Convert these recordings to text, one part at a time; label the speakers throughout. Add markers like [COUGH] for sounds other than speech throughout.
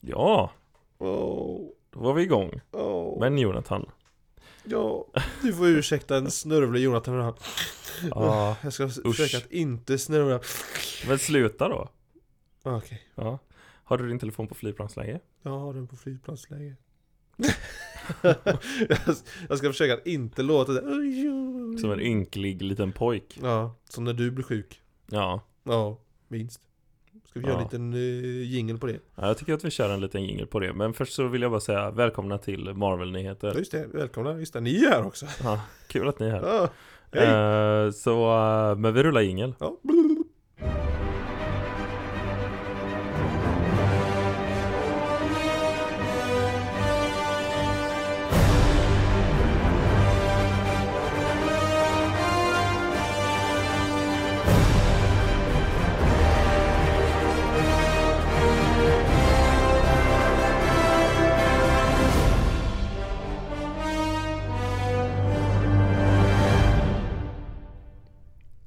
Speaker 1: Ja,
Speaker 2: Oh,
Speaker 1: då var vi igång.
Speaker 2: oh.
Speaker 1: Men Jonathan.
Speaker 2: Ja, du får ursäkta en snörvlig Jonathan här.
Speaker 1: Ja,
Speaker 2: [LAUGHS] Jag ska s-
Speaker 1: Usch.
Speaker 2: försöka att inte snörvla.
Speaker 1: men sluta då.
Speaker 2: Okej,
Speaker 1: Ja. Har du din telefon på flygplansläge?
Speaker 2: jag har den på flygplansläge. [LAUGHS] Jag s- jag ska försöka att inte låta det.
Speaker 1: Som en ynklig liten pojk.
Speaker 2: Ja, som när du blir sjuk.
Speaker 1: Ja.
Speaker 2: Ja, minst. Ska vi göra
Speaker 1: Ja.
Speaker 2: en liten uh, jingle på det?
Speaker 1: ja, jag tycker att vi kör en liten jingle på det. Men först så vill jag bara säga välkomna till
Speaker 2: Ja,
Speaker 1: Marvel-nyheter.
Speaker 2: just det. Välkomna. Just det, ni är här också.
Speaker 1: Ja, kul att ni är här.
Speaker 2: Ja. Hej.
Speaker 1: Eh, så, eh, men vi rullar jingel.
Speaker 2: Ja.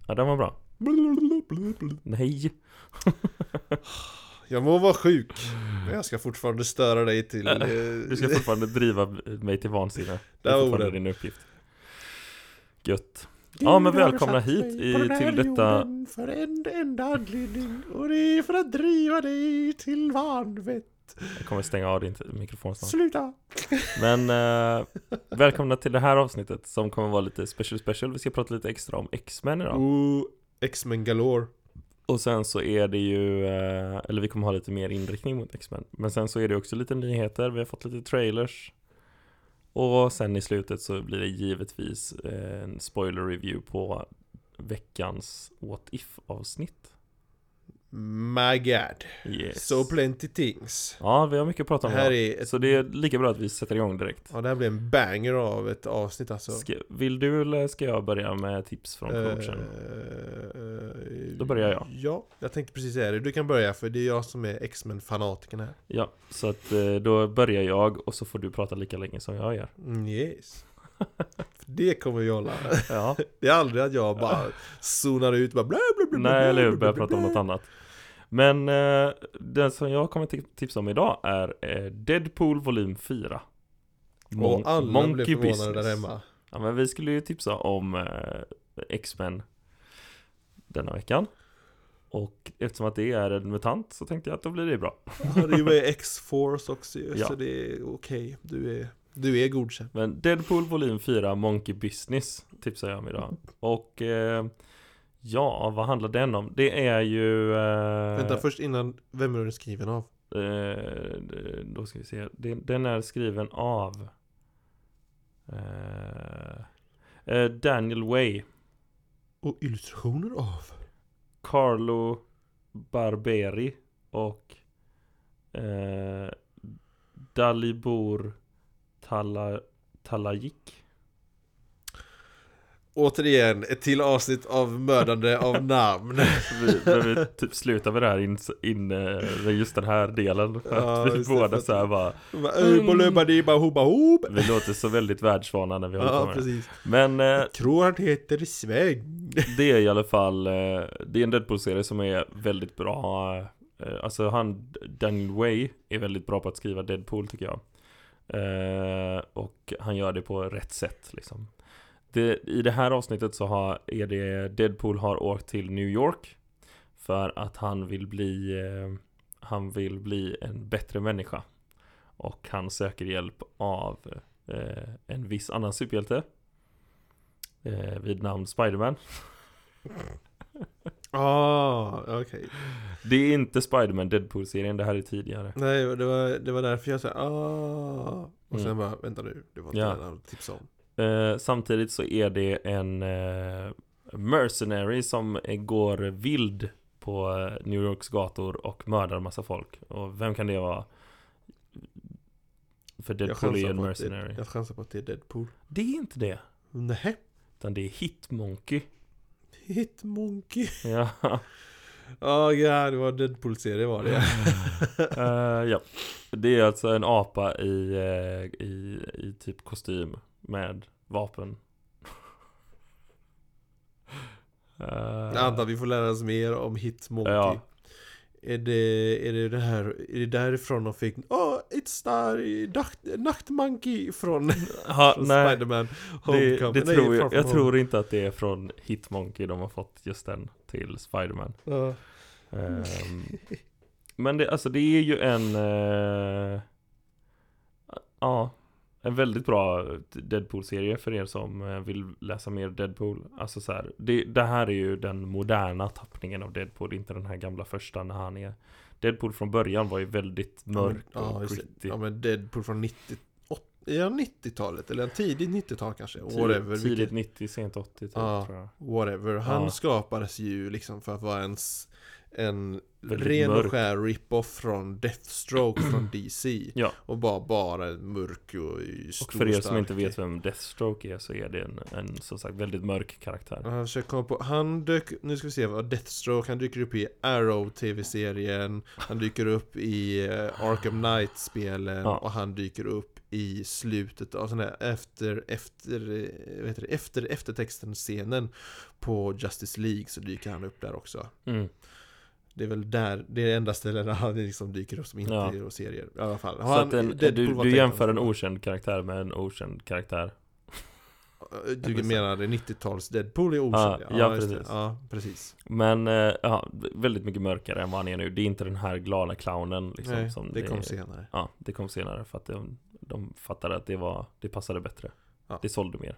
Speaker 1: Ja, den var bra. Nej.
Speaker 2: Jag må vara sjuk, men jag ska fortfarande störa dig till... eh,
Speaker 1: [LAUGHS] Du ska fortfarande driva mig till vansinne. Det
Speaker 2: Där var
Speaker 1: är fortfarande
Speaker 2: orden.
Speaker 1: din uppgift. Gött. Ja, men välkomna hit i- till detta-
Speaker 2: För en enda anledning och det är för att driva dig till vanvett.
Speaker 1: Jag kommer stänga av din t- mikrofon snart.
Speaker 2: Sluta!
Speaker 1: Men eh, välkomna till det här avsnittet som kommer vara lite special special. Vi ska prata lite extra om X-Men idag.
Speaker 2: Ooh, X-Men galore.
Speaker 1: Och sen så är det ju, eh, eller vi kommer ha lite mer inriktning mot X-Men. Men sen så är det också lite nyheter, vi har fått lite trailers. Och sen i slutet så blir det givetvis eh, en spoiler review på veckans What If avsnitt.
Speaker 2: My god.
Speaker 1: Yes.
Speaker 2: So plenty things.
Speaker 1: ja, vi har mycket att prata om
Speaker 2: här
Speaker 1: idag.
Speaker 2: är ett,
Speaker 1: Så det är lika bra att vi sätter igång direkt.
Speaker 2: ja, det här blir en banger av ett avsnitt alltså.
Speaker 1: Ska, vill du eller ska jag börja med tips från coachen?
Speaker 2: Eh, eh,
Speaker 1: Då börjar jag.
Speaker 2: Ja, jag tänkte precis säga det. Du kan börja för det är jag som är X-Men-fanatikern här.
Speaker 1: Ja, så att eh, då börjar jag och så får du prata lika länge som jag gör. [LAUGHS]
Speaker 2: Mm, yes. För det kommer jag hålla. [LAUGHS]
Speaker 1: Ja,
Speaker 2: Det är aldrig att jag bara zonar ut bara bla bla bla bla,
Speaker 1: nej eller
Speaker 2: bla,
Speaker 1: hur,
Speaker 2: bla,
Speaker 1: börjar
Speaker 2: bla,
Speaker 1: prata om
Speaker 2: bla.
Speaker 1: något annat. Men eh, den som jag kommer ti- tipsa om idag är eh, Deadpool volym 4. Mon-
Speaker 2: Och alla blev förvånade där hemma.
Speaker 1: Ja, men vi skulle ju tipsa om eh, X-Men denna veckan. Och eftersom att det är en mutant så tänkte jag att då blir det bra.
Speaker 2: Ja, det är ju med X-Force också ju,
Speaker 1: Ja.
Speaker 2: så det är okej. Du, är, du är godkänd.
Speaker 1: Men Deadpool volym 4 Monkey Business tipsar jag om idag. Och eh, ja, vad handlar den om? Det är ju... Eh,
Speaker 2: Vänta först innan, vem är den skriven av?
Speaker 1: eh, då ska vi se. Den, den är skriven av... Eh, eh, Daniel Way,
Speaker 2: Och illustrationer av?
Speaker 1: Carlo Barberi och eh, Dalibor Tala, Talajik.
Speaker 2: Återigen, ett till avsnitt av
Speaker 1: [LAUGHS]
Speaker 2: mördande av namn.
Speaker 1: Vi behöver typ sluta med det här in, in, eh, just den här delen.
Speaker 2: Ja,
Speaker 1: att vi
Speaker 2: just det, för
Speaker 1: båda
Speaker 2: att-
Speaker 1: så här bara,
Speaker 2: Bara,
Speaker 1: Mm.
Speaker 2: "Öj, bolle, badi, ba, hoba, hob."
Speaker 1: vi låter så väldigt världsvana när vi håller på
Speaker 2: Ja,
Speaker 1: med det.
Speaker 2: precis.
Speaker 1: Men eh,
Speaker 2: Tror han heter Sven.
Speaker 1: det är i alla fall, eh, det är en Deadpool-serie som är väldigt bra. Eh, alltså han, Daniel Way, är väldigt bra på att skriva Deadpool tycker jag. Eh, och han gör det på rätt sätt liksom. Det, I det här avsnittet så har, är det Deadpool har åkt till New York För att han vill bli eh, Han vill bli en bättre människa Och han söker hjälp av eh, En viss annan superhjälte eh, Vid namn Spiderman
Speaker 2: Ah, okej.
Speaker 1: Det är inte Spiderman Deadpool-serien, det här är tidigare
Speaker 2: Nej, och det var, det var därför jag sa ah. Och sen
Speaker 1: Mm.
Speaker 2: bara, vänta nu, det var inte
Speaker 1: Ja.
Speaker 2: den han tipsade om.
Speaker 1: Eh, samtidigt så är det en eh, mercenary som eh, går vild på eh, New Yorks gator och mördar massa folk. Och vem kan det vara? För Deadpool är ju en
Speaker 2: på att det,
Speaker 1: mercenary.
Speaker 2: jag chansar på att det är Deadpool.
Speaker 1: Det är inte det.
Speaker 2: Nej,
Speaker 1: Utan det är Hitmonkey. [LAUGHS]
Speaker 2: Hitmonkey.
Speaker 1: Ja.
Speaker 2: Ah [LAUGHS] ja, det var Deadpool-serie var det.
Speaker 1: [LAUGHS] Eh, ja. Det är alltså en apa i, eh, i, i typ kostym med vapen. [LAUGHS] Eh,
Speaker 2: Jag antar att vi får lära oss mer om Hitmonkey.
Speaker 1: Eh, Ja.
Speaker 2: Är det, är det det här, är det därifrån de fick Oh, it's the nacht, nachtmonkey från,
Speaker 1: Ja,
Speaker 2: från
Speaker 1: nej,
Speaker 2: [LAUGHS] Spiderman
Speaker 1: det, det
Speaker 2: Homecoming. Nej,
Speaker 1: tror
Speaker 2: Far
Speaker 1: jag,
Speaker 2: From
Speaker 1: jag
Speaker 2: Home.
Speaker 1: tror inte att det är från Hitmonkey de har fått just den till Spiderman.
Speaker 2: Ja.
Speaker 1: Ehm, men det, alltså det är ju en... eh, ja, en väldigt bra Deadpool-serie för er som eh, vill läsa mer Deadpool. Alltså så här, det, det här är ju den moderna tappningen av Deadpool, inte den här gamla första när han är... Deadpool från början var ju väldigt mörk
Speaker 2: Ja, men- ja,
Speaker 1: och
Speaker 2: just det.
Speaker 1: gritty.
Speaker 2: Ja men Deadpool från 90, åt- ja, 90-talet eller en tidigt 90-tal kanske. Whatever.
Speaker 1: Tidigt, tidigt
Speaker 2: vilket-
Speaker 1: 90, sent 80 typ,
Speaker 2: Ja.
Speaker 1: tror jag.
Speaker 2: Whatever. Han
Speaker 1: Ja.
Speaker 2: skapades ju liksom för att vara en, s- en
Speaker 1: Väldigt
Speaker 2: ren
Speaker 1: mörk.
Speaker 2: och skär rip-off från Deathstroke
Speaker 1: [CLEARS THROAT]
Speaker 2: från DC.
Speaker 1: Ja.
Speaker 2: Och bara, bara en mörk och stor
Speaker 1: Och för er som
Speaker 2: stark.
Speaker 1: inte vet vem Deathstroke är så är det en, en som sagt väldigt mörk karaktär.
Speaker 2: Och Han försöker komma på, han dök, nu ska vi se vad Deathstroke, han dyker upp i Arrow TV-serien, han dyker upp i eh, Arkham Knight-spelen
Speaker 1: Ja.
Speaker 2: och han dyker upp i slutet av sån här efter, efter, eh, vad heter det, efter eftertexten-scenen på Justice League så dyker han upp där också.
Speaker 1: Mm.
Speaker 2: Det är väl där, det är det enda stället där han liksom dyker upp som inte
Speaker 1: Ja.
Speaker 2: är i serier. I alla fall.
Speaker 1: Så
Speaker 2: han-
Speaker 1: att en,
Speaker 2: Deadpool
Speaker 1: du,
Speaker 2: var
Speaker 1: du
Speaker 2: tänkt
Speaker 1: jämför
Speaker 2: att-
Speaker 1: en okänd karaktär med en okänd karaktär.
Speaker 2: Eh, Du menar det 90-tals Deadpool är okänd?
Speaker 1: Ja, ja,
Speaker 2: just det.
Speaker 1: precis.
Speaker 2: Ja, precis.
Speaker 1: Men eh, ja, väldigt mycket mörkare än vad han är nu. Det är inte den här glada clownen liksom,
Speaker 2: Nej,
Speaker 1: som
Speaker 2: det kom
Speaker 1: är-
Speaker 2: senare.
Speaker 1: Ja, det kom senare för att de, de fattade att det, var, det passade bättre.
Speaker 2: Ja.
Speaker 1: Det sålde mer.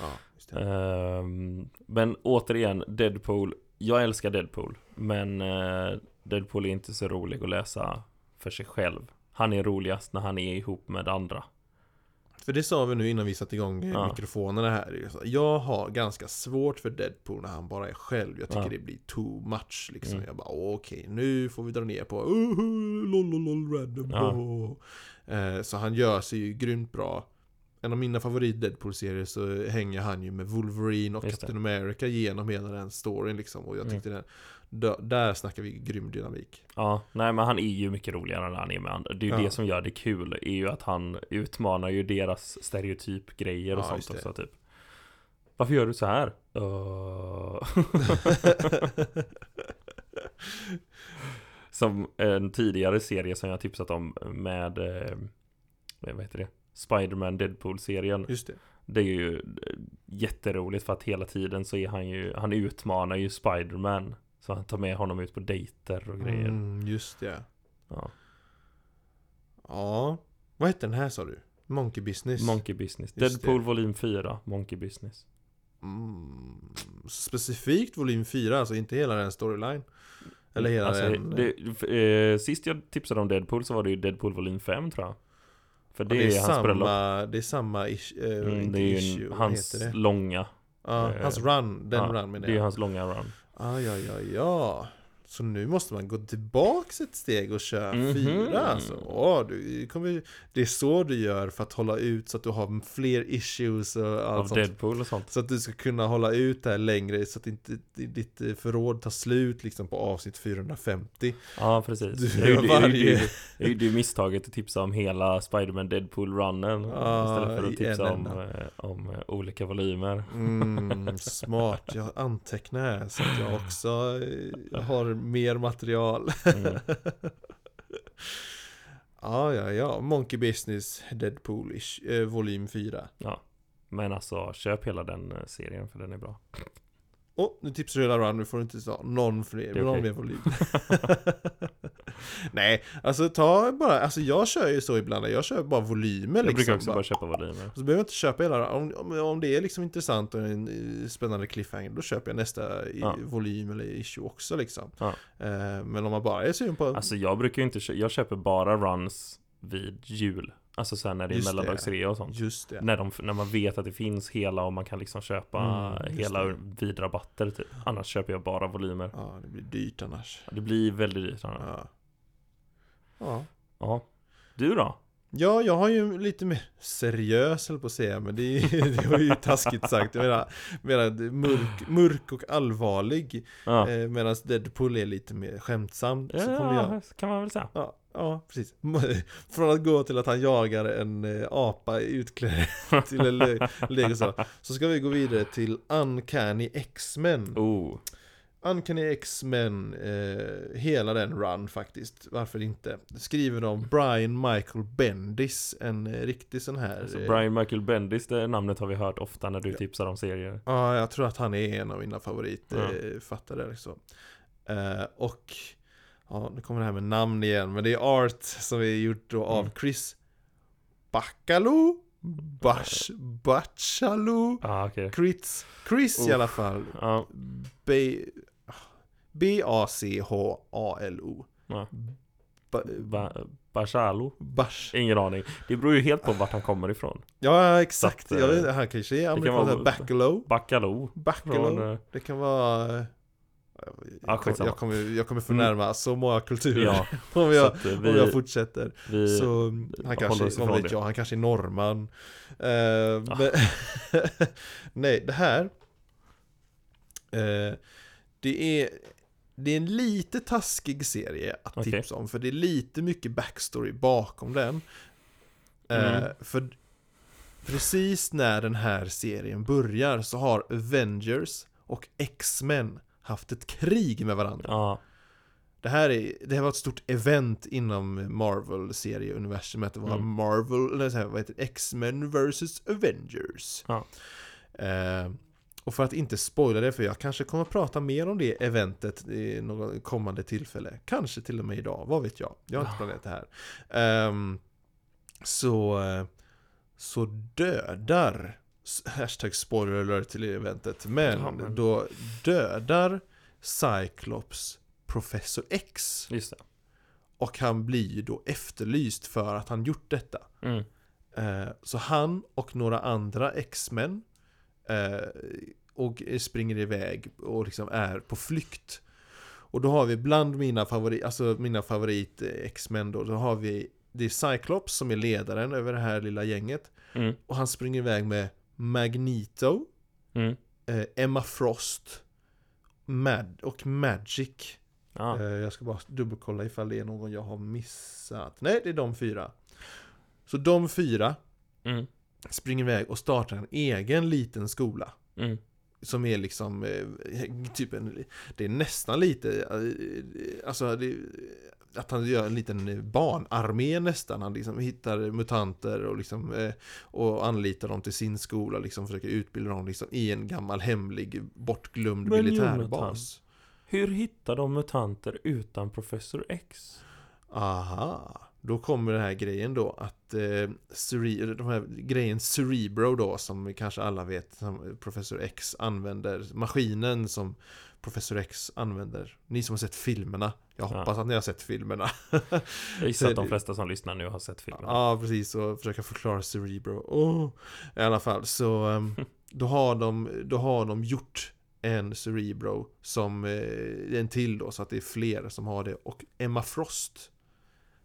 Speaker 2: Ja, just det.
Speaker 1: Ehm, men återigen, Deadpool. Jag älskar Deadpool. Men eh, Deadpool är inte så rolig att läsa för sig själv. Han är roligast när han är ihop med andra.
Speaker 2: För det sa vi nu innan vi satte igång eh,
Speaker 1: Ja.
Speaker 2: mikrofonerna här. Jag har ganska svårt för Deadpool när han bara är själv. Jag tycker
Speaker 1: Ja.
Speaker 2: det blir too much liksom.
Speaker 1: Mm.
Speaker 2: Jag bara okej, nu får vi dra ner på uh, lol, lol, lol, random.
Speaker 1: Ja.
Speaker 2: oh." Eh, Så han gör sig ju grymt bra. En av mina favorit Deadpool-serier så hänger han ju med Wolverine och
Speaker 1: Just det. Mm.
Speaker 2: Captain America genom hela den storyn liksom. Och jag tyckte den, dö- där snackar vi grym dynamik.
Speaker 1: Ja, nej men han är ju mycket roligare när han är med andra. Det är ju
Speaker 2: Ja.
Speaker 1: det som gör det kul, är ju att han utmanar ju deras stereotypgrejer och
Speaker 2: Ja,
Speaker 1: sånt
Speaker 2: just det.
Speaker 1: också typ. Varför gör du så här? "Öh." [LAUGHS] som en tidigare serie som jag tipsat om med, eh, vad heter det? Spiderman Deadpool-serien.
Speaker 2: Just det.
Speaker 1: Det är ju eh, jätteroligt för att hela tiden så är han ju, han utmanar ju Spiderman. Så han tar med honom ut på dejter och grejer.
Speaker 2: Mm, just det.
Speaker 1: Ja.
Speaker 2: Ja. Vad hette den här sa du? Monkey Business?
Speaker 1: Monkey Business.
Speaker 2: Just
Speaker 1: Deadpool volym 4, Monkey Business.
Speaker 2: Mm, specifikt volym 4, alltså inte hela den storyline. Eller hela
Speaker 1: Alltså,
Speaker 2: den...
Speaker 1: det, f- eh, sist jag tipsade om Deadpool så var det ju Deadpool volym 5 tror jag. För det,
Speaker 2: det, är
Speaker 1: är, hans bröllop.
Speaker 2: samma, det är samma ish, eh,
Speaker 1: Mm,
Speaker 2: inte
Speaker 1: det är ju
Speaker 2: issue,
Speaker 1: en,
Speaker 2: vad
Speaker 1: hans
Speaker 2: heter det?
Speaker 1: långa.
Speaker 2: Ja,
Speaker 1: eh,
Speaker 2: hans run, den
Speaker 1: ja,
Speaker 2: run menar
Speaker 1: Det är
Speaker 2: jag.
Speaker 1: hans långa run.
Speaker 2: Ah, ja, ja, ja. Så nu måste man gå tillbaks ett steg och köra
Speaker 1: Mhm.
Speaker 2: fyra alltså. Åh, du kommer, det är så du gör för att hålla ut så att du har fler issues och
Speaker 1: Av
Speaker 2: allt sånt.
Speaker 1: Deadpool och sånt.
Speaker 2: Så att du ska kunna hålla ut det här längre så att inte ditt eh, förråd tar slut liksom på avsnitt 450.
Speaker 1: Ja, precis.
Speaker 2: Du
Speaker 1: det, är ju, det, är ju, det, är
Speaker 2: varje-
Speaker 1: ju, det är ju det misstaget att tipsa om hela Spiderman Deadpool-runnen.
Speaker 2: Ja,
Speaker 1: istället för
Speaker 2: i
Speaker 1: att tipsa
Speaker 2: en
Speaker 1: om,
Speaker 2: enda.
Speaker 1: eh, om eh, olika
Speaker 2: [LAUGHS]
Speaker 1: volymer. [LAUGHS]
Speaker 2: Mm, smart, jag antecknar här så att jag också eh, har mer material. [LAUGHS]
Speaker 1: Mm.
Speaker 2: Ah, Ja, ja, ja. Monkey Business Deadpool ish, eh, volym 4.
Speaker 1: Men alltså, köp hela den eh, serien för den är bra.
Speaker 2: Åh, nu tipsar du hela run, nu får du inte ta någon fler,
Speaker 1: Det är
Speaker 2: någon
Speaker 1: okej. [LAUGHS]
Speaker 2: mer volym. [LAUGHS] Nej, alltså ta bara, alltså jag kör ju så ibland, jag kör bara volymer
Speaker 1: Jag
Speaker 2: liksom.
Speaker 1: brukar också
Speaker 2: bara.
Speaker 1: bara köpa volymer.
Speaker 2: Så behöver jag inte köpa hela, om, om, om det är liksom intressant och en eh, spännande cliffhanger, då köper jag nästa i,
Speaker 1: Ja.
Speaker 2: volym eller issue också liksom.
Speaker 1: Ja.
Speaker 2: Eh, men om man bara är sugen på...
Speaker 1: Alltså jag brukar ju inte köpa, jag köper bara runs vid jul. Alltså sen när det är
Speaker 2: Just det.
Speaker 1: mellandagsrea och sånt.
Speaker 2: just det.
Speaker 1: När, de, när man vet att det finns hela och man kan liksom köpa
Speaker 2: Mm, just
Speaker 1: hela
Speaker 2: det.
Speaker 1: vid rabatter typ. Annars köper jag bara volymer.
Speaker 2: Ja, det blir dyrt annars.
Speaker 1: Det blir väldigt dyrt annars.
Speaker 2: Ja. ja.
Speaker 1: Ja. Du då?
Speaker 2: Ja, jag har ju lite mer seriös höll på att säga, men det, är- det var ju [LAUGHS] taskigt sagt. Jag menar, menar mörk, mörk och allvarlig,
Speaker 1: Ja.
Speaker 2: eh, medan Deadpool är lite mer skämtsam. Så kommer jag
Speaker 1: Ja, kan man väl säga.
Speaker 2: Ja, ja, precis. [LAUGHS] Från att gå till att han jagar en eh, apa utklädd [LAUGHS] till en le- legosal. Så ska vi gå vidare till Uncanny X-Men.
Speaker 1: Oh,
Speaker 2: Uncanny X-Men, eh, hela den run faktiskt. Varför inte? Skriven av Brian Michael Bendis, en eh, riktig sån här...
Speaker 1: Alltså,
Speaker 2: eh,
Speaker 1: Brian Michael Bendis, det namnet har vi hört ofta när du
Speaker 2: Ja.
Speaker 1: tipsar om serier.
Speaker 2: Ja, jag tror att han är en av mina favoriter,
Speaker 1: Ja.
Speaker 2: eh, fattar det liksom. Eh, och, ja nu kommer det här med namn igen, men det är Art som är gjort då av
Speaker 1: Mm.
Speaker 2: Chris Bacalo, Bash, Bachalo,
Speaker 1: Ah, okej.
Speaker 2: Chris, Chris i
Speaker 1: Uff.
Speaker 2: alla fall.
Speaker 1: Ja,
Speaker 2: B- B-A-C-H-A-L-O.
Speaker 1: Ja.
Speaker 2: Ba-
Speaker 1: ba- Bashalo?
Speaker 2: Bash.
Speaker 1: Ingen aning. Det beror ju helt på vart han kommer ifrån.
Speaker 2: Ja, exakt.
Speaker 1: Så att,
Speaker 2: Jag
Speaker 1: eh,
Speaker 2: vet, inte, han kanske är
Speaker 1: vara-
Speaker 2: amerikan, så här Bacalo.
Speaker 1: Bacalo. Från,
Speaker 2: Bacalo.
Speaker 1: eh,
Speaker 2: Det kan vara... eh, Jag, kom,
Speaker 1: skitsamma. Mm.
Speaker 2: jag, kommer, jag kommer förnärma så många kulturer
Speaker 1: ja,
Speaker 2: [LAUGHS] om,
Speaker 1: så
Speaker 2: jag,
Speaker 1: att eh,
Speaker 2: om jag
Speaker 1: vi,
Speaker 2: fortsätter.
Speaker 1: vi
Speaker 2: så mm, han kanske,
Speaker 1: håller oss
Speaker 2: vad
Speaker 1: ifrån
Speaker 2: vet
Speaker 1: det. Ah.
Speaker 2: jag, han kanske är norrman. Eh, men, [LAUGHS] nej, det här. eh, det är... Det är en lite taskig serie att
Speaker 1: Okej.
Speaker 2: tipsa om, för det är lite mycket backstory bakom den. Eh,
Speaker 1: Mm.
Speaker 2: För precis när den här serien börjar så har Avengers och X-Men haft ett krig med varandra.
Speaker 1: Ja,
Speaker 2: Det här, är, det här var ett stort event inom Marvel-serieuniversumet. Det var
Speaker 1: Mm.
Speaker 2: Marvel, eller så här, vad heter det? X-Men vs. Avengers.
Speaker 1: Ja.
Speaker 2: Eh, och för att inte spoila det, för jag kanske kommer att prata mer om det eventet i något kommande tillfälle. Kanske till och med idag, vad vet jag? Jag har inte
Speaker 1: Ja.
Speaker 2: planerat det här. Ehm, så, eh, så dödar, s- hashtag spoiler alert till eventet, men,
Speaker 1: Ja, men-
Speaker 2: då dödar Cyclops Professor X.
Speaker 1: just det.
Speaker 2: Och han blir ju då efterlyst för att han gjort detta.
Speaker 1: Mm.
Speaker 2: Eh, Så han och några andra X-Men eh, och springer iväg och liksom är på flykt. Och då har vi bland mina favorit, alltså mina favorit eh, X-Men då, då har vi det är Cyclops som är ledaren över det här lilla gänget.
Speaker 1: Mm.
Speaker 2: Och han springer iväg med Magneto,
Speaker 1: Mm.
Speaker 2: eh, Emma Frost Mad och Magic.
Speaker 1: Ja.
Speaker 2: Eh, Jag ska bara dubbelkolla ifall det är någon jag har missat. Nej, det är de fyra. Så de fyra
Speaker 1: Mm.
Speaker 2: springer iväg och startar en egen liten skola.
Speaker 1: Mm.
Speaker 2: Som är liksom, eh, typ en, det är nästan lite, eh, alltså det, att han gör en liten barnarmé nästan. Han liksom hittar mutanter och, liksom, eh, och anlitar dem till sin skola. Liksom försöker utbilda dem liksom, i en gammal hemlig bortglömd
Speaker 1: Men Jonathan.
Speaker 2: militärbas.
Speaker 1: Hur hittar de mutanter utan Professor X?
Speaker 2: Aha, då kommer den här grejen då att eh, cere- de här grejen Cerebro då som kanske alla vet som Professor X använder, maskinen som Professor X använder. Ni som har sett filmerna, jag
Speaker 1: Ja.
Speaker 2: hoppas att ni har sett filmerna.
Speaker 1: Jag gissar att de
Speaker 2: det-
Speaker 1: flesta som lyssnar nu har sett filmen.
Speaker 2: Ja, precis. Och försöka förklara Cerebro. Åh! I alla fall, så
Speaker 1: [LAUGHS]
Speaker 2: ehm, då, har de, då har de gjort en Cerebro som eh, en till då, så att det är fler som har det. Och Emma Frost,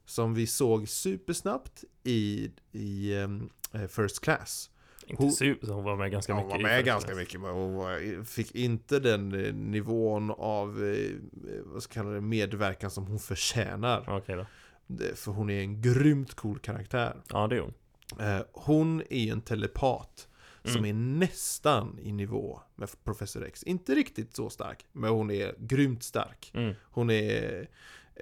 Speaker 2: som vi såg supersnabbt i, i ehm, eh, First Class.
Speaker 1: Inte
Speaker 2: hon-
Speaker 1: super, så hon var med ganska
Speaker 2: hon
Speaker 1: mycket.
Speaker 2: var
Speaker 1: i
Speaker 2: med
Speaker 1: First
Speaker 2: ganska
Speaker 1: Class.
Speaker 2: mycket, men hon var- fick inte den eh, nivån av eh, vad ska jag kalla det, medverkan som hon förtjänar.
Speaker 1: Okej då.
Speaker 2: Det- För hon är en grymt cool karaktär.
Speaker 1: Ja, det är hon.
Speaker 2: Eh, Hon är ju en telepat
Speaker 1: Mm.
Speaker 2: som är nästan i nivå med Professor X. Inte riktigt så stark, men hon är grymt stark.
Speaker 1: Mm.
Speaker 2: Hon är eh,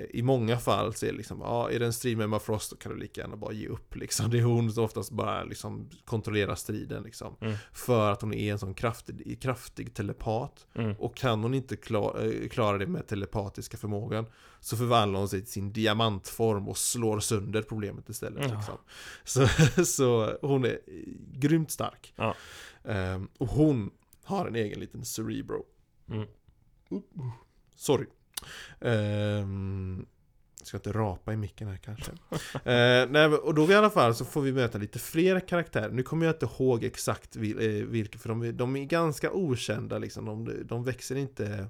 Speaker 2: i många fall så är det liksom, ja, är det en strid med Emma Frost då kan du lika gärna bara ge upp liksom. Det är hon som oftast bara liksom kontrollerar striden liksom.
Speaker 1: Mm.
Speaker 2: För att hon är en sån kraftig, kraftig telepat.
Speaker 1: Mm.
Speaker 2: Och kan hon inte klara, eh, klara det med telepatiska förmågan så förvandlar hon sig till sin diamantform och slår sönder problemet istället.
Speaker 1: Ja.
Speaker 2: Liksom. Så, [LAUGHS] så hon är grymt stark.
Speaker 1: Ja.
Speaker 2: Ehm, och hon har en egen liten cerebro.
Speaker 1: Mm.
Speaker 2: Sorry. Ehm, jag ska inte rapa i micken här kanske. Eh, nej, men- och då i alla fall så får vi möta lite fler karaktärer. Nu kommer jag inte ihåg exakt vil, eh, vilka, för de, är- de är ganska okända liksom. De, de växer inte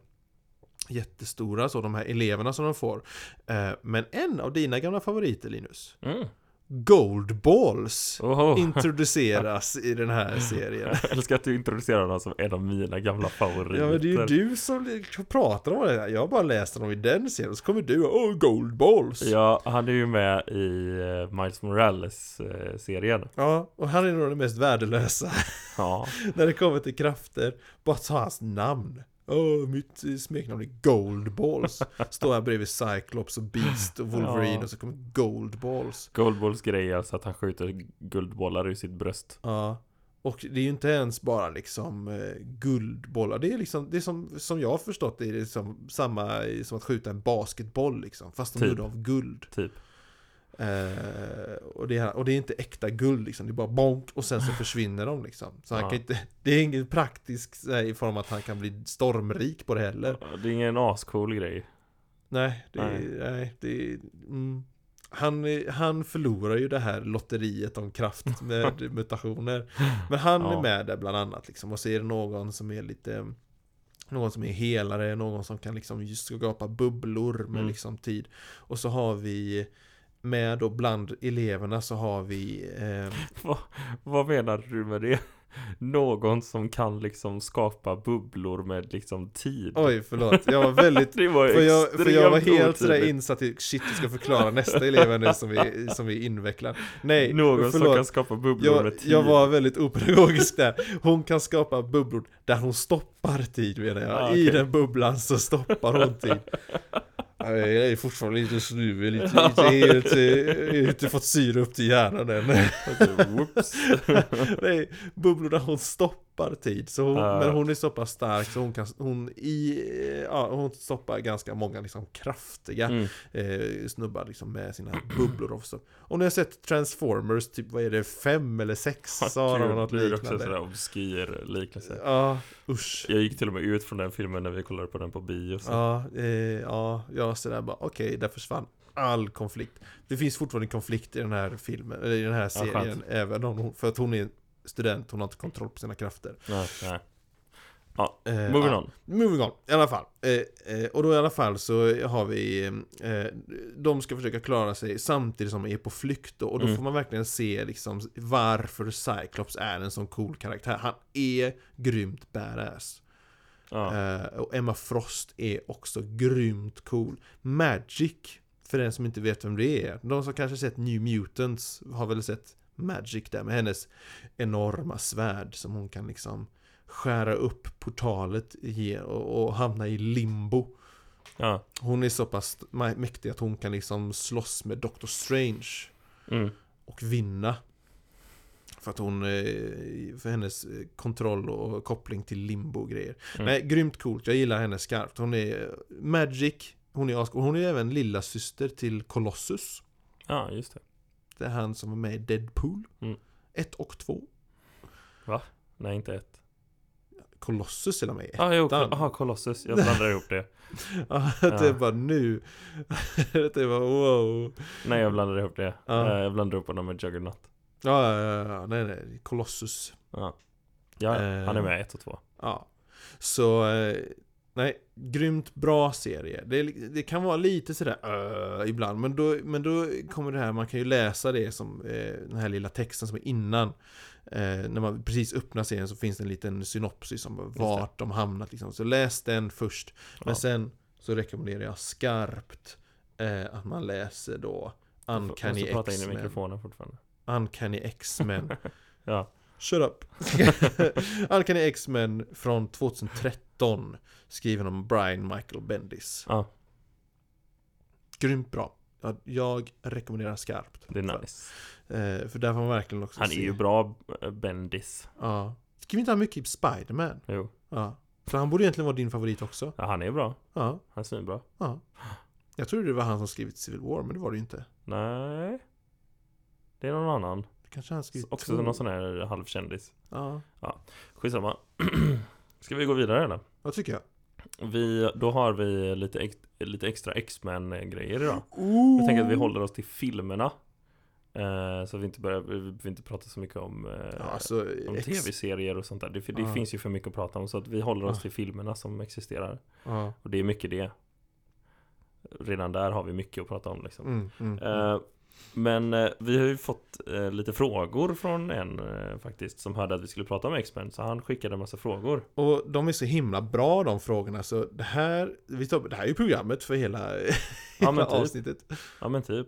Speaker 2: jättestora så, de här eleverna som de får. Eh, men en av dina gamla favoriter Linus,
Speaker 1: Mm.
Speaker 2: Goldballs,
Speaker 1: Oho.
Speaker 2: introduceras i den här serien.
Speaker 1: [LAUGHS] Jag älskar att du introducerar dem som en av mina gamla favoriter.
Speaker 2: [LAUGHS] Ja men det är ju du som li- pratar om det här. Jag bara läste dem i den serien så kommer du och oh, Goldballs.
Speaker 1: Ja, han är ju med i eh, Miles eh, Morales-serien.
Speaker 2: Ja, och han är nog den mest värdelösa
Speaker 1: Ja.
Speaker 2: när det kommer till krafter. Bara ta hans namn. Åh, mitt eh, smeknamn är Goldballs. Står här bredvid Cyclops och Beast och Wolverine
Speaker 1: Ja.
Speaker 2: och så kommer Goldballs.
Speaker 1: Goldballs grej är alltså att han skjuter guldbollar ur sitt bröst.
Speaker 2: Ja. Och det är ju inte ens bara liksom eh, guldbollar. Det är liksom, det är som, som jag har förstått det är det som, samma i- som att skjuta en basketboll liksom. Fast de
Speaker 1: Typ.
Speaker 2: gjorde av guld.
Speaker 1: Typ.
Speaker 2: Eh, och, det, här- och det är inte äkta guld liksom, det är bara bonk och sen så försvinner de liksom. Så han
Speaker 1: Ja.
Speaker 2: kan inte, det är ingen praktisk så här, i form att han kan bli stormrik på det heller.
Speaker 1: Det är ingen ascool grej.
Speaker 2: Nej, det, nej.
Speaker 1: Nej.
Speaker 2: det mm. han, är- han förlorar ju det här lotteriet om
Speaker 1: [LAUGHS]
Speaker 2: kraft med mutationer. Men han är
Speaker 1: Ja.
Speaker 2: med där bland annat liksom. Och så är det någon som är lite någon som är helare, någon som kan liksom just skapa bubblor med
Speaker 1: Mm.
Speaker 2: liksom tid. Och så har vi med då bland eleverna så har vi eh,
Speaker 1: Vad menar du med det? [LAUGHS] Någon som kan liksom skapa bubblor med liksom tid.
Speaker 2: Oj förlåt, jag var
Speaker 1: [LAUGHS]
Speaker 2: väldigt
Speaker 1: Det var
Speaker 2: För jag, för jag var
Speaker 1: extremt
Speaker 2: helt sådär
Speaker 1: otydligt.
Speaker 2: insatt i shit, jag ska förklara nästa elev här nu som vi, som vi är invecklad. Nej,
Speaker 1: Någon som
Speaker 2: förlåt.
Speaker 1: kan skapa bubblor
Speaker 2: jag,
Speaker 1: med tid. [LAUGHS]
Speaker 2: jag var väldigt opedagogisk där. Hon kan skapa bubblor där hon stoppar tid menar jag.
Speaker 1: Ah,
Speaker 2: I
Speaker 1: okej.
Speaker 2: den bubblan så stoppar hon
Speaker 1: [LAUGHS]
Speaker 2: tid. Ja, Jag är fortfarande lite snuvig, lite, lite helt, eh, inte fått syre upp till
Speaker 1: [LAUGHS]
Speaker 2: hjärnan än.
Speaker 1: Alltså,
Speaker 2: [LAUGHS]
Speaker 1: whoops.
Speaker 2: Nej, bubblor där hon stoppar tid. Så hon,
Speaker 1: Ah.
Speaker 2: Men hon är så pass stark så hon kan, hon, i, eh, ja, hon stoppar ganska många liksom kraftiga
Speaker 1: Mm.
Speaker 2: eh, snubbar liksom med sina bubblor också. Och ni har sett Transformers, typ vad är det, fem eller sex? Sa de
Speaker 1: Gud,
Speaker 2: något
Speaker 1: det är också en sån
Speaker 2: liknande?
Speaker 1: där obskyr liknelse.
Speaker 2: Ja, usch.
Speaker 1: Jag gick till och med ut från den filmen när vi kollade på den på bio. Så.
Speaker 2: Ja, eh, ja, ja, sådär bara, okej, där försvann all konflikt. Det finns fortfarande konflikt i den här filmen, eller i den här
Speaker 1: Ja, skönt.
Speaker 2: serien, även om hon, för att hon är student, hon har inte kontroll på sina krafter.
Speaker 1: Nej, nej.
Speaker 2: Eh,
Speaker 1: Moving
Speaker 2: ja.
Speaker 1: on.
Speaker 2: Moving on, i alla fall. Eh, eh, och då i alla fall så har vi, eh, de ska försöka klara sig samtidigt som de är på flykt då, och då
Speaker 1: Mm.
Speaker 2: får man verkligen se liksom varför Cyclops är en sån cool karaktär. Han är grymt badass.
Speaker 1: Ja.
Speaker 2: Eh, och Emma Frost är också grymt cool. Magic, för den som inte vet vem det är, de som kanske sett New Mutants har väl sett Magic där med hennes enorma svärd som hon kan liksom skära upp portalet ge- och, och hamna i limbo.
Speaker 1: ja.
Speaker 2: Hon är så pass ma- mäktig att hon kan liksom slåss med Doctor Strange
Speaker 1: Mm.
Speaker 2: och vinna. För att hon, eh, för hennes eh, kontroll och koppling till limbo och grejer.
Speaker 1: Mm.
Speaker 2: Nej, grymt coolt. Jag gillar henne skarpt. Hon är eh, Magic, hon är ascool. Hon är även lilla syster till Colossus.
Speaker 1: ja, just det.
Speaker 2: Det är han som var med i Deadpool.
Speaker 1: Mm.
Speaker 2: 1 och 2.
Speaker 1: Nej, inte ett.
Speaker 2: Colossus är med i ett.
Speaker 1: Ah, jo,
Speaker 2: Ettan.
Speaker 1: kol- aha, Colossus. Jag blandar ihop det.
Speaker 2: [LAUGHS] Ja, det är
Speaker 1: Ja.
Speaker 2: bara nu. [LAUGHS] det är bara wow.
Speaker 1: Nej, jag blandar ihop det.
Speaker 2: Ja.
Speaker 1: Eh, Jag blandar ihop honom med Juggernaut.
Speaker 2: Ja, ja, ja, ja, nej, nej, Colossus.
Speaker 1: Ja. Ja,
Speaker 2: Eh.
Speaker 1: han är med ett och två.
Speaker 2: Ja. Så, eh, nej, grymt bra serie. Det, är- det kan vara lite sådär uh, ibland, men då, men då kommer det här, man kan ju läsa det som eh, den här lilla texten som är innan. Eh, när man precis öppnar serien så finns det en liten synopsis om
Speaker 1: det.
Speaker 2: vart de hamnat liksom. Så läs den först, men
Speaker 1: Ja.
Speaker 2: sen så rekommenderar jag skarpt eh, att man läser då Uncanny
Speaker 1: Måste prata in i
Speaker 2: X-Men.
Speaker 1: mikrofonen fortfarande.
Speaker 2: Uncanny X-Men.
Speaker 1: [LAUGHS] Ja.
Speaker 2: Shut up. [LAUGHS] Uncanny X-Men från 2013. Skriven av Brian Michael Bendis.
Speaker 1: Ja.
Speaker 2: Grymt bra. Jag, jag rekommenderar skarpt.
Speaker 1: Det är nice.
Speaker 2: Eh, för där får man verkligen också
Speaker 1: Han är
Speaker 2: se.
Speaker 1: ju bra eh, Bendis.
Speaker 2: Ja. Skriver inte han mycket i Spider-Man?
Speaker 1: Jo.
Speaker 2: Ja. Så han borde egentligen vara din favorit också.
Speaker 1: Ja, han är bra.
Speaker 2: Ja.
Speaker 1: Han är svinbra.
Speaker 2: ja. Jag trodde det var han som skrivit Civil War, men det var det ju inte.
Speaker 1: Nej. Det är någon annan.
Speaker 2: Det kanske han skrivit
Speaker 1: Också
Speaker 2: två.
Speaker 1: någon sån här halvkändis.
Speaker 2: Ja.
Speaker 1: Skitsamma. [CLEARS THROAT] Ska vi gå vidare eller?
Speaker 2: Vad tycker jag?
Speaker 1: Vi, då har vi lite, ex, lite extra X-Men grejer idag.
Speaker 2: Ooh.
Speaker 1: Jag tänker att vi håller oss till filmerna. Eh, så vi inte börjar, vi, vi inte pratar så mycket om, eh,
Speaker 2: Ja, alltså,
Speaker 1: om
Speaker 2: X-
Speaker 1: tv-serier och sånt där. Det, för det
Speaker 2: Ja.
Speaker 1: finns ju för mycket att prata om. Så att vi håller oss
Speaker 2: Ja.
Speaker 1: till filmerna som existerar.
Speaker 2: Ja.
Speaker 1: Och det är mycket det. Redan där har vi mycket att prata om liksom.
Speaker 2: Mm, mm, mm.
Speaker 1: Eh, Men eh, vi har ju fått eh, lite frågor från en eh, faktiskt som hörde att vi skulle prata om X-Men så han skickade en massa frågor.
Speaker 2: Och de är så himla bra de frågorna så det här, vi tar, det här är ju programmet för hela, [LAUGHS]
Speaker 1: Ja,
Speaker 2: hela
Speaker 1: men typ.
Speaker 2: avsnittet.
Speaker 1: Ja men typ.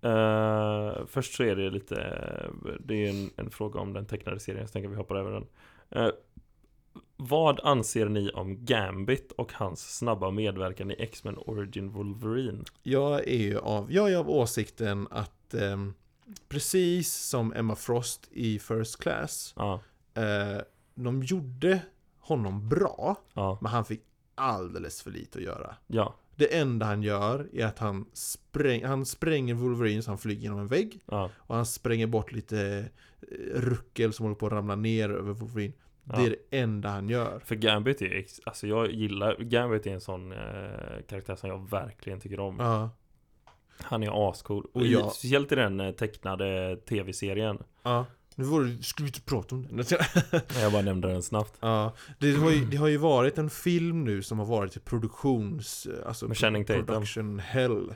Speaker 1: Eh, först så är det lite, det är en, en fråga om den tecknade serien så tänker vi hoppar över den. Eh, Vad anser ni om Gambit och hans snabba medverkan i X-Men Origin Wolverine?
Speaker 2: Jag är ju av, jag är av åsikten att ehm, precis som Emma Frost i First Class,
Speaker 1: Ja,
Speaker 2: eh, de gjorde honom bra,
Speaker 1: ja,
Speaker 2: men han fick alldeles för lite att göra.
Speaker 1: ja,
Speaker 2: Det enda han gör är att han, spräng, han spränger Wolverine så han flyger genom en vägg
Speaker 1: ja.
Speaker 2: och han spränger bort lite eh, ruckel som håller på att ramla ner över Wolverine. Det
Speaker 1: Ja.
Speaker 2: är det enda han gör.
Speaker 1: För Gambit är, ex- alltså jag gillar, Gambit är en sån eh, karaktär som jag verkligen tycker om.
Speaker 2: Ja,
Speaker 1: Han är ascool.
Speaker 2: Och
Speaker 1: I-
Speaker 2: jag-
Speaker 1: Speciellt i den eh, tecknade tv-serien.
Speaker 2: ja. Nu var det, skulle vi inte prata om det.
Speaker 1: Jag bara nämnde den snabbt.
Speaker 2: [LAUGHS] Ja, det har, ju, det har ju varit en film nu som har varit i produktions... Alltså
Speaker 1: Med Channing Tatum.
Speaker 2: production hell.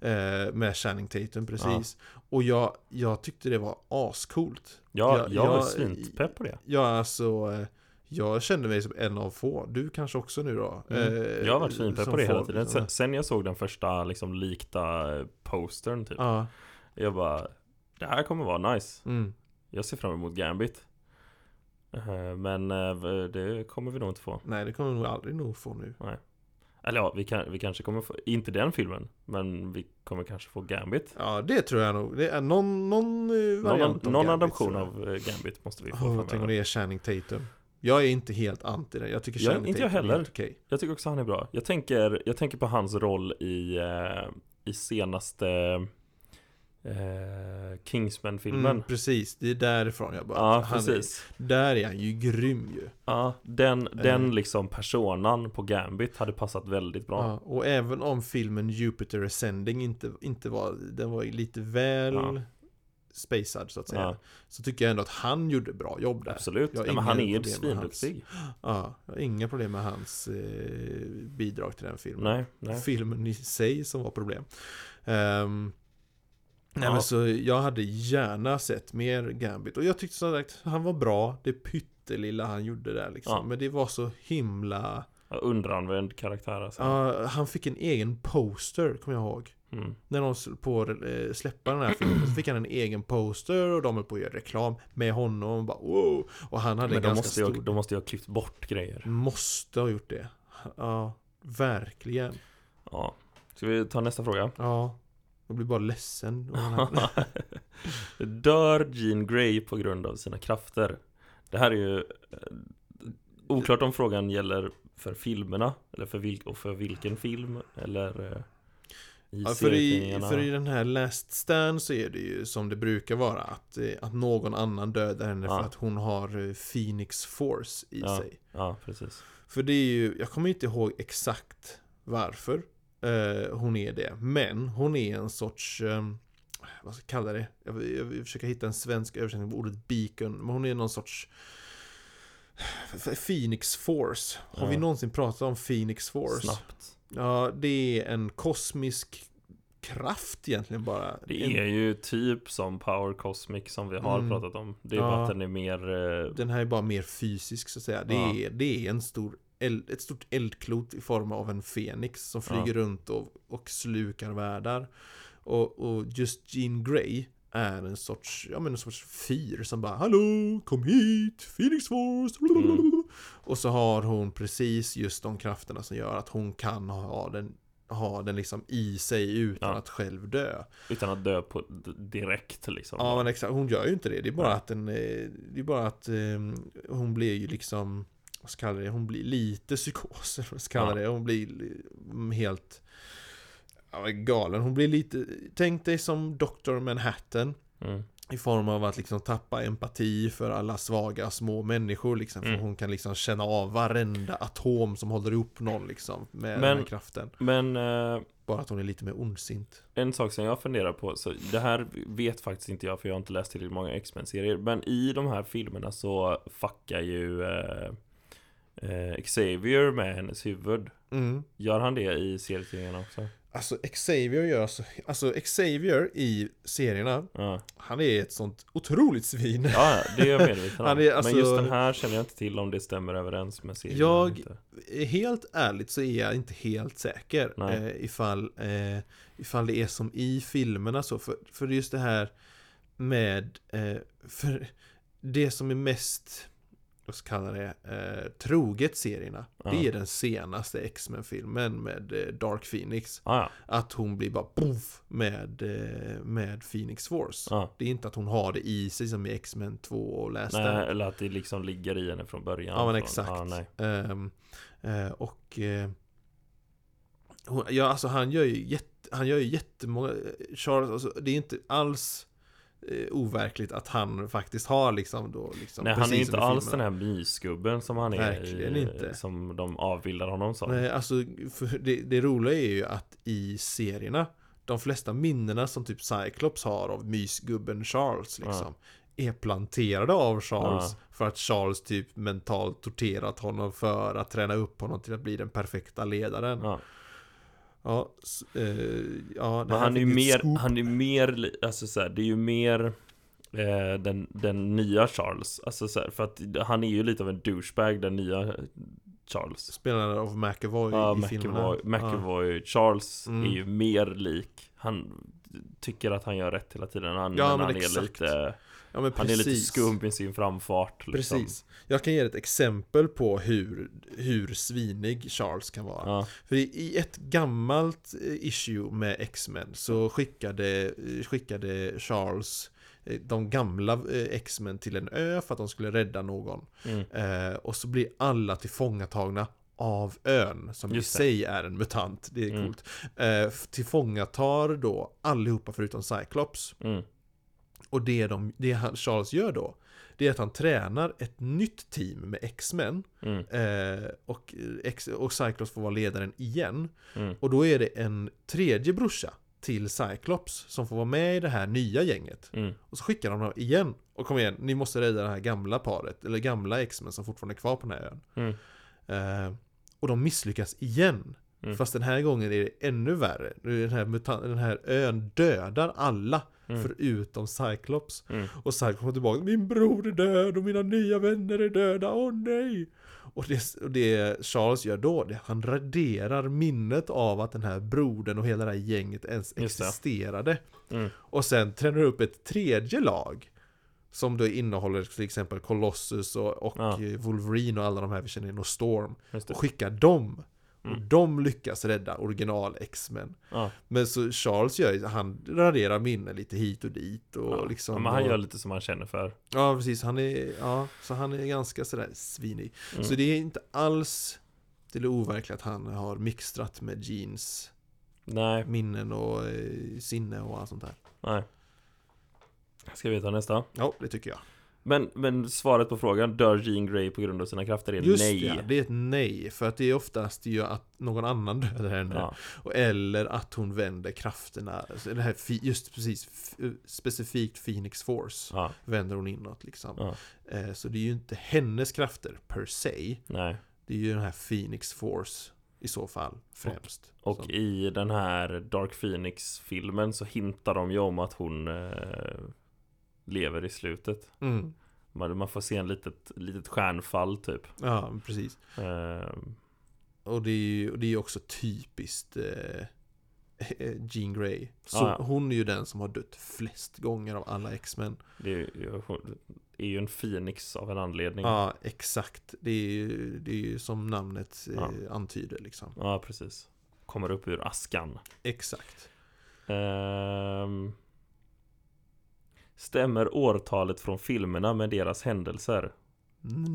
Speaker 2: Eh, med Channing Tatum, precis. Och jag, jag tyckte det var ascoolt.
Speaker 1: Ja,
Speaker 2: Ja,
Speaker 1: jag, jag är
Speaker 2: jag-
Speaker 1: svinpepp på det.
Speaker 2: Ja, alltså... Eh, jag kände mig som en av få. Du kanske också nu då?
Speaker 1: Mm.
Speaker 2: Eh,
Speaker 1: jag har varit svinpepp
Speaker 2: som
Speaker 1: på det hela
Speaker 2: få,
Speaker 1: tiden.
Speaker 2: liksom.
Speaker 1: Sen, sen jag såg den första liksom likta eh, postern typ.
Speaker 2: Ja,
Speaker 1: Jag bara, det här kommer vara nice.
Speaker 2: mm.
Speaker 1: Jag ser fram emot Gambit. Eh, Men eh, v- det kommer vi nog inte få.
Speaker 2: Nej, det kommer vi nog aldrig nog få nu.
Speaker 1: Eller ja, vi, kan, vi kanske kommer få, inte den filmen, men vi kommer kanske få Gambit.
Speaker 2: Ja, det tror jag nog. Det är någon, någon eh,
Speaker 1: Någon,
Speaker 2: variant av
Speaker 1: någon
Speaker 2: Gambit,
Speaker 1: adoption
Speaker 2: tror jag.
Speaker 1: av eh, Gambit måste vi få
Speaker 2: Åh, tänk om
Speaker 1: framöver.
Speaker 2: det är Channing Tatum. Jag är inte helt anti det. Jag tycker
Speaker 1: Jag-
Speaker 2: Channing
Speaker 1: inte jag
Speaker 2: Tatum är
Speaker 1: heller.
Speaker 2: helt okej.
Speaker 1: Jag tycker också han är bra. Jag tänker, jag tänker på hans roll i, eh, i senaste eh, Kingsman-filmen.
Speaker 2: Mm, precis, det är därifrån jag bara...
Speaker 1: ja,
Speaker 2: han
Speaker 1: precis.
Speaker 2: Är, där är han ju grym ju.
Speaker 1: Ja, den,
Speaker 2: Eh.
Speaker 1: den liksom personan på Gambit hade passat väldigt bra.
Speaker 2: Ja, och även om filmen Jupiter Ascending inte, inte var... Den var ju lite väl
Speaker 1: Ja.
Speaker 2: spacad så att säga.
Speaker 1: Ja.
Speaker 2: Så tycker jag ändå att han gjorde bra jobb där.
Speaker 1: Absolut.
Speaker 2: Jag har
Speaker 1: Nej, men han är
Speaker 2: inga
Speaker 1: ju
Speaker 2: problem med hans-
Speaker 1: svinduktig.
Speaker 2: Ja, jag har inga problem med hans eh, bidrag till den filmen.
Speaker 1: Nej, nej.
Speaker 2: filmen i sig som var problem. Ehm, nej
Speaker 1: Ja.
Speaker 2: men så jag hade gärna sett mer Gambit och jag tyckte som sagt han var bra, det pyttelilla han gjorde där liksom.
Speaker 1: Ja.
Speaker 2: Men det var så himla...
Speaker 1: Ja, Underanvänd karaktär alltså.
Speaker 2: Ja, han fick en egen poster kommer jag ihåg.
Speaker 1: Mm.
Speaker 2: När de s- på eh, släppa den här filmen så fick han en egen poster och de höll på att göra reklam med honom. Och, bara, wow. och han hade
Speaker 1: Men
Speaker 2: en
Speaker 1: då
Speaker 2: ganska
Speaker 1: måste,
Speaker 2: stor...
Speaker 1: jag, då måste jag ha klippt bort grejer.
Speaker 2: Måste ha gjort det. Ja, verkligen.
Speaker 1: Ja. Ska vi ta nästa fråga?
Speaker 2: Ja. Jag blir
Speaker 1: [LAUGHS]
Speaker 2: bara ledsen. av den här-
Speaker 1: Dör Jean Grey på grund av sina krafter? Det här är ju eh, oklart om frågan gäller för filmerna eller för vil- och för vilken film eller eh, i
Speaker 2: Ja, för, i,
Speaker 1: serietidningarna.
Speaker 2: för i den här Last Stand så är det ju som det brukar vara att, eh, att någon annan dödar henne
Speaker 1: Ja.
Speaker 2: för att hon har eh, Phoenix Force i sig.
Speaker 1: Ja, precis.
Speaker 2: För det är ju, jag kommer inte ihåg exakt varför eh, hon är det. Men hon är en sorts, eh, vad ska jag kalla det? Jag, vill- jag vill försöka hitta en svensk översättning på ordet beacon. Men hon är någon sorts Phoenix Force. Har vi
Speaker 1: Ja.
Speaker 2: någonsin pratat om Phoenix Force?
Speaker 1: Snabbt.
Speaker 2: Ja, det är en kosmisk kraft egentligen bara.
Speaker 1: Det
Speaker 2: En-
Speaker 1: är ju typ som Power Cosmic som vi har
Speaker 2: Mm.
Speaker 1: pratat om. Det är
Speaker 2: Ja.
Speaker 1: bara att den är mer... eh,
Speaker 2: Den här är bara mer fysisk så att säga. Det,
Speaker 1: Ja.
Speaker 2: är, det är en stor eld, ett stort eldklot i form av en fenix som flyger runt och, och slukar världar. Och, och just Jean Grey är en sorts, ja men en sorts fyr som bara Hallå, kom hit, Phoenix Force!
Speaker 1: Mm.
Speaker 2: Och så har hon precis just de krafterna som gör att hon kan ha den, ha den liksom i sig utan
Speaker 1: Ja.
Speaker 2: att själv dö.
Speaker 1: utan att dö på d- direkt liksom.
Speaker 2: Ja men exakt, hon gör ju inte det. Det är bara
Speaker 1: Nej.
Speaker 2: att, den, eh, det är bara att eh, hon blir ju liksom, vad ska jag kalla det, hon blir lite psykos. eller Vad ska jag kalla det, hon blir mm, helt ja, galen. Hon blir lite, tänk dig som Dr. Manhattan.
Speaker 1: Mm.
Speaker 2: I form av att liksom tappa empati för alla svaga små människor liksom. För
Speaker 1: Mm.
Speaker 2: hon kan liksom känna av varenda atom som håller ihop någon liksom. Med den
Speaker 1: Men-
Speaker 2: här kraften.
Speaker 1: Men eh,
Speaker 2: Bara att hon är lite mer ondsint.
Speaker 1: en sak som jag funderar på, så det här vet faktiskt inte jag för jag har inte läst tillräckligt många X-Men-serier, men i de här filmerna så fuckar ju eh, eh, Xavier med hennes huvud.
Speaker 2: Mm.
Speaker 1: Gör han det i serietidningarna också?
Speaker 2: Alltså Xavier gör så, alltså Xavier i serierna,
Speaker 1: Ja,
Speaker 2: han är ett sånt otroligt svin. [LAUGHS]
Speaker 1: ja det är jag medveten om.
Speaker 2: Han är alltså-
Speaker 1: Men just den här känner jag inte till om det stämmer överens med serien. eller
Speaker 2: Jag-
Speaker 1: inte.
Speaker 2: Helt ärligt så är jag inte helt säker
Speaker 1: Nej.
Speaker 2: eh, ifall, eh, ifall det är som i filmerna så, för, för just det här med, eh, för det som är mest vad ska jag kalla det, eh, troget serierna. Det
Speaker 1: Ja.
Speaker 2: är den senaste X-Men-filmen med eh, Dark Phoenix.
Speaker 1: Ah, ja.
Speaker 2: Att hon blir bara poff med, eh, med Phoenix Force.
Speaker 1: Ah.
Speaker 2: Det är inte att hon har det i sig som i X-Men 2 och Last Stand.
Speaker 1: Nej, eller att det liksom ligger i henne från början.
Speaker 2: Ja men
Speaker 1: från,
Speaker 2: exakt.
Speaker 1: Ja, nej.
Speaker 2: Ehm, eh, och eh, hon, ja, alltså han gör ju, jätte, han gör ju jättemånga, eh, Charles, alltså, det är inte alls eh, overkligt att han faktiskt har liksom då liksom,
Speaker 1: nej han är
Speaker 2: precis som
Speaker 1: inte
Speaker 2: i
Speaker 1: alls den
Speaker 2: filmerna.
Speaker 1: här mysgubben som han är
Speaker 2: Verkligen
Speaker 1: i,
Speaker 2: inte.
Speaker 1: Som de avbildar honom som.
Speaker 2: Nej, alltså för det, det roliga är ju att i serierna, de flesta minnena som typ Cyclops har av mysgubben Charles liksom, är planterade av Charles. För att Charles typ mentalt torterat honom för att träna upp honom till att bli den perfekta ledaren.
Speaker 1: Ja.
Speaker 2: Ja, s- eh, ja det
Speaker 1: Men
Speaker 2: här
Speaker 1: han är ju
Speaker 2: fick ett
Speaker 1: mer,
Speaker 2: scoop.
Speaker 1: han är mer, li- alltså så här, det är ju mer eh, den, den nya Charles. Alltså så här, för att han är ju lite av en douchebag, den nya Charles.
Speaker 2: Spelaren av McAvoy
Speaker 1: Ja,
Speaker 2: i
Speaker 1: McAvoy,
Speaker 2: filmerna.
Speaker 1: McAvoy Charles
Speaker 2: Mm.
Speaker 1: är ju mer lik. Han tycker att han gör rätt hela tiden. Han,
Speaker 2: Ja,
Speaker 1: men
Speaker 2: men
Speaker 1: han är
Speaker 2: exakt.
Speaker 1: lite,
Speaker 2: Ja, ja, men
Speaker 1: han är lite
Speaker 2: precis.
Speaker 1: skum i sin framfart. Liksom.
Speaker 2: Precis. Jag kan ge dig ett exempel på hur, hur svinig Charles kan vara.
Speaker 1: Ja.
Speaker 2: För i, i ett gammalt eh, issue med X-Men
Speaker 1: Mm.
Speaker 2: så skickade, eh, skickade Charles eh, de gamla eh, X-Men till en ö för att de skulle rädda någon.
Speaker 1: Mm.
Speaker 2: Eh, och så blir alla tillfångatagna av ön, som
Speaker 1: Just
Speaker 2: i
Speaker 1: det.
Speaker 2: sig är en mutant. Det är
Speaker 1: Mm.
Speaker 2: coolt. Eh, tillfångatar då allihopa förutom Cyclops.
Speaker 1: Mm.
Speaker 2: Och det, de, det han, Charles gör då, det är att han tränar ett nytt team med X-Men.
Speaker 1: Mm.
Speaker 2: Eh, och, eh, X- och Cyclops får vara ledaren igen.
Speaker 1: Mm.
Speaker 2: Och då är det en tredje brorsa till Cyclops som får vara med i det här nya gänget.
Speaker 1: Mm.
Speaker 2: Och så skickar de dem igen. Och kom igen, ni måste rädda det här gamla paret, eller gamla X-Men som fortfarande är kvar på den här ön.
Speaker 1: Mm.
Speaker 2: Eh, och de misslyckas igen.
Speaker 1: Mm.
Speaker 2: Fast den här gången är det ännu värre. Nu är Den här, mutan- den här ön dödar alla.
Speaker 1: Mm.
Speaker 2: Förutom Cyclops.
Speaker 1: Mm.
Speaker 2: Och Cyclops kommer tillbaka. Min bror är död och mina nya vänner är döda. Åh nej! Och det, och det Charles gör då, det är att han raderar minnet av att den här brodern och hela det här gänget ens
Speaker 1: Just det.
Speaker 2: existerade.
Speaker 1: Mm.
Speaker 2: Och sen tränar du upp ett tredje lag. Som då innehåller till exempel Colossus och, och
Speaker 1: Ja.
Speaker 2: eh, Wolverine och alla de här vi känner in och Storm.
Speaker 1: Just det.
Speaker 2: Och skickar dem. Och
Speaker 1: Mm.
Speaker 2: de lyckas rädda original X-Men.
Speaker 1: Ja.
Speaker 2: Men så Charles gör ju, han raderar minnen lite hit och dit och
Speaker 1: Ja.
Speaker 2: liksom
Speaker 1: ja, men han
Speaker 2: och,
Speaker 1: gör lite som han känner för.
Speaker 2: Ja precis, han är, ja, så han är ganska sådär svinig.
Speaker 1: Mm.
Speaker 2: Så det är inte alls till overkligt att han har mixtrat med jeans,
Speaker 1: Nej,
Speaker 2: minnen och eh, sinne och allt sånt där.
Speaker 1: nej. Ska vi ta nästa?
Speaker 2: Ja, det tycker jag.
Speaker 1: Men, men svaret på frågan, dör Jean Grey på grund av sina krafter? Är
Speaker 2: Just
Speaker 1: nej.
Speaker 2: det, det är ett nej. För att det är oftast ju att någon annan dödar henne.
Speaker 1: Ja.
Speaker 2: Och- Eller att hon vänder krafterna. Alltså Det här, fi- just precis, f- specifikt Phoenix Force
Speaker 1: ja,
Speaker 2: vänder hon inåt liksom.
Speaker 1: Ja.
Speaker 2: Eh, Så det är ju inte hennes krafter per se.
Speaker 1: nej.
Speaker 2: Det är ju den här Phoenix Force i så fall främst.
Speaker 1: Och
Speaker 2: Som-
Speaker 1: i den här Dark Phoenix-filmen så hintar de ju om att hon eh, lever i slutet.
Speaker 2: mm.
Speaker 1: Man, man får se en litet, litet stjärnfall typ.
Speaker 2: Ja, men precis.
Speaker 1: Eh,
Speaker 2: Och det är ju och det är ju också typiskt eh, [LAUGHS] Jean Grey. Så
Speaker 1: Ja, ja.
Speaker 2: hon är ju den som har dött flest gånger av alla X-Men.
Speaker 1: det är, ju- hon är ju en Phoenix av en anledning.
Speaker 2: Ja, exakt. Det är ju, det är ju som namnet eh,
Speaker 1: Ja.
Speaker 2: antyder liksom.
Speaker 1: Ja, precis. Kommer upp ur askan.
Speaker 2: Exakt.
Speaker 1: Ehm, stämmer årtalet från filmerna med deras händelser?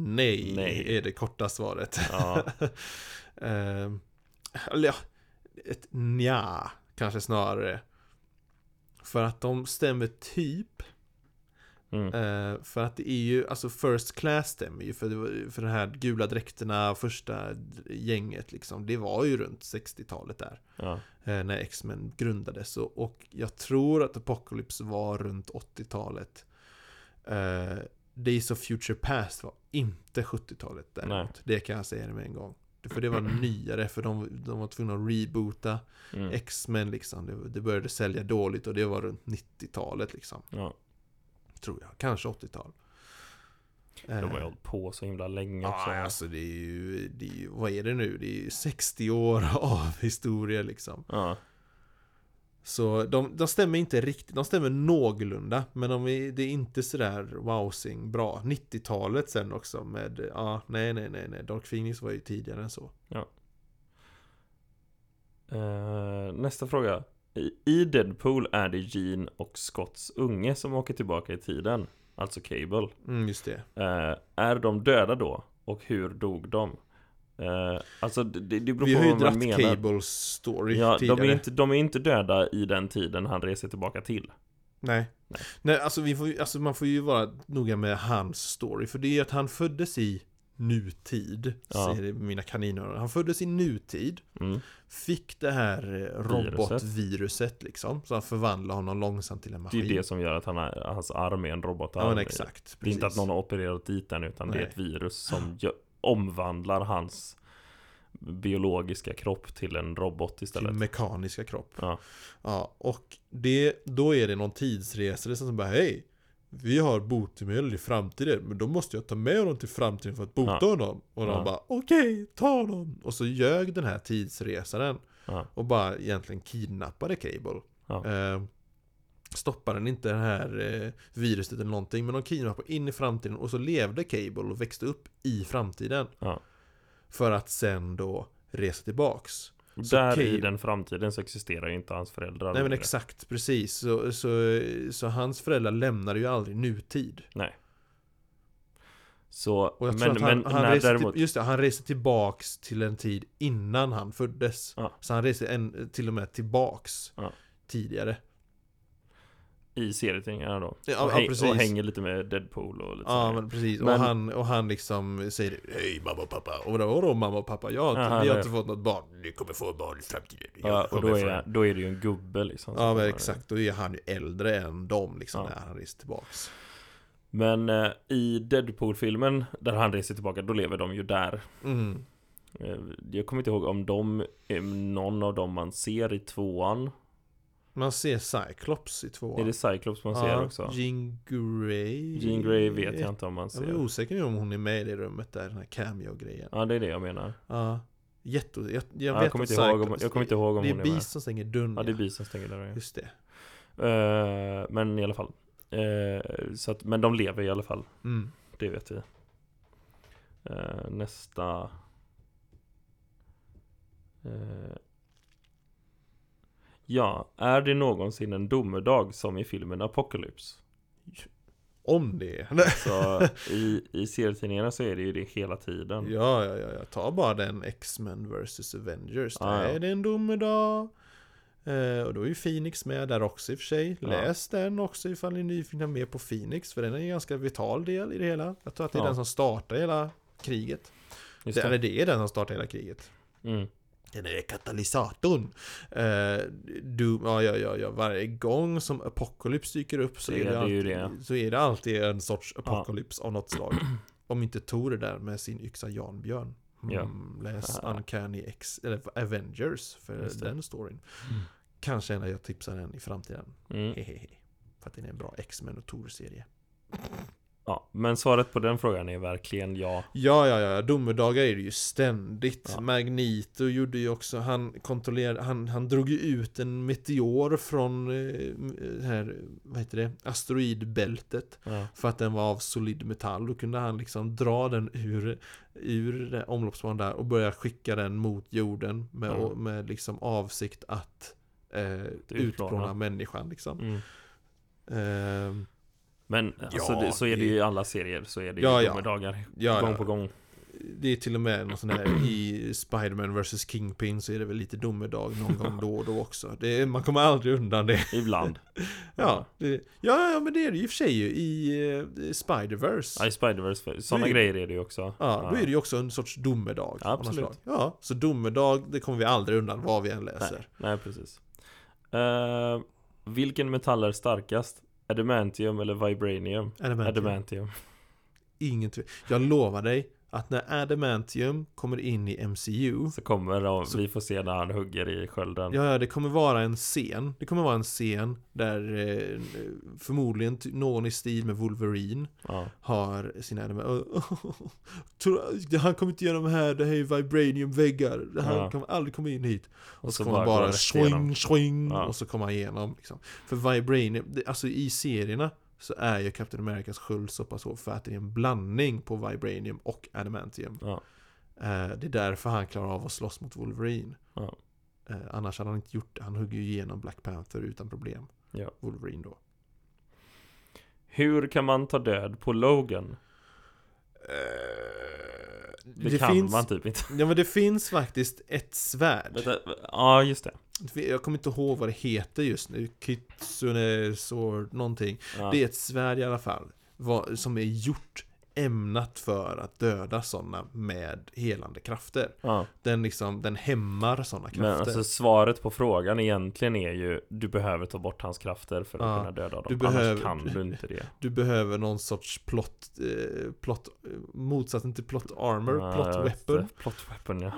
Speaker 2: Nej,
Speaker 1: Nej.
Speaker 2: är det korta svaret. [LAUGHS]
Speaker 1: Ja,
Speaker 2: eh, eller ja, ett nja kanske snarare. För att de stämmer typ.
Speaker 1: mm.
Speaker 2: Eh, för att det är ju, alltså First Class stämmer ju för, det var- för de här gula dräkterna, första gänget liksom. Det var ju runt 60-talet där.
Speaker 1: ja.
Speaker 2: eh, När X-Men grundades och, och jag tror att Apocalypse var runt 80-talet. Eh, Days of Future Past var inte 70-talet däremot. Det kan jag säga det med en gång.
Speaker 1: [CLEARS THROAT]
Speaker 2: För det var nyare, för de, de var tvungna att reboota
Speaker 1: Mm.
Speaker 2: X-Men liksom. Det, det började sälja dåligt och det var runt 90-talet liksom.
Speaker 1: Ja.
Speaker 2: Tror jag, kanske 80-tal.
Speaker 1: De
Speaker 2: Eh,
Speaker 1: har ju hållit på så himla länge
Speaker 2: Ja,
Speaker 1: också.
Speaker 2: alltså det är, ju, det är ju, vad är det nu? Det är ju 60 år av historia liksom.
Speaker 1: Ja.
Speaker 2: Så de, de stämmer inte riktigt, de stämmer någorlunda. Men de är, det är inte sådär wowsing bra. 90-talet sen också med, ja, nej, nej, nej, nej. Dark Phoenix var ju tidigare än så.
Speaker 1: Eh, nästa fråga. I, I Deadpool är det Jean och Scotts unge som åker tillbaka i tiden. Alltså Cable.
Speaker 2: Mm, just det.
Speaker 1: Eh, är de döda då? Och hur dog de? Eh, alltså det, det det beror
Speaker 2: Vi
Speaker 1: på
Speaker 2: har ju
Speaker 1: vad man
Speaker 2: dratt
Speaker 1: menar.
Speaker 2: Cables story
Speaker 1: ja, de,
Speaker 2: tidigare.
Speaker 1: är inte, de är inte döda i den tiden han reser tillbaka till.
Speaker 2: Nej.
Speaker 1: Nej.
Speaker 2: Nej, alltså, vi får, ju- alltså man får ju vara noga med hans story. För det är ju att han föddes i nutid.
Speaker 1: Ja.
Speaker 2: Säger mina kaninöron. Han föddes i nutid.
Speaker 1: Mm.
Speaker 2: Fick det här eh, robotviruset liksom. Så han förvandlade honom långsamt till en
Speaker 1: Det
Speaker 2: maskin.
Speaker 1: är ju det som gör att han har, hans arm är en robotarm.
Speaker 2: Ja men exakt.
Speaker 1: det är inte att
Speaker 2: precis.
Speaker 1: någon har opererat dit den utan det är
Speaker 2: Nej.
Speaker 1: ett virus som gö- omvandlar hans biologiska kropp till en robot istället.
Speaker 2: Till mekaniska kropp.
Speaker 1: Ja.
Speaker 2: Ja, och det, då är det någon tidsresare som bara hej. Vi har botemedel i framtiden, men då måste jag ta med honom till framtiden för att bota
Speaker 1: Ja.
Speaker 2: honom. Och de
Speaker 1: Ja.
Speaker 2: bara okej, ta honom. Och så ljög den här tidsresaren.
Speaker 1: Ja.
Speaker 2: Och bara egentligen kidnappade Cable.
Speaker 1: Ja.
Speaker 2: Eh, stoppade den inte det här eh, viruset eller någonting, men de kidnappade in i framtiden och så levde Cable och växte upp i framtiden.
Speaker 1: Ja.
Speaker 2: För att sen då resa tillbaks.
Speaker 1: Och
Speaker 2: Så
Speaker 1: Där i
Speaker 2: Cable-
Speaker 1: den framtiden så existerar ju inte hans föräldrar.
Speaker 2: Nej men
Speaker 1: längre.
Speaker 2: exakt, precis. Så, så, så hans föräldrar lämnade ju aldrig nutid.
Speaker 1: Så,
Speaker 2: Och jag
Speaker 1: men,
Speaker 2: tror att han,
Speaker 1: men
Speaker 2: han,
Speaker 1: när
Speaker 2: reste
Speaker 1: däremot...
Speaker 2: till, just det, han reste tillbaks till en tid innan han föddes.
Speaker 1: Ja.
Speaker 2: Så han reste en, till och med tillbaks
Speaker 1: Ja.
Speaker 2: tidigare.
Speaker 1: I serietidningarna då.
Speaker 2: Ja,
Speaker 1: och,
Speaker 2: ja,
Speaker 1: häng-
Speaker 2: precis.
Speaker 1: och hänger lite med Deadpool och lite
Speaker 2: Ja
Speaker 1: sådär.
Speaker 2: men precis,
Speaker 1: Men-
Speaker 2: Och, han, och han liksom säger Hej mamma och pappa, och då, vadå mamma och pappa? Ja,
Speaker 1: Aha,
Speaker 2: vi har
Speaker 1: det-
Speaker 2: inte fått något barn, ni kommer få barn i framtiden Jag
Speaker 1: ja, och
Speaker 2: kommer
Speaker 1: då
Speaker 2: få-
Speaker 1: är, då är det ju en gubbe liksom. som
Speaker 2: Ja men
Speaker 1: kommer-
Speaker 2: exakt, då är han ju äldre än dem liksom
Speaker 1: Ja.
Speaker 2: när han reser tillbaks
Speaker 1: Men eh, i Deadpool-filmen där han reser tillbaka, då lever de ju där.
Speaker 2: mm.
Speaker 1: Eh, Jag kommer inte ihåg om de, är någon av dem man ser i tvåan.
Speaker 2: Man ser Cyclops i tvåan
Speaker 1: Är det Cyclops man ser också?
Speaker 2: Jean Grey
Speaker 1: Jean Grey vet jag inte om man
Speaker 2: Jag är
Speaker 1: ser.
Speaker 2: osäker om hon är med i det rummet där, den här cameo-grejen
Speaker 1: Ja, det är det jag menar.
Speaker 2: Ja Jätte... Jag, jag,
Speaker 1: Ja,
Speaker 2: vet
Speaker 1: jag, kommer
Speaker 2: att
Speaker 1: inte ihåg om,
Speaker 2: Cyclops-
Speaker 1: jag kommer inte ihåg om
Speaker 2: Det
Speaker 1: hon
Speaker 2: är
Speaker 1: är med.
Speaker 2: Beast som stänger dörren
Speaker 1: Ja, det är Beast som stänger dörren.
Speaker 2: Just det
Speaker 1: Eh, men i alla fall. Eh, så att, men de lever i alla fall,
Speaker 2: mm.
Speaker 1: det vet vi. Eh, nästa... Eh, ja, är det någonsin en domedag som i filmen Apocalypse?
Speaker 2: Om
Speaker 1: [LAUGHS]
Speaker 2: det är [LAUGHS]
Speaker 1: Så i, i serietidningarna så är det ju det hela tiden.
Speaker 2: Ja, ja, ja, ja. Ta bara den X-Men vs Avengers. Där
Speaker 1: Ah, ja.
Speaker 2: är det en domedag. Eh, och då är ju Phoenix med där också i och för sig.
Speaker 1: Ja.
Speaker 2: Läs den också ifall ni är nyfikna mer på Phoenix. För den är en ganska vital del i det hela. Jag tror att det är
Speaker 1: Ja.
Speaker 2: den som startar hela kriget.
Speaker 1: Just
Speaker 2: Det, eller
Speaker 1: det.
Speaker 2: det är den som startar hela kriget.
Speaker 1: Mm.
Speaker 2: Den är katalysatorn. Eh, du, ja, ja, ja, ja. Varje gång som Apocalypse dyker upp så,
Speaker 1: Det
Speaker 2: är, det
Speaker 1: är
Speaker 2: alltid,
Speaker 1: ju
Speaker 2: så är det alltid en sorts Apocalypse av något slag. [CLEARS THROAT] Om inte Tor är där med sin yxa Janbjörn. Mm,
Speaker 1: Ja.
Speaker 2: Läs
Speaker 1: Ah.
Speaker 2: Uncanny X, eller Avengers för
Speaker 1: Just det.
Speaker 2: den storyn. Kanske när jag tipsar den i framtiden.
Speaker 1: Mm.
Speaker 2: Hehehe. För att den är en bra X-Men och Tor-serie.
Speaker 1: Ja, men svaret på den frågan är verkligen ja.
Speaker 2: Ja, ja, ja. Domedagar är det ju ständigt.
Speaker 1: Ja.
Speaker 2: Magneto gjorde ju också, han kontrollerade, han, han drog ju ut en meteor från eh, det här, vad heter det, asteroidbältet.
Speaker 1: ja.
Speaker 2: För att den var av solid metall. Då kunde han liksom dra den ur, ur det omloppsbanan där och börja skicka den mot jorden. Med,
Speaker 1: Ja.
Speaker 2: och, med liksom avsikt att eh, utplåna människan liksom.
Speaker 1: Mm.
Speaker 2: Ehm,
Speaker 1: Men alltså, det, så är det ju i alla serier, så är det ju
Speaker 2: Ja, ja.
Speaker 1: domedagar.
Speaker 2: ja,
Speaker 1: gång
Speaker 2: ja.
Speaker 1: på gång.
Speaker 2: Det är till och med någon sån här i Spider-Man vs Kingpin så är det väl lite domedag någon gång då och då också. Det, är- man kommer aldrig undan det. [LAUGHS]
Speaker 1: Ibland.
Speaker 2: Ja, det, ja, ja men det är det ju i och för sig ju i eh, Spider-Verse.
Speaker 1: Ja, i Spider-Verse, sådana
Speaker 2: Det är-
Speaker 1: grejer är det ju också.
Speaker 2: Ja, då är det ju också en sorts domedag. av något
Speaker 1: Absolut.
Speaker 2: slag. Ja, så domedag, det kommer vi aldrig undan vad vi än läser.
Speaker 1: Nej, nej precis. Eh, vilken metall är starkast? Adamantium eller vibranium?
Speaker 2: Adamantium.
Speaker 1: Adamantium.
Speaker 2: Ingen tve- Jag lovar dig, Att när Adamantium kommer in i MCU
Speaker 1: Så kommer de,
Speaker 2: Så-
Speaker 1: vi får se när han hugger i skölden.
Speaker 2: Ja, ja, det kommer vara en scen. Det kommer vara en scen där eh, förmodligen ty- någon i stil med Wolverine
Speaker 1: Ja.
Speaker 2: har sina anime. Oh, han kommer inte igenom här, det här är vibraniumväggar. Han
Speaker 1: Ja.
Speaker 2: kommer aldrig komma in hit. Och, så, kommer han
Speaker 1: går
Speaker 2: bara
Speaker 1: det igenom.
Speaker 2: swing, swing
Speaker 1: Ja.
Speaker 2: och så kommer han igenom. Liksom. För vibranium, det, alltså i serierna så är ju Captain Americas sköld så pass hård för att det är en blandning på vibranium och adamantium.
Speaker 1: Ja.
Speaker 2: Eh, det är därför han klarar av att slåss mot Wolverine.
Speaker 1: Ja.
Speaker 2: Eh, annars hade han inte gjort det. Han hugger ju igenom Black Panther utan problem.
Speaker 1: Ja.
Speaker 2: Wolverine då.
Speaker 1: Hur kan man ta död på Logan? Det, kan
Speaker 2: finns,
Speaker 1: man typ inte.
Speaker 2: Ja men det finns faktiskt ett svärd.
Speaker 1: Vänta, Ja, just det.
Speaker 2: Jag kommer inte ihåg vad det heter just nu. Kitsune Sword någonting.
Speaker 1: Ja.
Speaker 2: Det är ett svärd i alla fall. Vad, som är gjort ämnat för att döda sådana med helande krafter.
Speaker 1: ja.
Speaker 2: Den liksom, den hämmar sådana
Speaker 1: Men
Speaker 2: krafter.
Speaker 1: alltså svaret på frågan egentligen är ju Du behöver ta bort hans krafter för att
Speaker 2: Ja,
Speaker 1: kunna döda dem
Speaker 2: du
Speaker 1: Annars
Speaker 2: behöver-
Speaker 1: kan du inte det
Speaker 2: [LAUGHS] Du behöver någon sorts plot, eh, plot eh, motsatsen till plot armor,
Speaker 1: Ja,
Speaker 2: plot
Speaker 1: jag vet
Speaker 2: weapon.
Speaker 1: det. Plot weapon ja,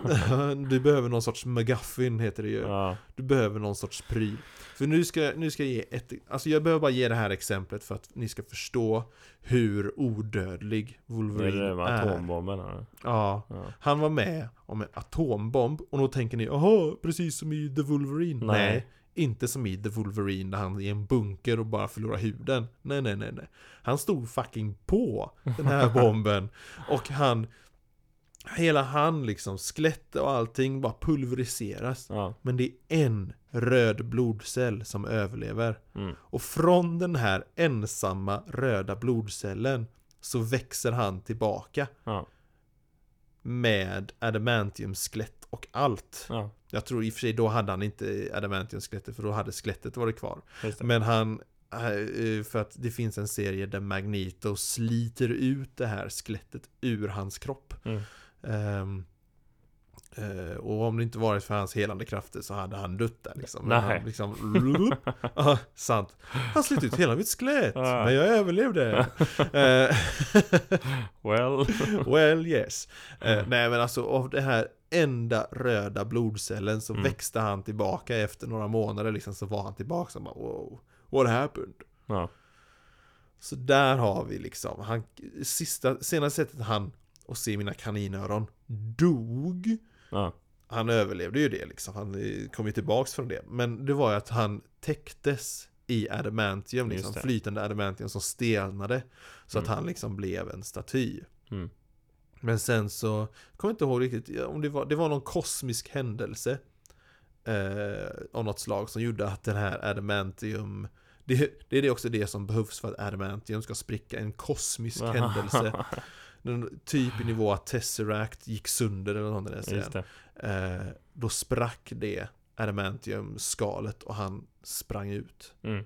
Speaker 2: [LAUGHS] du behöver någon sorts McGuffin heter det ju.
Speaker 1: ja.
Speaker 2: Du behöver någon sorts pryl. För nu ska, nu ska jag ge ett, alltså jag behöver bara ge det här exemplet för att ni ska förstå hur odödlig
Speaker 1: Det är
Speaker 2: Wolverine
Speaker 1: det
Speaker 2: är.
Speaker 1: med atombomben här.
Speaker 2: Ja,
Speaker 1: ja.
Speaker 2: han var med om en atombomb och då tänker ni jaha, precis som i The Wolverine.
Speaker 1: Nej.
Speaker 2: Nej. inte som i The Wolverine där han är i en bunker och bara förlorar huden. Nej, nej, nej, nej. Han stod fucking på
Speaker 1: [LAUGHS]
Speaker 2: den här bomben och han Hela han liksom, skelett och allting bara pulveriseras.
Speaker 1: Ja.
Speaker 2: Men det är en röd blodcell som överlever.
Speaker 1: Mm.
Speaker 2: Och från den här ensamma röda blodcellen så växer han tillbaka
Speaker 1: Ja.
Speaker 2: med adamantium-skelett och allt.
Speaker 1: Ja.
Speaker 2: Jag tror i och för sig då hade han inte adamantium-skelettet för då hade skelettet varit kvar.
Speaker 1: Just det.
Speaker 2: Men han, eh, för att det finns en serie där Magneto sliter ut det här skelettet ur hans kropp.
Speaker 1: Mm.
Speaker 2: Ehm, eh, och om det inte varit för hans helande krafter så hade han dött där liksom.
Speaker 1: Nej.
Speaker 2: Han, liksom
Speaker 1: [LAUGHS]
Speaker 2: ja, sant. Han slet ut hela mitt skelett,
Speaker 1: Ja.
Speaker 2: men jag
Speaker 1: [LAUGHS]
Speaker 2: överlevde. Eh, [LAUGHS]
Speaker 1: Well
Speaker 2: well yes. Eh, nej men alltså av det här enda röda blodcellen så
Speaker 1: Mm.
Speaker 2: växte han tillbaka efter några månader liksom så var han tillbaka och bara wow, what happened?
Speaker 1: ja.
Speaker 2: Så där har vi liksom, han, sista, senaste sättet han, och se mina kaninöron, dog.
Speaker 1: Ja.
Speaker 2: Han överlevde ju det liksom, han eh, kom ju tillbaks från det. Men det var ju att han täcktes i adamantium,
Speaker 1: Just
Speaker 2: liksom
Speaker 1: det.
Speaker 2: flytande adamantium som stelnade. Så
Speaker 1: Mm.
Speaker 2: att han liksom blev en staty.
Speaker 1: Mm.
Speaker 2: Men sen så, jag kommer inte ihåg riktigt, ja, om det var, det var någon kosmisk händelse eh, av något slag som gjorde att den här adamantium det, det är det också det som behövs för att adamantium ska spricka,
Speaker 1: [LAUGHS]
Speaker 2: en kosmisk händelse. Den typ i nivå att Tesseract gick sönder eller något där
Speaker 1: Just
Speaker 2: sen.
Speaker 1: det.
Speaker 2: Eh, då sprack det adamantium-skalet och han sprang ut.
Speaker 1: Mm.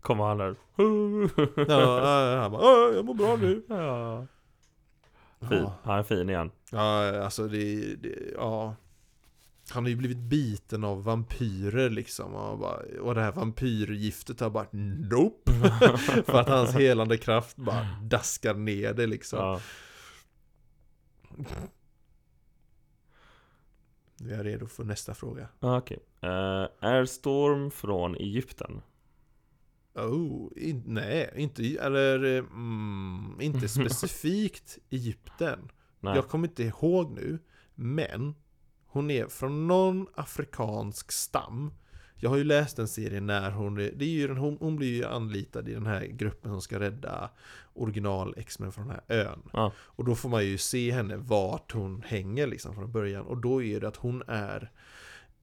Speaker 1: Kommer han [LAUGHS] där
Speaker 2: Ja, ja, ja, han bara "Åh, jag mår bra nu.
Speaker 1: ja. Fin,
Speaker 2: Ja.
Speaker 1: han är fin igen
Speaker 2: Ja, alltså det, det ja. Han har ju blivit biten av vampyrer liksom och, bara, och det här vampyrgiftet har bara Nope! För att hans helande kraft bara daskar ner det liksom.
Speaker 1: ja.
Speaker 2: Nu är jag redo för nästa fråga.
Speaker 1: Ah, Okej Eh, Är Storm från Egypten?
Speaker 2: Oh, in, nej, inte, eller, eh, mm, inte specifikt Egypten.
Speaker 1: Nej
Speaker 2: Jag kommer inte ihåg nu, men hon är från någon afrikansk stam. Jag har ju läst en serie när hon, är- det är ju den, hon, hon blir ju anlitad i den här gruppen som ska rädda original X-Men från den här ön.
Speaker 1: Ja.
Speaker 2: Och då får man ju se henne vart hon hänger liksom från början. Och då är det att hon är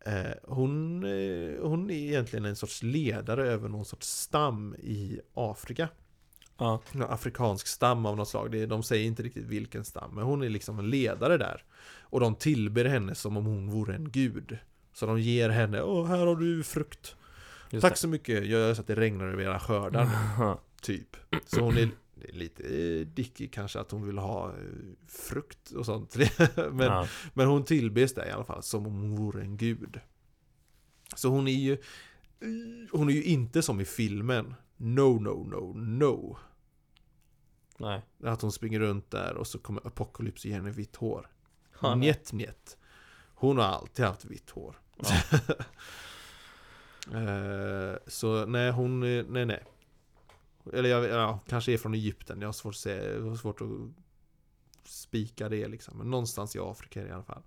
Speaker 2: eh, hon, eh, hon är egentligen en sorts ledare över någon sorts stam i Afrika
Speaker 1: Ja.
Speaker 2: någon afrikansk stam av något slag. Det- De säger inte riktigt vilken stam, men hon är liksom en ledare där. Och de tillber henne som om hon vore en gud. Så de ger henne, åh här har du frukt.
Speaker 1: Just Mm.
Speaker 2: Tack så mycket, jag gör så att det regnar över
Speaker 1: [LAUGHS]
Speaker 2: era skördar nu,
Speaker 1: det.
Speaker 2: typ. Så hon är det är lite eh, dicky kanske att hon vill ha eh, frukt och sånt. [LAUGHS] men,
Speaker 1: ja.
Speaker 2: men hon tillbes där i alla fall, som om hon vore en gud. Så hon är ju... eh, Hon är ju inte som i filmen. No, no, no, no.
Speaker 1: Nej.
Speaker 2: Att hon springer runt där och så kommer Apocalypse och ger henne vitt hår.
Speaker 1: Ja, nej.
Speaker 2: Njet, njet. Hon har alltid haft vitt hår. [LAUGHS] Eh, så nej, hon, är- nej, nej. Eller jag, ja, kanske är från Egypten. Jag har svårt att, se, jag har svårt att spika det liksom. Men någonstans i Afrika är det i alla fall.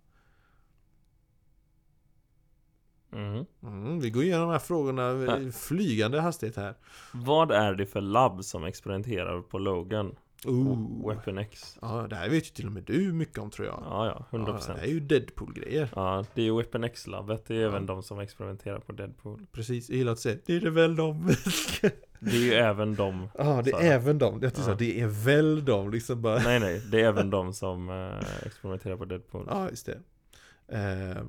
Speaker 1: Mhm.
Speaker 2: Mm, vi går igenom de här frågorna i flygande hastighet här.
Speaker 1: Vad är det för labb som experimenterar på Logan?
Speaker 2: Ooh.
Speaker 1: Weapon X.
Speaker 2: Ja, det här vet ju till och med du mycket om tror jag.
Speaker 1: Ja, ja,
Speaker 2: Ja,
Speaker 1: 100%.
Speaker 2: det här är ju Deadpool-grejer.
Speaker 1: Ja, det är ju Weapon X-labbet. Det är
Speaker 2: Ja.
Speaker 1: även de som experimenterar på Deadpool.
Speaker 2: Precis, jag gillar att säga det är det väl de. [LAUGHS]
Speaker 1: Det är ju även de...
Speaker 2: Ja, det
Speaker 1: Så
Speaker 2: är
Speaker 1: här.
Speaker 2: även de. Jag tyckte
Speaker 1: Ja.
Speaker 2: så här, det är väl de liksom bara.
Speaker 1: Nej, nej. Det är även de som eh, experimenterar på Deadpool.
Speaker 2: Ja, just det. Eh,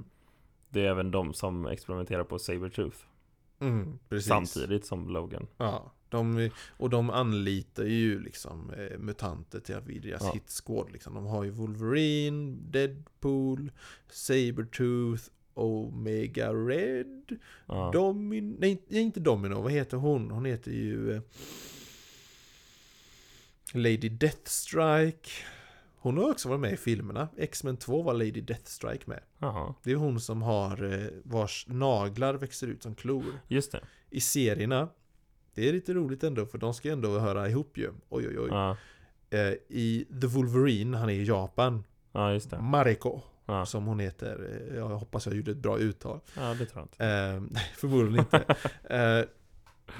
Speaker 1: Det är även de som experimenterar på Sabertooth.
Speaker 2: mm, precis.
Speaker 1: Samtidigt som Logan.
Speaker 2: Ja, de, och de anlitar ju liksom eh, mutanter till att vid deras
Speaker 1: Ja.
Speaker 2: hitsquad liksom. De har ju Wolverine, Deadpool, Sabertooth, Omega Red,
Speaker 1: Ja.
Speaker 2: Domino, nej inte- inte Domino, vad heter hon? Hon heter ju eh, Lady Deathstrike. Hon har också varit med i filmerna. X-Men 2 var Lady Deathstrike med.
Speaker 1: Jaha.
Speaker 2: Det är hon som har eh, vars naglar växer ut som klor
Speaker 1: Just det.
Speaker 2: i serierna. Det är lite roligt ändå för de ska ju ändå höra ihop ju. Oj oj oj.
Speaker 1: Ja.
Speaker 2: Eh, I The Wolverine, han är i Japan.
Speaker 1: ja, just det.
Speaker 2: Mariko,
Speaker 1: Ja.
Speaker 2: som hon heter. Eh, Jag hoppas jag gjorde ett bra uttal.
Speaker 1: ja, det tror jag inte.
Speaker 2: Eh, [LAUGHS] nej, förmodligen inte. Eh,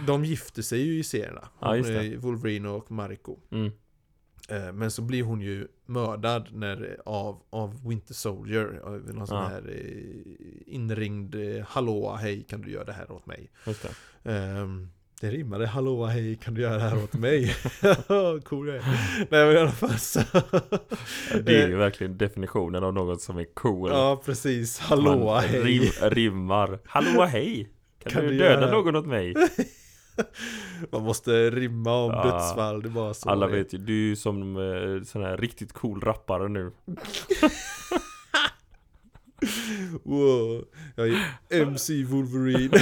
Speaker 2: de gifter sig ju i serierna.
Speaker 1: Ja,
Speaker 2: Hon,
Speaker 1: just det.
Speaker 2: eh, Wolverine och Mariko.
Speaker 1: Mm.
Speaker 2: Eh, men så blir hon ju mördad när, av, av Winter Soldier. Av någon sån
Speaker 1: Ja.
Speaker 2: här eh, inringd eh, Hallå, hej kan du göra det här åt mig?
Speaker 1: Just det.
Speaker 2: Ehm, det rimmade hallå hej kan du göra det här åt mig? [LAUGHS] cool jag är. Nej men i alla fall så.
Speaker 1: Ja, Det är ju verkligen definitionen av något som är cool.
Speaker 2: Eh. ja precis, hallå
Speaker 1: Man
Speaker 2: hej.
Speaker 1: rim, rimmar. Hallå hej! Kan,
Speaker 2: Kan
Speaker 1: du,
Speaker 2: du
Speaker 1: döda
Speaker 2: göra-
Speaker 1: någon åt mig?
Speaker 2: Man måste rimma om
Speaker 1: Ja.
Speaker 2: dödsfall, det är bara så.
Speaker 1: Alla
Speaker 2: det är.
Speaker 1: vet ju, du är ju som eh, sån här riktigt cool rappare nu.
Speaker 2: Wow. Jag är MC Wolverine. [LAUGHS]
Speaker 1: [LAUGHS]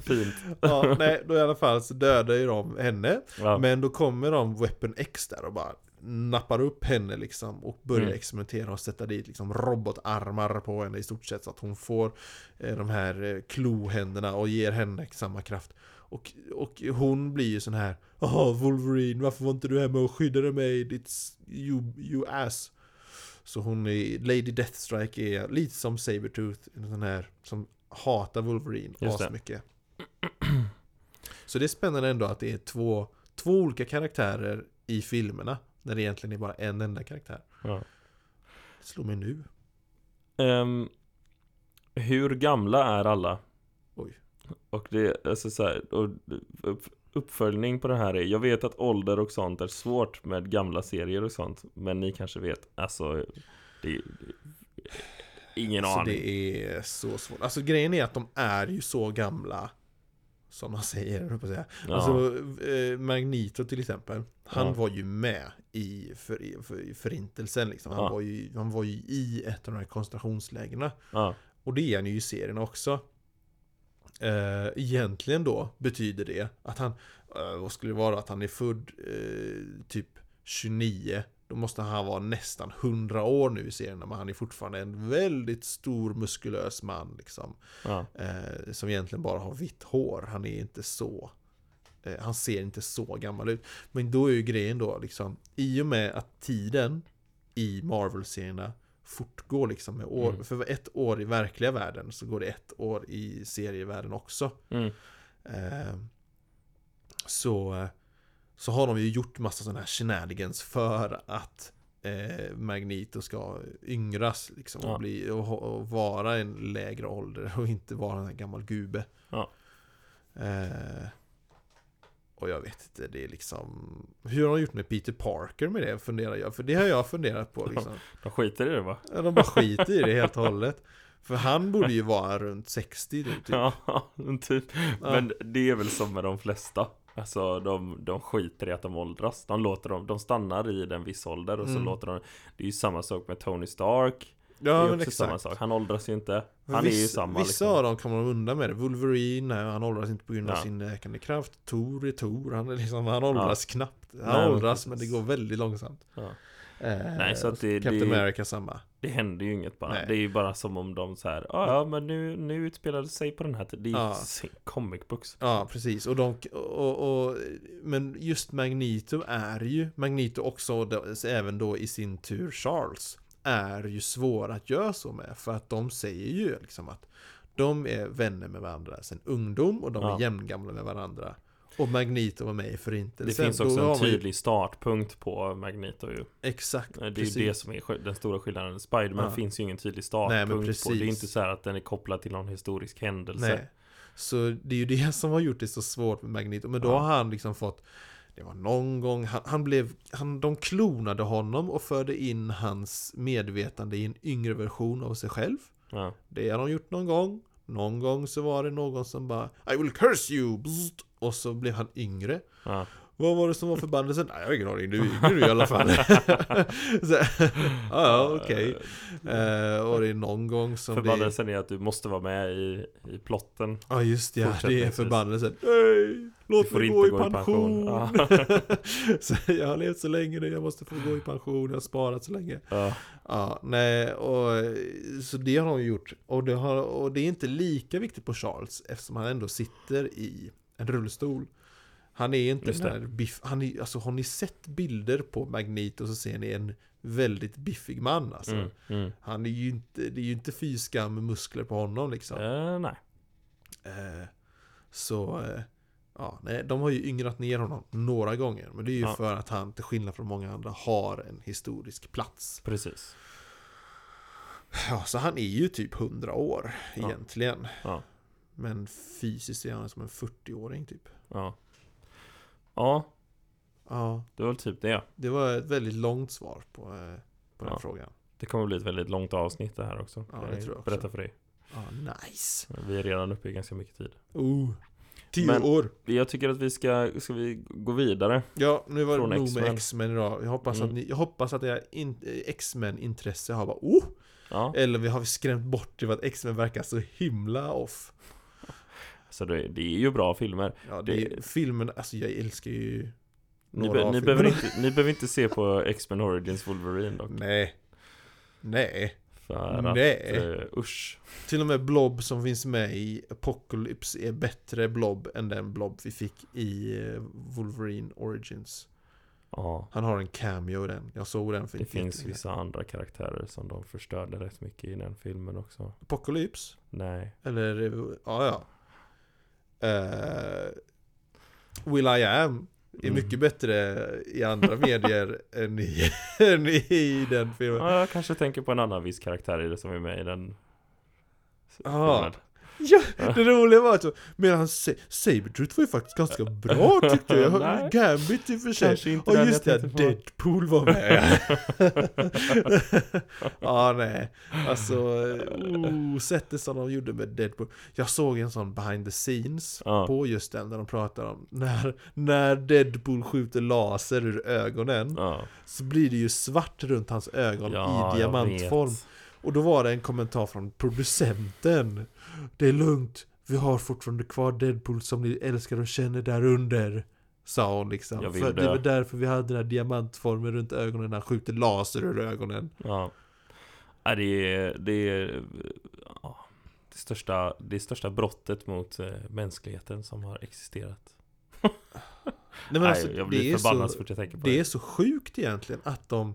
Speaker 1: Fint.
Speaker 2: ja, nej, då i alla fall så dödar ju de henne.
Speaker 1: Ja.
Speaker 2: Men då kommer de Weapon X där och bara nappar upp henne liksom och börjar
Speaker 1: Mm.
Speaker 2: experimentera och sätta dit liksom robotarmar på henne i stort sett så att hon får eh, de här eh, klohänderna och ger henne samma kraft. Och, och hon blir ju sån här Åh Wolverine, varför var inte du hemma och skyddade mig ditt s- you, you ass? Så hon är, Lady Deathstrike är lite som Sabertooth, en sån här som hatar Wolverine
Speaker 1: Just det.
Speaker 2: asmycket. [CLEARS THROAT] Så det är spännande ändå att det är två, två olika karaktärer i filmerna. När det egentligen är bara en enda karaktär.
Speaker 1: Ja.
Speaker 2: Det slår mig nu.
Speaker 1: Ehm, hur gamla är alla?
Speaker 2: Oj.
Speaker 1: Och det, alltså så här, och upp, uppföljning på det här är, jag vet att ålder och sånt är svårt med gamla serier och sånt, men ni kanske vet, alltså, det, det ingen
Speaker 2: Alltså
Speaker 1: aning.
Speaker 2: det är så svårt. Alltså grejen är att de är ju så gamla. Som man säger, höll jag på att säga.
Speaker 1: ja.
Speaker 2: Alltså eh, Magneto till exempel. Han
Speaker 1: Ja.
Speaker 2: var ju med i, för, i- för, i förintelsen liksom. Han,
Speaker 1: Ja.
Speaker 2: var ju, han var ju i ett av de här koncentrationslägren.
Speaker 1: ja,
Speaker 2: Och det är han ju i serien också. Eh, egentligen då betyder det att han, eh, vad skulle det vara, att han är född eh, typ 29. Då måste han vara nästan 100 år nu i serien, men han är fortfarande en väldigt stor muskulös man liksom.
Speaker 1: ja,
Speaker 2: Eh, som egentligen bara har vitt hår. Han är inte så... Eh, han ser inte så gammal ut. Men då är ju grejen då liksom, i och med att tiden i Marvel-serierna fortgår liksom med år.
Speaker 1: Mm.
Speaker 2: För ett år i verkliga världen så går det ett år i serievärlden också.
Speaker 1: mm,
Speaker 2: Eh, så, så har de ju gjort massa sådana här shenanigans för att eh, Magneto ska yngras liksom,
Speaker 1: Ja.
Speaker 2: och, bli, och, ha- och vara en lägre ålder och inte vara en gammal gube.
Speaker 1: Ja.
Speaker 2: Eh, och jag vet inte, det är liksom... Hur har de gjort med Peter Parker med det? Funderar jag, för det har jag funderat på liksom.
Speaker 1: de skiter i det va?
Speaker 2: De bara skiter i det helt och hållet. För han borde ju vara runt 60 nu typ.
Speaker 1: Ja, [LAUGHS] typ. Men det är väl som med de flesta. Alltså de, de skiter i att de åldras. De, låter dem, de stannar i en viss ålder och så
Speaker 2: Mm.
Speaker 1: låter de... Det är ju samma sak med Tony Stark. det
Speaker 2: Ja
Speaker 1: är
Speaker 2: men
Speaker 1: också samma
Speaker 2: exakt.
Speaker 1: sak. Han åldras ju inte.
Speaker 2: Men
Speaker 1: han är ju
Speaker 2: viss-
Speaker 1: samma
Speaker 2: Vissa
Speaker 1: liksom.
Speaker 2: av dem kommer de undan med det. Wolverine, nej, han åldras inte på grund av
Speaker 1: Ja.
Speaker 2: sin eh, läkande kraft. Thor är Thor, han, är liksom, han åldras knappt. Han
Speaker 1: Nej, men
Speaker 2: åldras men det
Speaker 1: precis.
Speaker 2: går väldigt långsamt.
Speaker 1: Ja.
Speaker 2: Eh,
Speaker 1: Nej, så att det-
Speaker 2: Captain
Speaker 1: det-
Speaker 2: America samma.
Speaker 1: Det händer ju inget bara.
Speaker 2: Nej.
Speaker 1: Det är ju bara som om de så här, "Ah, ja men nu, nu utspelade det sig på den här tiden. Det är ju
Speaker 2: Ja.
Speaker 1: se- comic books.
Speaker 2: Ja, precis. Och de, och, och, men just Magneto är ju, Magneto också, och då- även då i sin tur Charles, är ju svåra att göra så med. För att de säger ju liksom att de är vänner med varandra sen ungdom och de
Speaker 1: Ja.
Speaker 2: är jämngamla med varandra. Och Magneto var med i
Speaker 1: Det,
Speaker 2: Förintelsen.
Speaker 1: finns
Speaker 2: Då
Speaker 1: också
Speaker 2: har
Speaker 1: en
Speaker 2: man ju-
Speaker 1: tydlig startpunkt på Magneto ju.
Speaker 2: Exakt,
Speaker 1: Det är
Speaker 2: precis.
Speaker 1: ju det som är sk- den stora skillnaden. Spiderman
Speaker 2: Ja.
Speaker 1: finns ju ingen tydlig
Speaker 2: Nej, men
Speaker 1: startpunkt på. Det är
Speaker 2: precis.
Speaker 1: inte så här att den är kopplad till någon historisk händelse.
Speaker 2: Nej. Alltså, Så det är ju det som har gjort det så svårt med Magneto. Men då
Speaker 1: Ja.
Speaker 2: har han liksom fått det var någon gång, han, han blev, han, de klonade honom och förde in hans medvetande i en yngre version av sig själv.
Speaker 1: Ja.
Speaker 2: Det har de gjort någon gång. Någon gång så var det någon som bara I will curse you! Bzzzt. Och så blev han yngre.
Speaker 1: Ja.
Speaker 2: Vad var det som var förbannelsen? Nej, jag har ingen aning, du är yngre i alla fall. [LAUGHS] så, ja, ja, okej.
Speaker 1: [LAUGHS] Eh,
Speaker 2: Eh, och det är någon gång som det...
Speaker 1: Förbannelsen är att du måste vara med i, i plotten.
Speaker 2: Ja just det, ja, det är
Speaker 1: Fortsättningsvis.
Speaker 2: förbannelsen. Nej! Låt
Speaker 1: får
Speaker 2: mig
Speaker 1: inte
Speaker 2: gå i
Speaker 1: gå i pension.
Speaker 2: pension! [LAUGHS] så jag har levt så länge nu, jag måste få gå i pension, jag har sparat så länge.
Speaker 1: Ja.
Speaker 2: Ja, nej, och så det har de gjort. Och det, har, och det är inte lika viktigt på Charles eftersom han ändå sitter i en rullstol. Han är inte
Speaker 1: Just
Speaker 2: den här biff, han är, alltså har ni sett bilder på Magneto så ser ni en väldigt biffig man alltså.
Speaker 1: Mm, mm.
Speaker 2: Han är ju inte, det är ju inte fy skam med muskler på honom liksom.
Speaker 1: Eh, nej.
Speaker 2: Eh, Så, eh, ja, nej, de har ju yngrat ner honom några gånger. Men det är ju
Speaker 1: Ja.
Speaker 2: för att han, till skillnad från många andra, har en historisk plats.
Speaker 1: Precis.
Speaker 2: Ja, så han är ju typ 100 år
Speaker 1: Ja.
Speaker 2: egentligen.
Speaker 1: Ja.
Speaker 2: Men fysiskt är han som en 40-åring typ.
Speaker 1: Ja. Ja,
Speaker 2: Ja,
Speaker 1: det var väl typ det.
Speaker 2: det var ett väldigt långt svar på, eh, på den
Speaker 1: Ja.
Speaker 2: frågan.
Speaker 1: Det kommer bli ett väldigt långt avsnitt det här också.
Speaker 2: Ja,
Speaker 1: Kan
Speaker 2: det tror jag också.
Speaker 1: Berätta för dig.
Speaker 2: Ja, nice!
Speaker 1: Vi är redan uppe i ganska mycket tid.
Speaker 2: Oh, 10
Speaker 1: Men-
Speaker 2: år!
Speaker 1: Jag tycker att vi ska, ska vi gå vidare?
Speaker 2: Ja, nu var det
Speaker 1: Från
Speaker 2: nog med
Speaker 1: X-Men.
Speaker 2: X-Men idag. Jag hoppas
Speaker 1: Mm.
Speaker 2: att, ni, jag hoppas att era in- X-Men-intresse har bara oh,
Speaker 1: Ja.
Speaker 2: Eller vi har vi skrämt bort det för att X-Men verkar så himla off.
Speaker 1: Så det, det är ju bra filmer.
Speaker 2: Ja, det,
Speaker 1: Det-
Speaker 2: filmen, alltså jag älskar ju
Speaker 1: Ni,
Speaker 2: några
Speaker 1: be,
Speaker 2: av
Speaker 1: ni,
Speaker 2: filmerna.
Speaker 1: behöver inte, ni behöver inte se på X-Men Origins Wolverine dock.
Speaker 2: Nej. Nej.
Speaker 1: För
Speaker 2: Mm,
Speaker 1: att,
Speaker 2: Nej.
Speaker 1: eh, usch.
Speaker 2: Till och med Blob som finns med i Apocalypse är bättre Blob än den Blob vi fick i eh, Wolverine Origins.
Speaker 1: Ja.
Speaker 2: Han har en cameo i den. Jag såg den för
Speaker 1: Det
Speaker 2: inte
Speaker 1: finns
Speaker 2: jättelänge.
Speaker 1: vissa andra karaktärer som de förstörde rätt mycket i den filmen också.
Speaker 2: Apocalypse?
Speaker 1: Nej.
Speaker 2: Eller, eh, ja ja. Eh, Will I Am är
Speaker 1: Mm.
Speaker 2: mycket bättre i
Speaker 1: [LAUGHS]
Speaker 2: andra medier än, i, [LAUGHS] än i den filmen.
Speaker 1: Ja, jag kanske tänker på en annan viss karaktär i det som är med i den
Speaker 2: Ja.
Speaker 1: filmen.
Speaker 2: Ja, det roliga var att medan Sa- Sabretooth var ju faktiskt
Speaker 1: [LAUGHS]
Speaker 2: ganska bra tyckte jag.
Speaker 1: Nej.
Speaker 2: jag. Gambit i och för sig.
Speaker 1: Kanske inte
Speaker 2: Och
Speaker 1: den
Speaker 2: just
Speaker 1: jag
Speaker 2: det,
Speaker 1: tänkte på.
Speaker 2: Deadpool var med.
Speaker 1: [LAUGHS]
Speaker 2: ja, nej. Alltså, oh, sättet som de gjorde med Deadpool. Jag såg en sån behind the scenes
Speaker 1: Ja.
Speaker 2: på just den där de pratar om när, när Deadpool skjuter laser ur ögonen
Speaker 1: Ja,
Speaker 2: så blir det ju svart runt hans ögon
Speaker 1: ja,
Speaker 2: i
Speaker 1: jag
Speaker 2: diamantform.
Speaker 1: vet.
Speaker 2: Och då var det en kommentar från producenten. Det är lugnt, vi har fortfarande kvar Deadpool som ni älskar och känner där under. Sa hon
Speaker 1: Jag
Speaker 2: liksom.
Speaker 1: vill
Speaker 2: För
Speaker 1: dö.
Speaker 2: det var därför vi hade den här diamantformen runt ögonen. Han skjuter laser ur ögonen.
Speaker 1: Ja. Nej, det är, det är ja, det, största, det största brottet mot eh, mänskligheten som har existerat.
Speaker 2: Nej men
Speaker 1: Nej,
Speaker 2: alltså,
Speaker 1: jag
Speaker 2: det,
Speaker 1: blir
Speaker 2: är
Speaker 1: förbannad så
Speaker 2: så,
Speaker 1: fort jag tänker på
Speaker 2: det
Speaker 1: det.
Speaker 2: är så sjukt egentligen att de...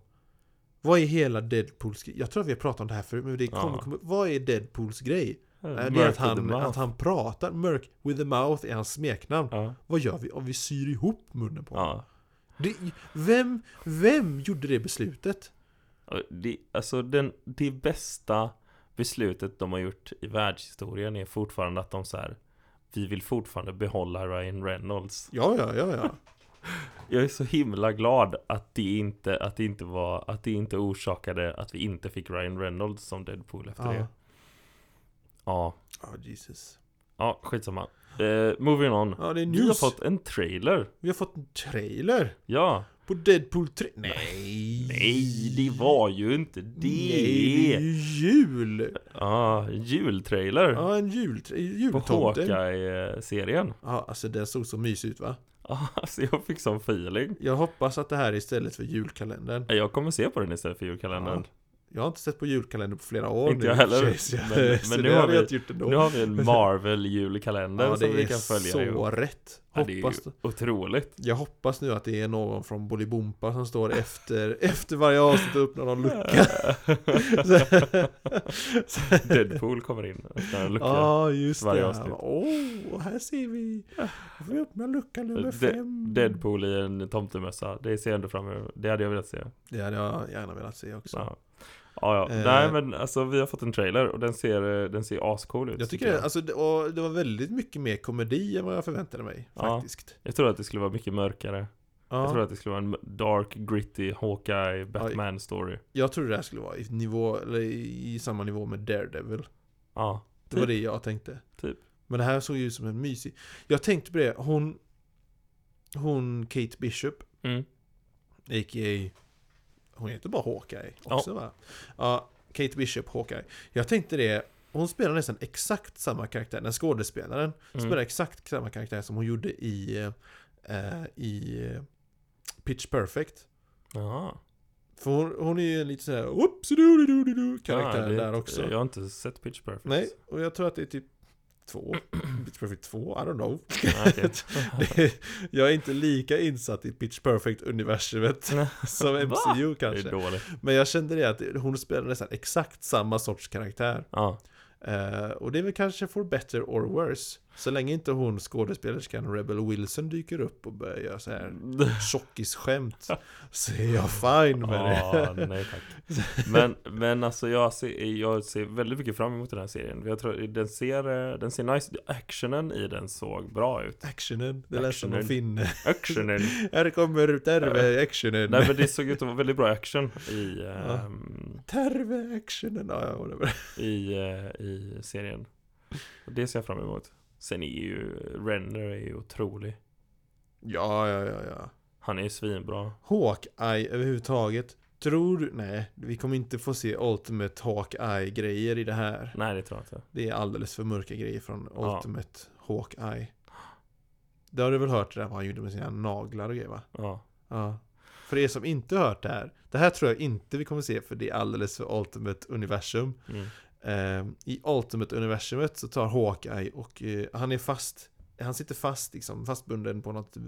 Speaker 2: Vad är hela Deadpools grej? Jag tror att vi har pratat om det här förut, men det
Speaker 1: Ja.
Speaker 2: kommer, kommer, vad är Deadpools grej?
Speaker 1: Eh,
Speaker 2: Nej, det är
Speaker 1: Murk
Speaker 2: att han,
Speaker 1: with the
Speaker 2: att han pratar. Mörk with the mouth är hans smeknamn.
Speaker 1: mouth. Ja,
Speaker 2: Vad gör vi om vi syr ihop munnen på honom?
Speaker 1: ja.
Speaker 2: Det, vem, vem gjorde det beslutet?
Speaker 1: Och Det, alltså den, det bästa beslutet de har gjort i världshistorien är fortfarande att de så här vi vill fortfarande behålla Ryan Reynolds.
Speaker 2: Ja, ja, ja, ja.
Speaker 1: Jag är så himla glad att det inte, att det inte var, att det inte orsakade att vi inte fick Ryan Reynolds som Deadpool efter
Speaker 2: [LAUGHS] Ja,
Speaker 1: det. Ja,
Speaker 2: Ja, Jesus.
Speaker 1: Ja, skitsamma. Eh, moving on.
Speaker 2: Ja, det är
Speaker 1: Vi har
Speaker 2: news.
Speaker 1: fått en trailer.
Speaker 2: Vi har fått en trailer
Speaker 1: Ja,
Speaker 2: på Deadpool 3. Nej!
Speaker 1: Nej, det var ju inte
Speaker 2: Nej, det är
Speaker 1: det!
Speaker 2: ju jul!
Speaker 1: Ja, jultrailer.
Speaker 2: Ja, en jul,
Speaker 1: på eh,
Speaker 2: jultomte.
Speaker 1: Hawkeye-serien.
Speaker 2: Ja, alltså den såg så mysig ut va?
Speaker 1: Ja, [LAUGHS] alltså jag fick sån feeling.
Speaker 2: Jag hoppas att det här är istället för julkalendern.
Speaker 1: Jag kommer se på den istället för julkalendern.
Speaker 2: Jag har inte sett på julkalender på flera år
Speaker 1: Inte
Speaker 2: nu.
Speaker 1: jag heller.
Speaker 2: Men,
Speaker 1: Men- men
Speaker 2: så
Speaker 1: nu
Speaker 2: det
Speaker 1: har
Speaker 2: hade
Speaker 1: vi-
Speaker 2: jag inte gjort ändå.
Speaker 1: Nu har
Speaker 2: [LAUGHS]
Speaker 1: vi en Marvel-julkalender
Speaker 2: ja, det
Speaker 1: som vi
Speaker 2: är
Speaker 1: kan följa
Speaker 2: så
Speaker 1: ihop.
Speaker 2: rätt.
Speaker 1: Ja, det är ju
Speaker 2: Hoppas,
Speaker 1: otroligt.
Speaker 2: jag hoppas nu att det är någon från Bolibompa som står efter, [LAUGHS] efter varje avsnitt och öppnar någon lucka.
Speaker 1: Deadpool kommer in och öppnar en lucka.
Speaker 2: [LAUGHS] Ja, just
Speaker 1: varje
Speaker 2: det.
Speaker 1: avsnitt.
Speaker 2: Åh, oh, här ser vi. Då får vi öppna lucka
Speaker 1: De-
Speaker 2: nummer fem.
Speaker 1: Deadpool i en tomtemössa. Det ser jag ändå fram emot. Det hade jag velat se.
Speaker 2: Det hade jag gärna velat se också.
Speaker 1: Ja. Ja, ja.
Speaker 2: Eh.
Speaker 1: Nej men alltså vi har fått en trailer och den ser, eh, den ser ascool ut.
Speaker 2: Jag tycker det, alltså, det, och det var väldigt mycket mer komedi än vad jag förväntade mig.
Speaker 1: Ja.
Speaker 2: Faktiskt.
Speaker 1: Jag tror att det skulle vara mycket mörkare.
Speaker 2: Ja.
Speaker 1: Jag tror att det skulle vara en dark, gritty, Hawkeye, Batman story.
Speaker 2: Jag trodde det här skulle vara i, nivå, eller i i samma nivå med Daredevil.
Speaker 1: Ja.
Speaker 2: Det var
Speaker 1: Typ.
Speaker 2: det jag tänkte.
Speaker 1: Typ.
Speaker 2: Men det här såg ju ut som en mysig. Jag tänkte på det, hon... Hon Kate Bishop,
Speaker 1: Mm.
Speaker 2: a.k.a. Hon heter bara Hawkeye också va? Ja, Kate Bishop Hawkeye. Jag tänkte det, hon spelar nästan exakt samma karaktär, den skådespelaren
Speaker 1: Mm.
Speaker 2: spelar exakt samma karaktär som hon gjorde i... eh, I... eh, Pitch Perfect.
Speaker 1: Jaha.
Speaker 2: För hon, hon är ju en lite sån här whoopsie-doo-doo-doo-doo karaktär
Speaker 1: Ja, det-
Speaker 2: där också.
Speaker 1: Jag har inte sett Pitch Perfect.
Speaker 2: Nej, och jag tror att det är typ två. [CLEARS THROAT] Pitch Perfect 2, I don't know.
Speaker 1: Nej, okej.
Speaker 2: [LAUGHS] Det är, jag är inte lika insatt i Pitch
Speaker 1: [LAUGHS]
Speaker 2: Perfect-universumet som MCU
Speaker 1: det är
Speaker 2: kanske.
Speaker 1: dåligt.
Speaker 2: Men jag kände det att hon spelar nästan exakt samma sorts karaktär.
Speaker 1: Ja.
Speaker 2: [LAUGHS] Eh, och det är väl kanske for better or worse. Så länge inte hon skådespelerskan Rebel Wilson dyker upp och börjar göra så här tjockisskämt så är jag fine med
Speaker 1: Ja,
Speaker 2: det.
Speaker 1: nej
Speaker 2: [LAUGHS]
Speaker 1: tack. Men, men alltså jag ser, jag ser väldigt mycket fram emot den här serien. Jag tror, den, ser, eh, den ser nice Actionen i den såg bra ut.
Speaker 2: Actionen, det lät som någon
Speaker 1: Actionen.
Speaker 2: finne. [LAUGHS]
Speaker 1: Actionen.
Speaker 2: Här kommer Terve-actionen.
Speaker 1: nej men det såg ut att vara väldigt bra action i, eh,
Speaker 2: Ja. Terve-actionen, ja whatever.
Speaker 1: i, eh, i serien. Och det ser jag fram emot. Sen är ju Renner är ju otrolig.
Speaker 2: Ja, ja, ja, ja.
Speaker 1: Han är ju svinbra.
Speaker 2: Hawkeye överhuvudtaget. Tror du? Nej, vi kommer inte få se Ultimate Hawkeye-grejer i det här.
Speaker 1: Nej det tror jag inte.
Speaker 2: Det är alldeles för mörka grejer från
Speaker 1: Ja.
Speaker 2: Ultimate Hawkeye. Det har du väl hört det där vad han gjorde med sina naglar och grejer va?
Speaker 1: Ja.
Speaker 2: Ja. För er som inte hört det här. Det här tror jag inte vi kommer se för det är alldeles för Ultimate Universum.
Speaker 1: Mm.
Speaker 2: Ehm, I Ultimate-universumet så tar Hawkeye och eh, han är fast Han sitter fast liksom, fastbunden på något, eh,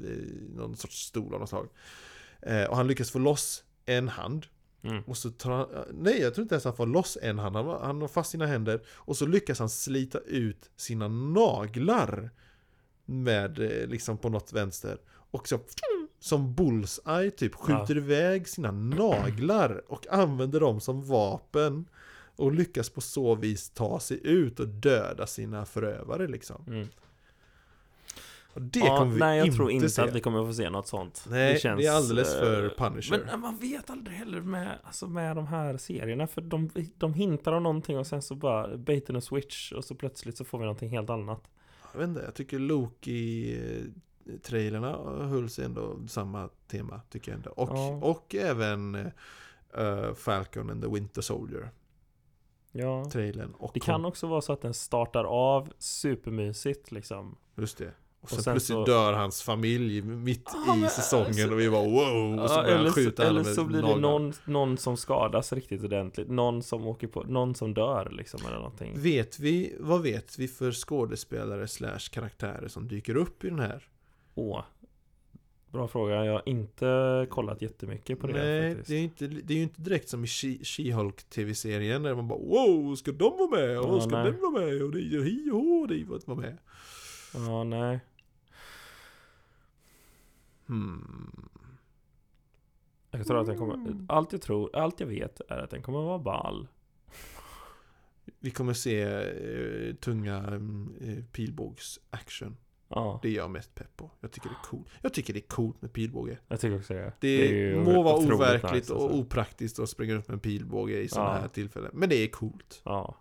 Speaker 2: någon sorts stol av något slag Eh, Och han lyckas få loss en hand
Speaker 1: Mm.
Speaker 2: Och så tar han, eh, nej jag tror inte ens han får loss en hand Han, har- han har fast sina händer Och så lyckas han slita ut sina naglar Med eh, liksom på något vänster Och så som bullseye typ skjuter iväg sina naglar och använder dem som vapen och lyckas på så vis ta sig ut och döda sina förövare liksom.
Speaker 1: Mm.
Speaker 2: Och det
Speaker 1: Ja,
Speaker 2: kommer vi
Speaker 1: nej, jag
Speaker 2: inte,
Speaker 1: tror inte
Speaker 2: se.
Speaker 1: att vi kommer få se något sånt.
Speaker 2: Nej, det är alldeles
Speaker 1: eh,
Speaker 2: för Punisher.
Speaker 1: Men man vet aldrig heller med, alltså med de här serierna. För de, de hintar om någonting och sen så bara bait and switch. Och så plötsligt så får vi någonting helt annat.
Speaker 2: Jag vet inte, jag tycker Loki-trailerna höll sig ändå samma tema, tycker jag ändå. Och,
Speaker 1: Ja.
Speaker 2: och även eh, Falcon and the Winter Soldier-trailern.
Speaker 1: Ja.
Speaker 2: Och
Speaker 1: Det kan också vara så att den startar av supermysigt liksom.
Speaker 2: Just det. Och sen,
Speaker 1: Och sen
Speaker 2: plötsligt
Speaker 1: så-
Speaker 2: dör hans familj mitt
Speaker 1: Ja,
Speaker 2: i
Speaker 1: men,
Speaker 2: säsongen
Speaker 1: alltså-
Speaker 2: och vi bara wow! Och så
Speaker 1: Ja,
Speaker 2: börjar
Speaker 1: eller så,
Speaker 2: han skjuta
Speaker 1: eller
Speaker 2: alla med
Speaker 1: så blir det
Speaker 2: naglar.
Speaker 1: någon, någon som skadas riktigt ordentligt. Någon som åker på, någon som dör liksom eller någonting.
Speaker 2: Vet vi, vad vet vi för skådespelare slash karaktärer som dyker upp i den här?
Speaker 1: Åh. Bra fråga. Jag har inte kollat jättemycket på det
Speaker 2: Nej,
Speaker 1: faktiskt.
Speaker 2: det är, ju inte, det är ju inte direkt som i She- She-Hulk tv-serien där man bara wow, ska de vara med? Och
Speaker 1: Ja,
Speaker 2: ska
Speaker 1: nej.
Speaker 2: den vara med? Och det är hi och hå, det är att vara med.
Speaker 1: Ja, nej.
Speaker 2: Hmm.
Speaker 1: Jag tror att den kommer,
Speaker 2: Mm.
Speaker 1: allt jag tror, allt jag vet är att den kommer vara ball.
Speaker 2: Vi kommer se eh, tunga eh, pilbågs-action.
Speaker 1: Ja,
Speaker 2: Det är jag mest pepp på. Jag tycker det är coolt. Jag tycker det är coolt med pilbåge.
Speaker 1: jag tycker också det.
Speaker 2: Det,
Speaker 1: är ju
Speaker 2: må vara
Speaker 1: otroligt
Speaker 2: overkligt
Speaker 1: nice,
Speaker 2: och
Speaker 1: alltså.
Speaker 2: opraktiskt att springa runt med en pilbåge i sådana
Speaker 1: Ja.
Speaker 2: här tillfällen. Men det är coolt.
Speaker 1: Ja,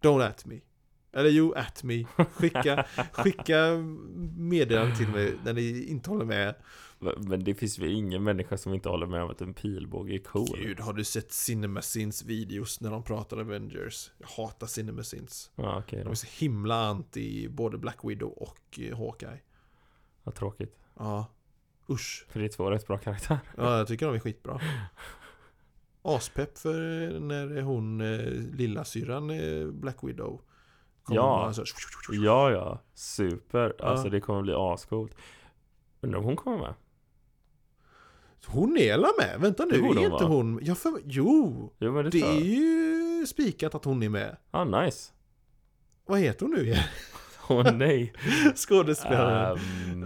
Speaker 2: Don't at me. Eller jo, at me.
Speaker 1: [LAUGHS]
Speaker 2: Skicka, skicka meddelanden till mig när ni inte håller med.
Speaker 1: Men det finns väl ingen människa som inte håller med om att en pilbåge är cool?
Speaker 2: Gud, har du sett Cinemasins videos när de pratar Avengers? Jag hatar Cinemasins.
Speaker 1: Ja, okej
Speaker 2: De
Speaker 1: då.
Speaker 2: är så himla anti både Black Widow och eh, Hawkeye.
Speaker 1: Vad tråkigt.
Speaker 2: Ja, usch.
Speaker 1: För det är två rätt bra karaktärer. [LAUGHS]
Speaker 2: Ja, jag tycker de är skitbra. Aspepp för när hon, eh, lilla syrran eh, Black Widow. kommer
Speaker 1: Ja.
Speaker 2: bara så här-
Speaker 1: Ja, ja. Super.
Speaker 2: Ja.
Speaker 1: Alltså det kommer bli ascoolt. Undrar om hon kommer med?
Speaker 2: Hon är la med? Vänta nu,
Speaker 1: Det borde
Speaker 2: är
Speaker 1: hon
Speaker 2: inte
Speaker 1: vara.
Speaker 2: hon... Jag för... Jo!
Speaker 1: Jo, men det,
Speaker 2: Det
Speaker 1: tror
Speaker 2: är
Speaker 1: jag.
Speaker 2: ju spikat att hon är med.
Speaker 1: Ah, nice.
Speaker 2: Vad heter hon nu igen? [LAUGHS]
Speaker 1: Åh nej.
Speaker 2: Skådespelaren.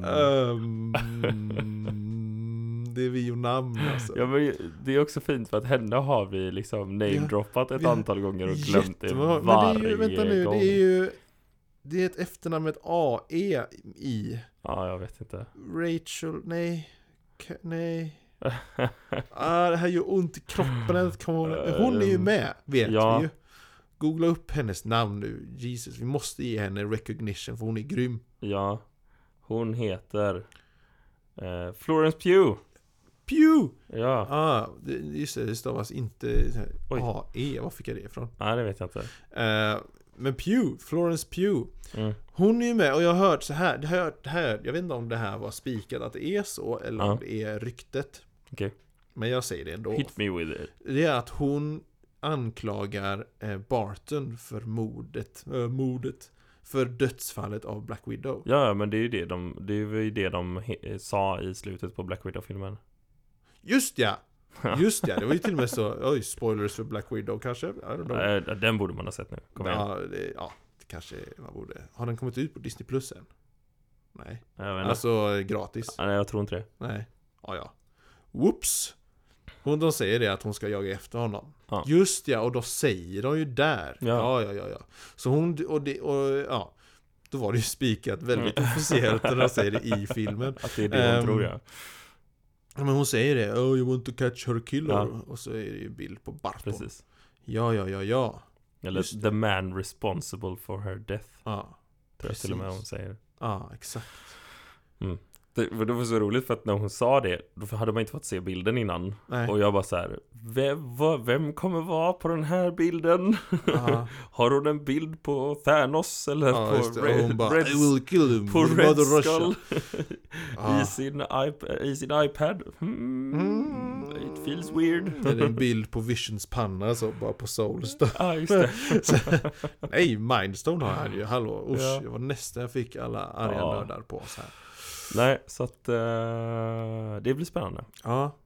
Speaker 1: Ehm,
Speaker 2: Ehm, det är vi och namn alltså.
Speaker 1: ja, men det är också fint för att henne har vi liksom namedroppat ett
Speaker 2: vi har
Speaker 1: antal gånger och glömt det
Speaker 2: Jättemånga-
Speaker 1: varje
Speaker 2: Men det är ju, vänta nu,
Speaker 1: gång.
Speaker 2: det är ju... Det är ett efternamn med ett AE i.
Speaker 1: Ja, jag vet inte.
Speaker 2: Rachel, nej. Ka-
Speaker 1: [LAUGHS]
Speaker 2: nej. Ah, det här gör ont i kroppen att komma ihåg det. Hon är ju med, vet
Speaker 1: Ja.
Speaker 2: vi ju. Googla upp hennes namn nu, Jesus. Vi måste ge henne recognition för hon är grym.
Speaker 1: Ja. Hon heter... Eh, Florence Pugh.
Speaker 2: Pew!
Speaker 1: Ja.
Speaker 2: Ah, det, just det, det stavas inte så här
Speaker 1: Oj.
Speaker 2: AE, var fick jag det ifrån?
Speaker 1: Nej, det vet jag inte.
Speaker 2: Eh, men Pew, Florence Pew.
Speaker 1: Mm.
Speaker 2: Hon är ju med och jag har hört så här, det har jag hört här, jag vet inte om det här var spikat att det är så eller
Speaker 1: Ja.
Speaker 2: om det är ryktet.
Speaker 1: Okej.
Speaker 2: Men jag säger det ändå.
Speaker 1: Hit me with it.
Speaker 2: Det är att hon anklagar eh, Barton för mordet, eh, mordet, för dödsfallet av Black Widow.
Speaker 1: Ja, ja, men det är ju det de, det är ju det de he- sa i slutet på Black Widow-filmen.
Speaker 2: Just ja! Just ja, det var ju till och med så, oj, spoilers för Black Widow kanske? I don't know.
Speaker 1: Eh, Den borde man ha sett nu. Kom igen.
Speaker 2: ja, det, ja, det kanske man borde. Har den kommit ut på Disney Plus än? Nej.
Speaker 1: Jag, vet inte.
Speaker 2: Alltså eh, gratis?
Speaker 1: Ja, Nej, jag tror inte det.
Speaker 2: Nej. Ja, ja. Whoops! Hon, de säger det att hon ska jaga efter honom.
Speaker 1: Ja.
Speaker 2: Just ja, och då säger de ju där.
Speaker 1: Ja.
Speaker 2: Ja, ja, ja. ja. Så hon, och, det, och ja. Då var det ju spikat väldigt officiellt när de säger det i filmen.
Speaker 1: Att det är det hon
Speaker 2: Ehm,
Speaker 1: tror jag.
Speaker 2: Ja, Men hon säger det, Oh you want to catch her killer.
Speaker 1: Ja.
Speaker 2: Och så är det ju bild på Barton.
Speaker 1: Precis.
Speaker 2: Ja, ja, ja, ja. just
Speaker 1: Eller the man responsible for her death.
Speaker 2: Ja,
Speaker 1: Tror jag till och med
Speaker 2: Precis.
Speaker 1: hon säger.
Speaker 2: ja exakt.
Speaker 1: Det, men det var så roligt för att när hon sa det, då hade man inte fått se bilden innan.
Speaker 2: Nej.
Speaker 1: Och jag bara så här, vem, vad, vem kommer vara på den här bilden?
Speaker 2: Ja,
Speaker 1: Har hon en bild på Thanos eller
Speaker 2: ja,
Speaker 1: [LAUGHS]
Speaker 2: just
Speaker 1: på
Speaker 2: det. Och hon bara,
Speaker 1: Red,
Speaker 2: I will kill him.
Speaker 1: på
Speaker 2: with
Speaker 1: Red
Speaker 2: Mother Russia." Ah.
Speaker 1: Skull? [LAUGHS]
Speaker 2: Ja.
Speaker 1: I, sin iP- I sin iPad? Hmm,
Speaker 2: Mm.
Speaker 1: It feels weird.
Speaker 2: Det är en bild på Visions panna så bara på Souls [LAUGHS] då.
Speaker 1: [LAUGHS] Ja, just det.
Speaker 2: Så, [LAUGHS] nej, Mindstone har han ju, hallå, usch,
Speaker 1: Ja.
Speaker 2: jag var nästan jag fick alla arga
Speaker 1: Ja.
Speaker 2: nördar på oss här.
Speaker 1: Nej, så att eh, det blir spännande.
Speaker 2: Ja,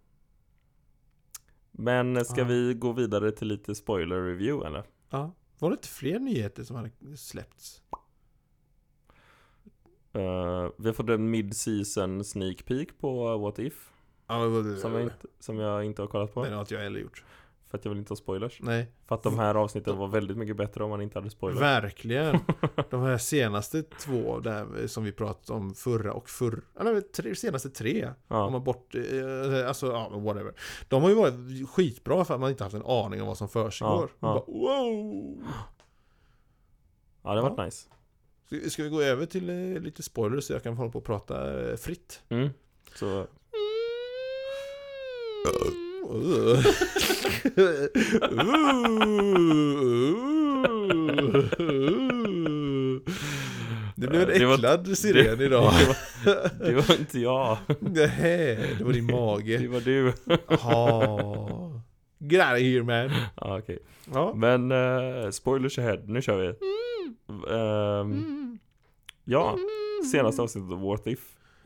Speaker 1: Men ska
Speaker 2: Ja.
Speaker 1: vi gå vidare till lite spoiler review eller?
Speaker 2: ja. Var det inte fler nyheter som hade släppts?
Speaker 1: Eh, vi har fått en mid-season sneak peek på What If
Speaker 2: Ja, det var det.
Speaker 1: som jag, inte, som jag inte har kollat på
Speaker 2: Men det har inte jag heller gjort.
Speaker 1: För att jag vill inte ha spoilers
Speaker 2: Nej,
Speaker 1: För att de här avsnitten var väldigt mycket bättre om man inte hade spoilers [LAUGHS]
Speaker 2: verkligen. De här senaste två där som vi pratade om förra och förra, eller tre, senaste tre. Om
Speaker 1: ja.
Speaker 2: man bort, eh, alltså ja, men whatever. De har ju varit skitbra för att man inte haft en aning om vad som försiggår.
Speaker 1: Ja,
Speaker 2: Man
Speaker 1: ja.
Speaker 2: Bara, wow!
Speaker 1: ja, det har varit nice
Speaker 2: Ska, ska vi gå över till eh, lite spoilers så jag kan hålla på och prata eh, fritt?
Speaker 1: mm. Så
Speaker 2: Det blev en
Speaker 1: Det var-
Speaker 2: äcklad siren idag.
Speaker 1: [LAUGHS] det, var, det var inte
Speaker 2: [LAUGHS]
Speaker 1: jag
Speaker 2: Nej, det var din
Speaker 1: Det
Speaker 2: mage.
Speaker 1: var du
Speaker 2: Jaha. Get out of here man.
Speaker 1: ja, okej.
Speaker 2: Ja.
Speaker 1: Men eh, spoilers ahead, nu kör vi Ehm, Ja, senaste avsnittet av What If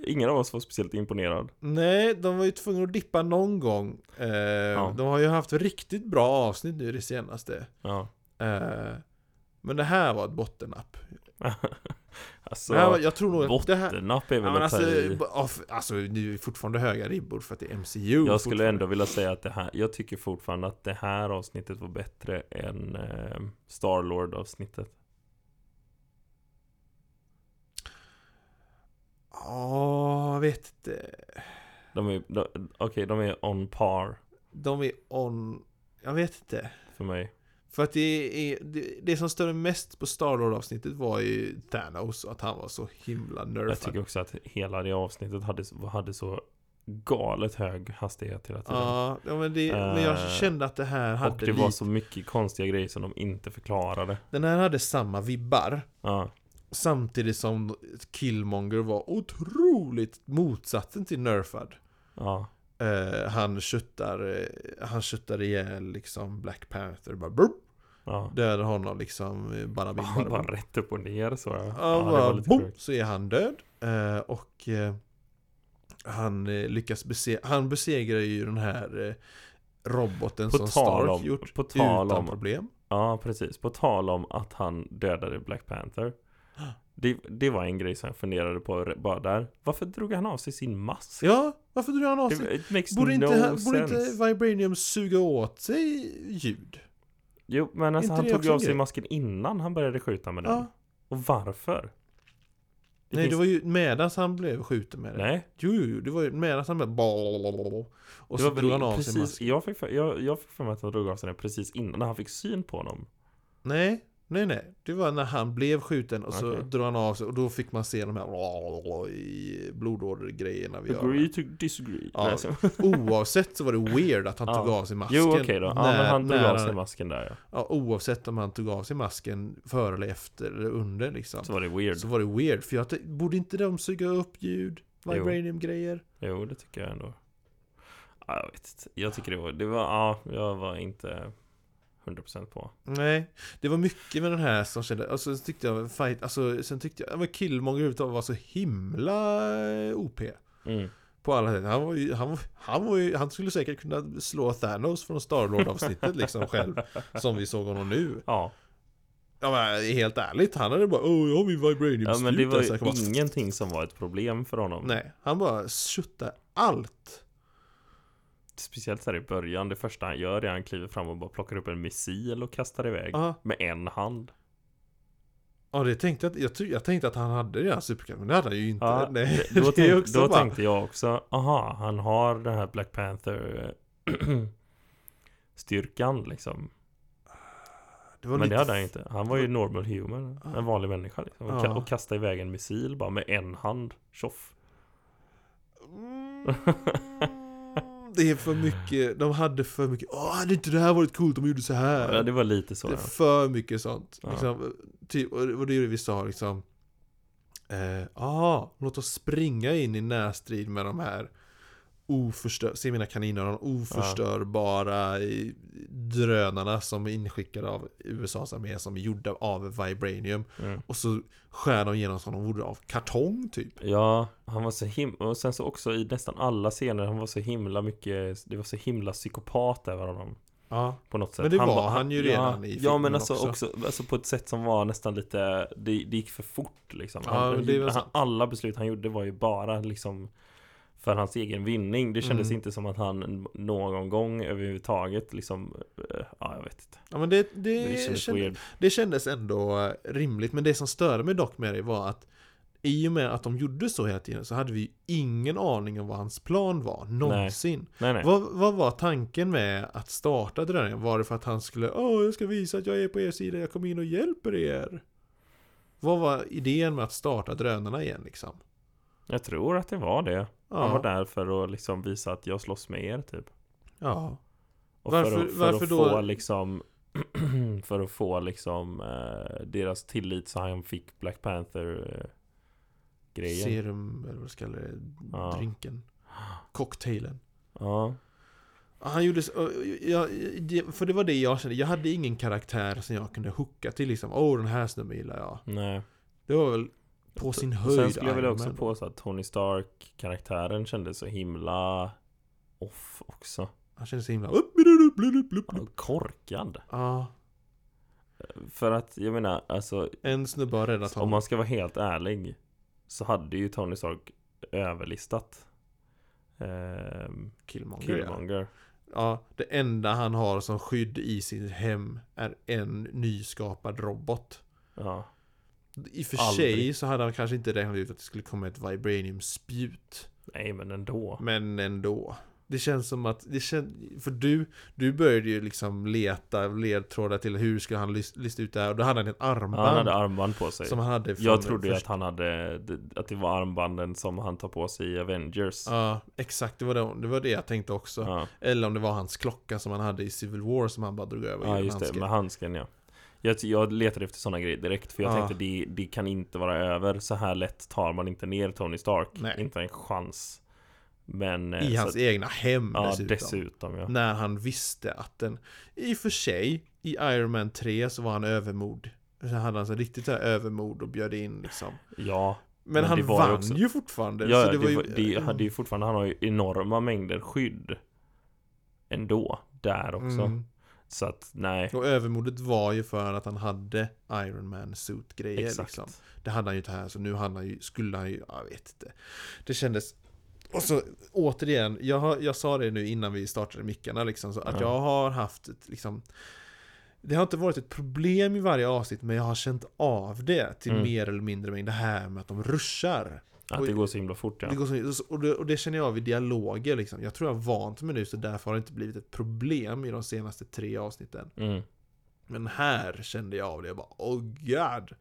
Speaker 1: Ingen av oss var speciellt imponerad
Speaker 2: Nej, de var ju tvungna att dippa någon gång. Eh, De har ju haft riktigt bra avsnitt nu i det senaste.
Speaker 1: Ja [LAUGHS]
Speaker 2: Eh, men det här var ett bottennapp.
Speaker 1: Alltså,
Speaker 2: Det här var, jag tror nog att det här...
Speaker 1: bottennapp är
Speaker 2: Ja,
Speaker 1: väl
Speaker 2: men
Speaker 1: att
Speaker 2: alltså,
Speaker 1: ta i.
Speaker 2: b- ja, f- alltså, det är ju fortfarande höga ribbor för att det är MCU.
Speaker 1: Jag skulle
Speaker 2: fortfarande.
Speaker 1: ändå vilja säga att det här Jag tycker fortfarande att det här avsnittet var bättre än eh, Starlord avsnittet
Speaker 2: Ja, jag vet inte.
Speaker 1: De är, de, okej de är on par
Speaker 2: De är on... Jag vet inte.
Speaker 1: för mig
Speaker 2: För att det, är, det, det som störde mest på Star-Lord avsnittet var ju Thanos och att han var så himla
Speaker 1: Jag
Speaker 2: nerfad.
Speaker 1: tycker också att hela det avsnittet hade, hade så galet hög hastighet hela tiden.
Speaker 2: Ja, ja, men, det, men jag
Speaker 1: Eh,
Speaker 2: kände att det här hade
Speaker 1: och det var
Speaker 2: lite-
Speaker 1: så mycket konstiga grejer som de inte förklarade.
Speaker 2: Den här hade samma vibbar.
Speaker 1: Ja,
Speaker 2: Samtidigt som Killmonger var otroligt motsatsen till nerfad.
Speaker 1: ja,
Speaker 2: Eh, han köttar, eh, han köttar ihjäl liksom Black Panther, bara brr,
Speaker 1: ja.
Speaker 2: dödar honom liksom, eh, bara bim,
Speaker 1: Han
Speaker 2: bara
Speaker 1: bara
Speaker 2: bom.
Speaker 1: rätt upp och ner så. Ja,
Speaker 2: Ja,
Speaker 1: det
Speaker 2: bara
Speaker 1: var lite
Speaker 2: boom,
Speaker 1: sjukt.
Speaker 2: så är han död. Eh, och eh, han eh, lyckas besegra, han besegrar ju den här eh, roboten
Speaker 1: På
Speaker 2: som
Speaker 1: tal
Speaker 2: Stark
Speaker 1: om-
Speaker 2: gjort
Speaker 1: på tal
Speaker 2: utan
Speaker 1: om-
Speaker 2: problem.
Speaker 1: Ja, precis. På tal om att han dödade Black
Speaker 2: [GASPS]
Speaker 1: Panther. Det, det var en grej som jag funderade på re- bara där. Varför drog han av sig sin mask?
Speaker 2: Ja, varför drar han av sig?
Speaker 1: Det, it makes
Speaker 2: Borde,
Speaker 1: no
Speaker 2: inte, han- borde
Speaker 1: sense.
Speaker 2: inte Vibranium suga åt sig ljud?
Speaker 1: Jo, men
Speaker 2: Inte
Speaker 1: alltså, han
Speaker 2: det
Speaker 1: tog
Speaker 2: också
Speaker 1: ju av
Speaker 2: en
Speaker 1: sig
Speaker 2: grej?
Speaker 1: masken innan han började skjuta med den.
Speaker 2: Ja.
Speaker 1: Och varför? Det
Speaker 2: Nej,
Speaker 1: finns-
Speaker 2: det var ju medans han blev skjuten med det.
Speaker 1: Nej,
Speaker 2: Jo, jo, jo, det var ju medans han blev blablabla. Och
Speaker 1: det
Speaker 2: så
Speaker 1: var
Speaker 2: drog han av
Speaker 1: precis,
Speaker 2: sig masken.
Speaker 1: Jag fick, för, jag, jag fick för mig att han drog av sig den precis innan när han fick syn på honom.
Speaker 2: Nej, nej, nej. Det var när han blev skjuten och så
Speaker 1: Okej.
Speaker 2: drog han av sig och då fick man se de här blablabla i blodådergrejerna vi gör.
Speaker 1: Agree to disagree.
Speaker 2: Ja,
Speaker 1: Nej, så-
Speaker 2: [LAUGHS]
Speaker 1: [LAUGHS]
Speaker 2: Oavsett så var det weird att han
Speaker 1: Ja.
Speaker 2: tog av sig masken.
Speaker 1: Jo, okej då. Ja,
Speaker 2: när-
Speaker 1: men han drog
Speaker 2: när
Speaker 1: av sig
Speaker 2: han-
Speaker 1: masken där ja.
Speaker 2: ja, Oavsett om han tog av sig masken före eller efter eller under liksom.
Speaker 1: Så var det weird.
Speaker 2: Så var det weird, för jag t- borde inte de suga upp ljud?
Speaker 1: Jo.
Speaker 2: Vibranium-grejer?
Speaker 1: Jo, det tycker jag ändå. Ja, jag vet inte. Jag tycker det var... Det var ja, jag var inte 100% på.
Speaker 2: Nej, det var mycket med den här som kände, alltså sen tyckte jag fight, alltså sen tyckte jag, men Killmonger överhuvudtaget var så himla eh, OP
Speaker 1: Mm.
Speaker 2: på alla sätt. Han var ju, han, var- han var ju, han skulle säkert kunna slå Thanos från Starlord avsnittet [LAUGHS] liksom själv, som vi såg honom nu.
Speaker 1: Ja.
Speaker 2: Ja men helt ärligt, han hade bara, åh jag har min vibranium
Speaker 1: ja, men det
Speaker 2: slut",
Speaker 1: var
Speaker 2: alltså, jag bara,
Speaker 1: ju ingenting som var ett problem för honom.
Speaker 2: Nej, han bara köttar allt.
Speaker 1: Speciellt så här i början. Det första han gör är att han kliver fram och bara plockar upp en missil och kastar iväg.
Speaker 2: Ja,
Speaker 1: Med en hand.
Speaker 2: ja det tänkte jag, att- jag, ty- jag tänkte att han hade redan superkraft, men det hade han ju inte.
Speaker 1: Ja,
Speaker 2: Nej, [LAUGHS]
Speaker 1: Då,
Speaker 2: [LAUGHS] det är
Speaker 1: tänk,
Speaker 2: också
Speaker 1: då
Speaker 2: bara-
Speaker 1: tänkte jag också, aha, han har den här Black Panther [CLEARS THROAT] eh, styrkan liksom.
Speaker 2: det var
Speaker 1: Men det
Speaker 2: lite
Speaker 1: hade han inte. Han var ju normal human.
Speaker 2: Ja.
Speaker 1: En vanlig människa liksom. Och,
Speaker 2: Ja.
Speaker 1: ka- och kastade iväg en missil bara med en hand. Tjoff.
Speaker 2: Mm, Det är för mycket, de hade för mycket Åh, hade inte det här varit coolt om de gjorde så här?
Speaker 1: Ja,
Speaker 2: det,
Speaker 1: det var lite så.
Speaker 2: är
Speaker 1: Ja.
Speaker 2: för mycket sånt.
Speaker 1: Ja.
Speaker 2: Liksom, typ, och det var det vi sa liksom eh, ah, låt oss springa in i närstrid med de här oförstör se mina kaniner, de oförstörbara i- drönarna som är inskickade av USAs armé som är gjorda av vibranium.
Speaker 1: Mm.
Speaker 2: Och så skär de igenom som de vore av kartong typ.
Speaker 1: ja, han var så himla... Och sen så också i nästan alla scener, han var så himla mycket... Det var så himla psykopat över honom.
Speaker 2: Ja.
Speaker 1: På något sätt.
Speaker 2: Men det var
Speaker 1: bara-
Speaker 2: han ju redan i
Speaker 1: Ja,
Speaker 2: filmen
Speaker 1: men alltså,
Speaker 2: också.
Speaker 1: också. alltså på ett sätt som var nästan lite... Det, det gick för fort liksom.
Speaker 2: Ja,
Speaker 1: Han,
Speaker 2: men det är väl
Speaker 1: han,
Speaker 2: sant.
Speaker 1: alla beslut han gjorde var ju bara liksom för hans egen vinning. Det kändes
Speaker 2: Mm.
Speaker 1: inte som att han någon gång överhuvudtaget liksom... eh, Ja, jag vet inte.
Speaker 2: Ja men det,
Speaker 1: Det
Speaker 2: det,
Speaker 1: kändes
Speaker 2: kände,
Speaker 1: weird.
Speaker 2: det kändes ändå eh, rimligt, men det som störde mig dock med det var att i och med att de gjorde så hela tiden så hade vi ju ingen aning om vad hans plan var, någonsin.
Speaker 1: Nej, nej.
Speaker 2: Vad, vad var tanken med att starta drönaren? Var det för att han skulle Åh, jag ska visa att jag är på er sida, jag kommer in och hjälper er? Vad var idén med att starta drönarna igen liksom?
Speaker 1: Jag tror att det var det. Han var
Speaker 2: Ja,
Speaker 1: där för att liksom visa att jag slåss med er, typ.
Speaker 2: ja.
Speaker 1: Och
Speaker 2: Varför-
Speaker 1: för att, för
Speaker 2: varför
Speaker 1: att
Speaker 2: då-
Speaker 1: få liksom [CLEARS THROAT] För att få liksom eh, Deras tillit så han fick Black Panther eh, Grejen
Speaker 2: serum, eller vad det ska kalla det,
Speaker 1: Ja.
Speaker 2: drinken, cocktailen.
Speaker 1: Ja
Speaker 2: Ja, Han gjorde så, jag, det- för det var det jag kände, jag hade ingen karaktär som jag kunde hooka till liksom, åh den här snubben gillar jag.
Speaker 1: Nej
Speaker 2: Det var väl på sin
Speaker 1: Och
Speaker 2: höjd
Speaker 1: Sen skulle jag vilja
Speaker 2: Iron
Speaker 1: också
Speaker 2: Man.
Speaker 1: påstå att Tony Stark Karaktären kändes så himla Off också
Speaker 2: Han kände sig himla upp, blup, blup, blup, blup.
Speaker 1: Ja, Korkad
Speaker 2: Ja,
Speaker 1: För att jag menar alltså
Speaker 2: en snubbe har räddat
Speaker 1: Om
Speaker 2: honom.
Speaker 1: man ska vara helt ärlig Så hade ju Tony Stark Överlistat ehm,
Speaker 2: Killmonger, Ja.
Speaker 1: Killmonger
Speaker 2: ja, det enda han har som skydd i sitt hem är en nyskapad robot.
Speaker 1: Ja
Speaker 2: I och för
Speaker 1: Aldrig.
Speaker 2: sig så hade han kanske inte räknat ut att det skulle komma ett vibranium-spjut.
Speaker 1: Nej men ändå
Speaker 2: Men ändå. Det känns som att, det kän, för du, du började ju liksom leta ledtrådar till hur skulle han list- lista ut det här och då hade han ett
Speaker 1: Ja, han
Speaker 2: armband
Speaker 1: hade armband på sig.
Speaker 2: som han hade från
Speaker 1: jag
Speaker 2: den
Speaker 1: trodde ju att
Speaker 2: första-
Speaker 1: han hade, att det var armbanden som han tar på sig i Avengers.
Speaker 2: Ja, exakt, det var det, det var det jag tänkte också.
Speaker 1: Ja,
Speaker 2: Eller om det var hans klocka som han hade i Civil War som han bara drog över
Speaker 1: ja
Speaker 2: genom
Speaker 1: just det,
Speaker 2: handsken.
Speaker 1: med handsken ja. Jag, jag letade efter sådana grejer direkt för jag
Speaker 2: Ja.
Speaker 1: tänkte det, det kan inte vara över. Så här lätt tar man inte ner Tony Stark.
Speaker 2: Nej.
Speaker 1: Inte en chans. Men... eh,
Speaker 2: I
Speaker 1: så
Speaker 2: hans
Speaker 1: att-
Speaker 2: egna hem
Speaker 1: Ja,
Speaker 2: dessutom. Mm.
Speaker 1: dessutom ja.
Speaker 2: När han visste att den, i och för sig, i Iron Man 3 så var han övermod. Så hade han så riktigt så här övermod och bjöd in liksom.
Speaker 1: Ja,
Speaker 2: Men,
Speaker 1: Men det
Speaker 2: han
Speaker 1: var ju
Speaker 2: vann
Speaker 1: också-
Speaker 2: ju fortfarande.
Speaker 1: ja,
Speaker 2: så
Speaker 1: det,
Speaker 2: det, var ju... eh,
Speaker 1: var, det hade ju fortfarande, han har ju enorma mängder skydd. Ändå, där också.
Speaker 2: Mm.
Speaker 1: Så att nej.
Speaker 2: Och övermodet var ju för att han hade Iron Man suit-grejer
Speaker 1: Exakt.
Speaker 2: liksom. Det hade han ju inte här, så nu hade han ju, skulle han ju, jag vet inte. Det kändes... Och så återigen, jag, har, jag sa det nu innan vi startade mickarna liksom, så
Speaker 1: Ja.
Speaker 2: att jag har haft ett, liksom... Det har inte varit ett problem i varje avsnitt, men jag har känt av det till
Speaker 1: Mm.
Speaker 2: mer eller mindre mängd. Det här med att de ruschar.
Speaker 1: Att det går så himla fort ja.
Speaker 2: Det går så, och, det, och det känner jag av i dialoger liksom. Jag tror jag har vant mig nu, så därför har det inte blivit ett problem i de senaste tre avsnitten.
Speaker 1: Mm.
Speaker 2: Men här kände jag av det, jag bara oh god!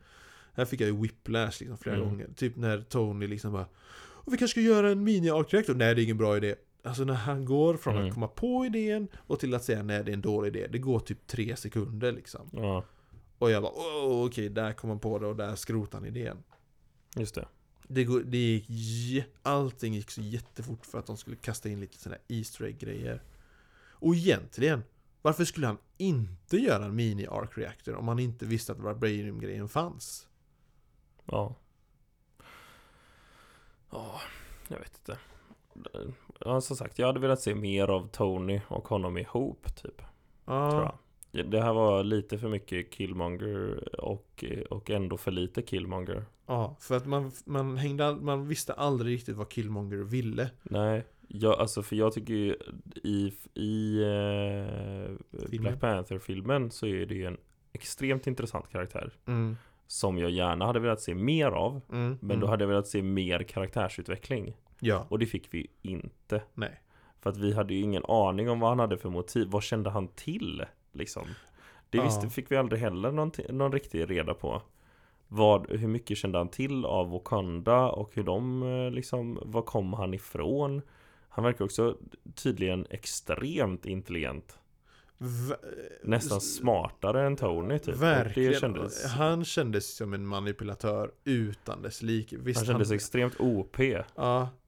Speaker 2: Här fick jag ju whiplash liksom flera
Speaker 1: Mm.
Speaker 2: gånger. Typ när Tony liksom bara "Och Vi kanske ska göra en mini arkreaktor Nej det är ingen bra idé. Alltså när han går från
Speaker 1: Mm.
Speaker 2: att komma på idén och till att säga nej det är en dålig idé. Det går typ tre sekunder liksom.
Speaker 1: Ja,
Speaker 2: Och jag bara oh, okej där kom han på det och där skrotade han idén.
Speaker 1: just det.
Speaker 2: Det, går, det gick, jä- allting gick så jättefort för att de skulle kasta in lite sådana här Easter egg-grejer. Och egentligen, varför skulle han inte göra en mini arc reactor om han inte visste att vibranium-grejen fanns?
Speaker 1: Ja. Ja, jag vet inte. Ja, som sagt, jag hade velat se mer av Tony och honom ihop, typ. Tror
Speaker 2: Ja,
Speaker 1: jag. Ja, Det här var lite för mycket Killmonger och, och ändå för lite Killmonger.
Speaker 2: ja för att man, man, hängde, all- man visste aldrig riktigt vad Killmonger ville.
Speaker 1: Nej, jag, alltså för jag tycker ju i, i eh, Black Panther-filmen så är det ju en extremt intressant karaktär.
Speaker 2: Mm,
Speaker 1: Som jag gärna hade velat se mer av.
Speaker 2: mm,
Speaker 1: Men då hade jag velat se mer karaktärsutveckling.
Speaker 2: Ja,
Speaker 1: Och det fick vi ju inte.
Speaker 2: nej.
Speaker 1: För att vi hade ju ingen aning om vad han hade för motiv. Vad kände han till? Liksom. Det
Speaker 2: Ja.
Speaker 1: visste, fick vi aldrig heller någon, någon riktig reda på. Vad, hur mycket kände han till av Wakanda och hur de eh, liksom, var kom han ifrån? Han verkar också tydligen extremt intelligent.
Speaker 2: V-
Speaker 1: Nästan smartare än Tony typ. Och
Speaker 2: Verkligen.
Speaker 1: Det kändes,
Speaker 2: Han kändes som en manipulatör utan dess like. Visst,
Speaker 1: han kändes extremt OP.
Speaker 2: Ja,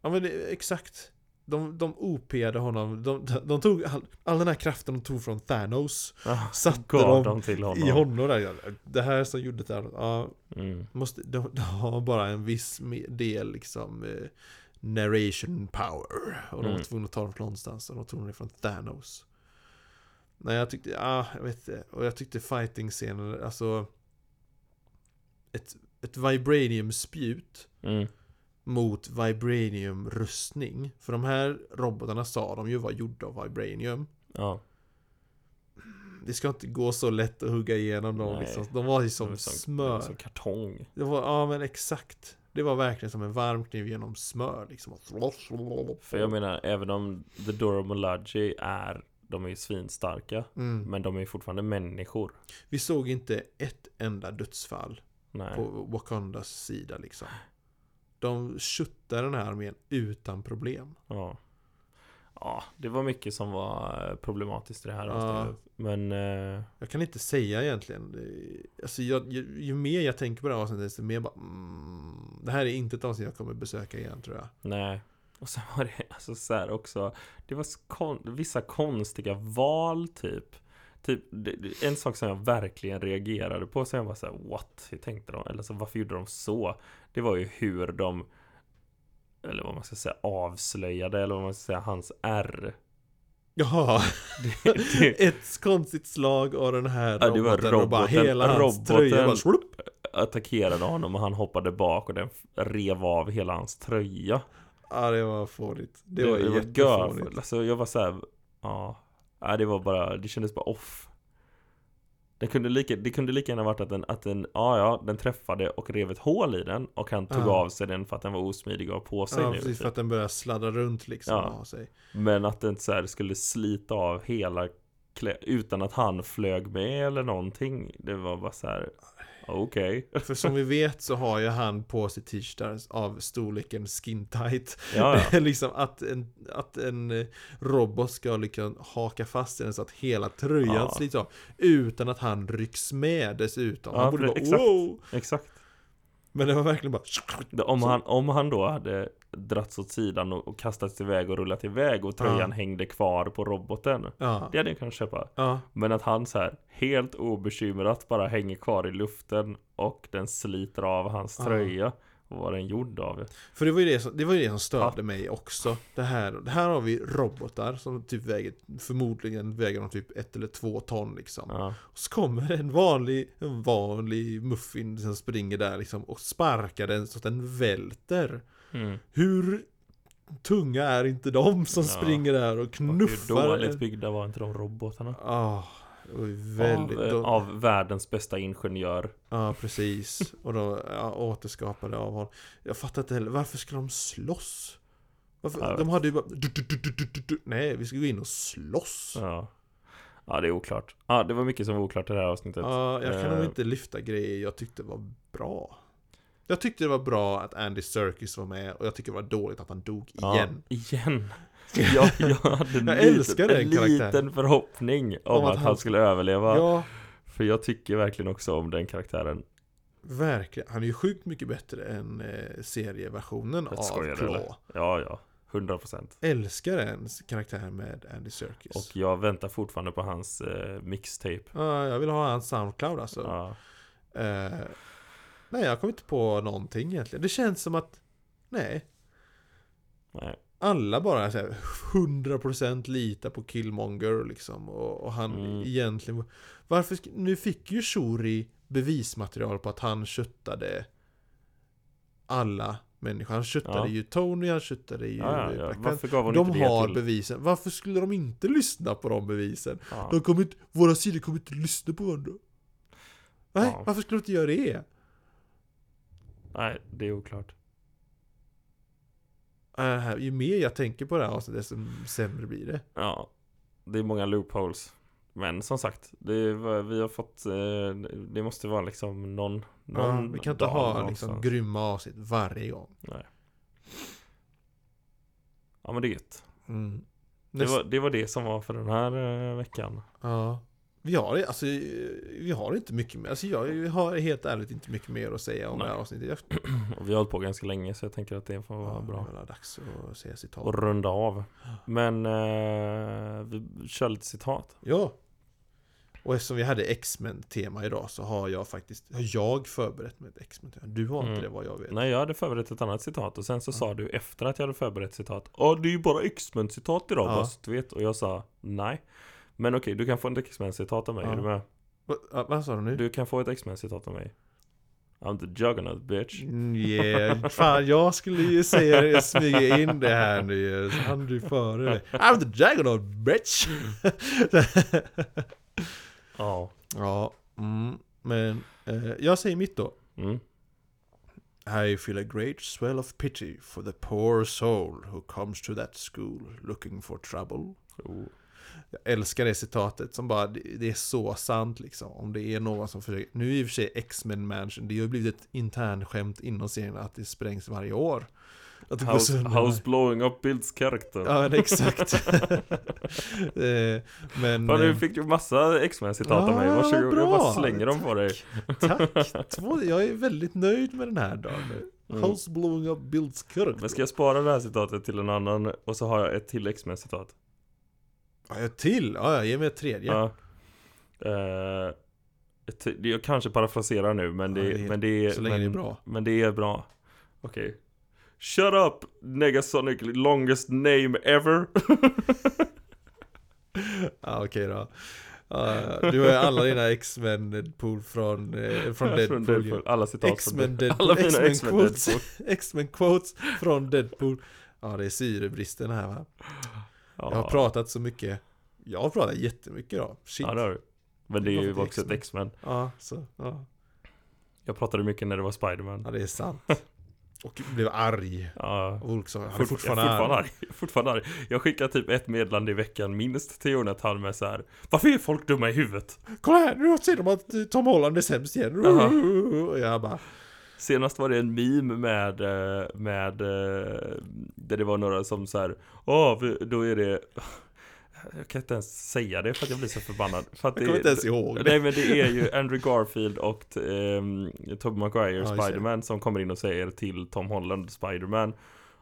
Speaker 2: ja men det, exakt. De, de OP'ade honom. De, de, de tog all, all den här kraften de tog från Thanos.
Speaker 1: [LAUGHS]
Speaker 2: Satte
Speaker 1: Gav
Speaker 2: de,
Speaker 1: dem till honom.
Speaker 2: i honom. Där. Det här som gjorde Thanos. Ja,
Speaker 1: Mm.
Speaker 2: måste, de, de har bara en viss me- del liksom eh, narration power. Och de var
Speaker 1: Mm.
Speaker 2: tvungna att ta den från någonstans. Och de tog den från Thanos. Nej, jag tyckte, ja, jag vet inte. Och jag tyckte fighting-scenen, alltså. Ett, ett vibranium-spjut
Speaker 1: Mm.
Speaker 2: mot vibranium-rustning. För de här robotarna sa de ju var gjorda av vibranium.
Speaker 1: Ja.
Speaker 2: Det ska inte gå så lätt att hugga igenom dem
Speaker 1: Nej.
Speaker 2: liksom. De var ju
Speaker 1: Det var
Speaker 2: som
Speaker 1: det var Som
Speaker 2: smör.
Speaker 1: kartong.
Speaker 2: Det var, ja men exakt. Det var verkligen som en varm kniv genom smör liksom.
Speaker 1: För jag menar, även om The Dora Milaje är De är ju svinstarka
Speaker 2: Mm.
Speaker 1: Men de är ju fortfarande människor
Speaker 2: Vi såg inte ett enda dödsfall
Speaker 1: Nej
Speaker 2: på Wakandas sida liksom. De köttade den här armén utan problem.
Speaker 1: Ja Ja, det var mycket som var eh, problematiskt i det här
Speaker 2: Ja.
Speaker 1: avsnittet Men eh,
Speaker 2: Jag kan inte säga egentligen. Det- Alltså jag, ju, ju mer jag tänker på det här avsnittet desto mer bara mm, Det här är inte ett avsnitt jag kommer besöka igen tror jag.
Speaker 1: nej Och sen var det [LAUGHS] alltså så här också Det var så kon- vissa konstiga val typ Typ, det- det- en sak som jag verkligen reagerade på, så jag var så här, what? Hur tänkte de? Eller så, varför gjorde de så? Det var ju hur de, eller vad man ska säga, avslöjade, eller vad man ska säga, hans R. [LAUGHS]
Speaker 2: Jaha,
Speaker 1: Det, det,
Speaker 2: ett konstigt slag av den här
Speaker 1: Ja, det var
Speaker 2: och bara
Speaker 1: roboten.
Speaker 2: hela hans
Speaker 1: Roboten.
Speaker 2: tröja bara slupp.
Speaker 1: attackerade honom och han hoppade bak och den f- rev av hela hans tröja.
Speaker 2: Ja det var fånigt. Det, var,
Speaker 1: gör-
Speaker 2: jättefånigt.
Speaker 1: Alltså jag var såhär, ja. Nej, det var bara, det kändes bara off. Det kunde, lika, det kunde lika gärna varit att den, att den, ja, ja, den träffade och rev ett hål i den och han tog
Speaker 2: Ja.
Speaker 1: av sig den för att den var osmidig och ha på sig
Speaker 2: Ja,
Speaker 1: nu.
Speaker 2: precis,
Speaker 1: typ.
Speaker 2: för att den börjar sladdra runt liksom.
Speaker 1: Ja.
Speaker 2: och ha sig.
Speaker 1: Men att den så här skulle slita av hela klä- utan att han flög med eller någonting. Det var bara så här. okej.
Speaker 2: [LAUGHS] För som vi vet så har ju han på sig t-shirtar av storleken skin tight.
Speaker 1: Ja, ja.
Speaker 2: [LAUGHS] liksom att en, att en eh, robot ska liksom haka fast i den så att hela tröjan
Speaker 1: Ja.
Speaker 2: slits av. Utan att han rycks med dessutom.
Speaker 1: Ja,
Speaker 2: han borde
Speaker 1: pre-
Speaker 2: bara
Speaker 1: exakt.
Speaker 2: wow!
Speaker 1: Exakt.
Speaker 2: Men det var verkligen bara
Speaker 1: Det- Om
Speaker 2: Så-
Speaker 1: han, om han då hade dragits åt sidan och, och kastats iväg och rullat iväg och tröjan
Speaker 2: Ja.
Speaker 1: hängde kvar på roboten.
Speaker 2: Ja,
Speaker 1: Det hade jag kunnat köpa.
Speaker 2: ja.
Speaker 1: Men att han så här helt obekymrat bara hänger kvar i luften och den sliter av hans
Speaker 2: Ja.
Speaker 1: tröja. Och vad den är gjord av.
Speaker 2: För det var ju det som, det var ju det som störde mig också. Det här, det här har vi robotar som typ väger, förmodligen väger de typ ett eller två ton liksom.
Speaker 1: Ja.
Speaker 2: Och så kommer en vanlig, en vanlig muffin som springer där liksom och sparkar den så att den välter.
Speaker 1: Mm.
Speaker 2: Hur tunga är inte de som
Speaker 1: Ja.
Speaker 2: springer där och
Speaker 1: Hur
Speaker 2: knuffar?
Speaker 1: dåligt byggda var inte de robotarna?
Speaker 2: Ja, det var ju väldigt
Speaker 1: av, eh,
Speaker 2: dåligt.
Speaker 1: av världens bästa ingenjör.
Speaker 2: Ja, precis. Och då ja, återskapade av honom. Jag fattar inte heller, varför skulle de slåss?
Speaker 1: Jag
Speaker 2: Varför?
Speaker 1: vet
Speaker 2: De hade ju bara... Du, du, du, du, du, du, du. Nej, vi ska gå in och slåss. Ja,
Speaker 1: Ja. ja, det är oklart. Ja, det var mycket som var oklart i det här avsnittet.
Speaker 2: jag kan nog
Speaker 1: Eh.
Speaker 2: inte lyfta grejer jag tyckte var bra. Jag tyckte det var bra att Andy Serkis var med och jag tycker det var dåligt att han dog
Speaker 1: Ja,
Speaker 2: igen.
Speaker 1: igen. Jag, [LAUGHS] jag hade en,
Speaker 2: Jag
Speaker 1: liten,
Speaker 2: älskar den
Speaker 1: en
Speaker 2: karaktären.
Speaker 1: liten förhoppning om, att, han skulle överleva.
Speaker 2: Ja,
Speaker 1: För jag tycker verkligen också om den karaktären.
Speaker 2: verkligen. Han är ju sjukt mycket bättre än eh, serieversionen
Speaker 1: Jag
Speaker 2: av
Speaker 1: skojar, eller?
Speaker 2: Claw.
Speaker 1: Ja, ja. 100 procent.
Speaker 2: Älskar ens karaktär med Andy Serkis.
Speaker 1: Och jag väntar fortfarande på hans eh, mixtape.
Speaker 2: Ja, jag vill ha hans Soundcloud alltså.
Speaker 1: Ja.
Speaker 2: Eh, nej, jag kom inte på någonting egentligen. Det känns som att, nej,
Speaker 1: Nej.
Speaker 2: alla bara så här 100% litar på Killmonger liksom. Och, och han
Speaker 1: Mm.
Speaker 2: egentligen... Varför, sk- nu fick ju Shuri bevismaterial på att han köttade alla människor. Han köttade
Speaker 1: Ja.
Speaker 2: ju Tony, han köttade ju
Speaker 1: Ja, ja, ja.
Speaker 2: Black Panther.
Speaker 1: Varför gav hon
Speaker 2: De
Speaker 1: inte det
Speaker 2: har
Speaker 1: till...
Speaker 2: bevisen. Varför skulle de inte lyssna på de bevisen?
Speaker 1: Ja.
Speaker 2: De kommer inte, våra sidor kommer inte lyssna på varandra. Nej,
Speaker 1: Ja.
Speaker 2: varför skulle de inte göra det?
Speaker 1: Nej, det är oklart.
Speaker 2: Äh, här, ju mer jag tänker på det här avsnittet, desto sämre blir det.
Speaker 1: Ja, det är många loopholes. Men som sagt, det var, vi har fått, eh, det måste vara liksom någon, någon
Speaker 2: ja, vi kan inte
Speaker 1: dag
Speaker 2: ha
Speaker 1: någonstans.
Speaker 2: liksom, grymma avsnitt varje gång.
Speaker 1: Ja men det är gött.
Speaker 2: Mm.
Speaker 1: Det
Speaker 2: Näst,
Speaker 1: var, det var det som var för den här eh, veckan.
Speaker 2: ja. Vi har, alltså, eh, vi har inte mycket mer. Alltså, jag har helt ärligt inte mycket mer att säga om
Speaker 1: Nej.
Speaker 2: det här avsnittet. Jag
Speaker 1: Och vi har hållit på ganska länge så jag tänker att det får vara bra.
Speaker 2: Det är dags att säga citat.
Speaker 1: Och runda av. Men eh, vi kör lite citat.
Speaker 2: Ja. Och eftersom vi hade X-Men-tema idag så har jag faktiskt, har jag förberett mig ett X-Men-tema. Du har
Speaker 1: Mm.
Speaker 2: inte det vad jag vet.
Speaker 1: Nej jag hade förberett ett annat citat och sen så sa du efter att jag hade förberett citat Ja det är ju bara X-Men citat idag
Speaker 2: Ja.
Speaker 1: bara så du vet. Och jag sa nej. Men okej du kan få ett X-Men citat av mig.
Speaker 2: Ja.
Speaker 1: Är du med?
Speaker 2: Va, ja, vad sa du nu?
Speaker 1: Du kan få ett X-Men-citat av mig. I'm the juggernaut bitch.
Speaker 2: Mm, Yeah, fan jag skulle ju säga det, smyga in det här nu så hann du före det. I'm the juggernaut bitch!
Speaker 1: Ja.
Speaker 2: ja, mm, men eh, jag säger mitt då.
Speaker 1: Mm.
Speaker 2: I feel a great swell of pity for the poor soul who comes to that school looking for trouble.
Speaker 1: Oh.
Speaker 2: Jag älskar det citatet som bara, det det är så sant liksom. Om det är någon som försöker, nu i och för sig X-Men Mansion, det har ju blivit ett internskämt inom serien att det sprängs varje år. Att det går
Speaker 1: House,
Speaker 2: sönder.
Speaker 1: house blowing up Bilds karaktär.
Speaker 2: Ja, men exakt.
Speaker 1: [LAUGHS]
Speaker 2: Eh, men...
Speaker 1: Fan, du
Speaker 2: eh,
Speaker 1: fick ju massa X-Men-citat av mig.
Speaker 2: Ja, vad
Speaker 1: Varsågod, jag
Speaker 2: bra.
Speaker 1: bara slänger dem på dig.
Speaker 2: Tack! Två, jag är väldigt nöjd med den här dagen nu.
Speaker 1: Mm.
Speaker 2: House blowing up builds curve.
Speaker 1: Men ska jag spara det här citatet till en annan och så har jag ett till X-Men-citat?
Speaker 2: Ja, jag till! Ja, ja, ge mig ett tredje.
Speaker 1: Ja. Eh, ett- det- jag kanske parafraserar nu, men det,
Speaker 2: Ja, det är-
Speaker 1: men det är...
Speaker 2: så länge
Speaker 1: men,
Speaker 2: det är bra.
Speaker 1: Men det är bra. Okej. Shut up, Negasonic longest name ever.
Speaker 2: Ja, okej då. Ja, du har ju alla dina X-Men Deadpool
Speaker 1: [LAUGHS]
Speaker 2: från, eh, [LAUGHS] från Deadpool. ju.
Speaker 1: Alla citat
Speaker 2: X-Men
Speaker 1: från
Speaker 2: Deadpool.
Speaker 1: Alla mina
Speaker 2: X-Men
Speaker 1: X-Men
Speaker 2: quotes.
Speaker 1: Deadpool.
Speaker 2: [LAUGHS] X-Men quotes från Deadpool. Ja, det är syrebristen här va. Jag har
Speaker 1: Ja,
Speaker 2: pratat så mycket. Jag har pratat jättemycket idag. Shit.
Speaker 1: ja, det har du. Men det är ju
Speaker 2: Varför
Speaker 1: också ett
Speaker 2: X-Men?
Speaker 1: X-Men.
Speaker 2: Ja, så, ja.
Speaker 1: Jag pratade mycket när det var Spiderman.
Speaker 2: ja det är sant. [LAUGHS] Och blev arg.
Speaker 1: Ja.
Speaker 2: Av olika saker. Han är
Speaker 1: Fort-
Speaker 2: fortfarande,
Speaker 1: jag är fortfarande
Speaker 2: arg.
Speaker 1: arg. [LAUGHS] Jag är Fortfarande arg. Jag skickar typ ett meddelande i veckan minst till Jonathan med så här. Varför är folk dumma i huvudet?
Speaker 2: Kolla här, nu säger de att eh, Tom Holland är sämst igen.
Speaker 1: Jaha.
Speaker 2: Och jag bara,
Speaker 1: Senast var det en meme med, eh, med, eh, där det var några som så här. Åh, vi- då är det [LAUGHS] jag kan inte ens säga det för att jag blir så förbannad. För att
Speaker 2: jag kommer inte
Speaker 1: det,
Speaker 2: ens ihåg det.
Speaker 1: Nej men det är ju Andrew Garfield och um, Tobey Maguire
Speaker 2: Ja, just det.
Speaker 1: Spiderman som kommer in och säger till Tom Holland Spiderman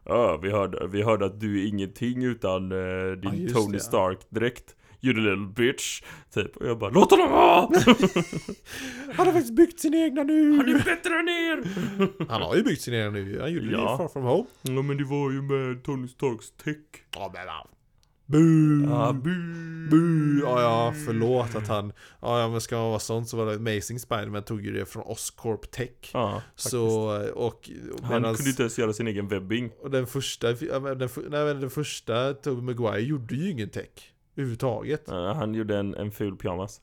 Speaker 1: "Ja, vi, hörde, vi hörde att du är ingenting utan eh,
Speaker 2: Ja,
Speaker 1: din
Speaker 2: just
Speaker 1: Tony
Speaker 2: det.
Speaker 1: Stark direkt You little bitch Typ och jag bara LÅT HONOM VARA! [LAUGHS]
Speaker 2: Han har faktiskt byggt sin egna
Speaker 1: Han är
Speaker 2: nu!
Speaker 1: bättre än er!
Speaker 2: Han har ju byggt sin egna nu Han gjorde ju
Speaker 1: Ja.
Speaker 2: Far From Home.
Speaker 1: Ja men det var ju med Tony Starks tech
Speaker 2: Ja, men ja. Boo!
Speaker 1: ah, bu.
Speaker 2: Bu! Ja, ja, förlåt att han... Ja, ja, men ska man vara sån så var det Amazing Spider-Man tog ju det från Oscorp Tech.
Speaker 1: Ja, faktiskt.
Speaker 2: så, och... och
Speaker 1: Han
Speaker 2: medans-
Speaker 1: kunde inte ens göra sin egen webbing
Speaker 2: Och den första, ja, men den, fu- nej, men den första Tobey Maguire gjorde ju ingen tech. Överhuvudtaget.
Speaker 1: Eh, Han gjorde en, en ful pyjamas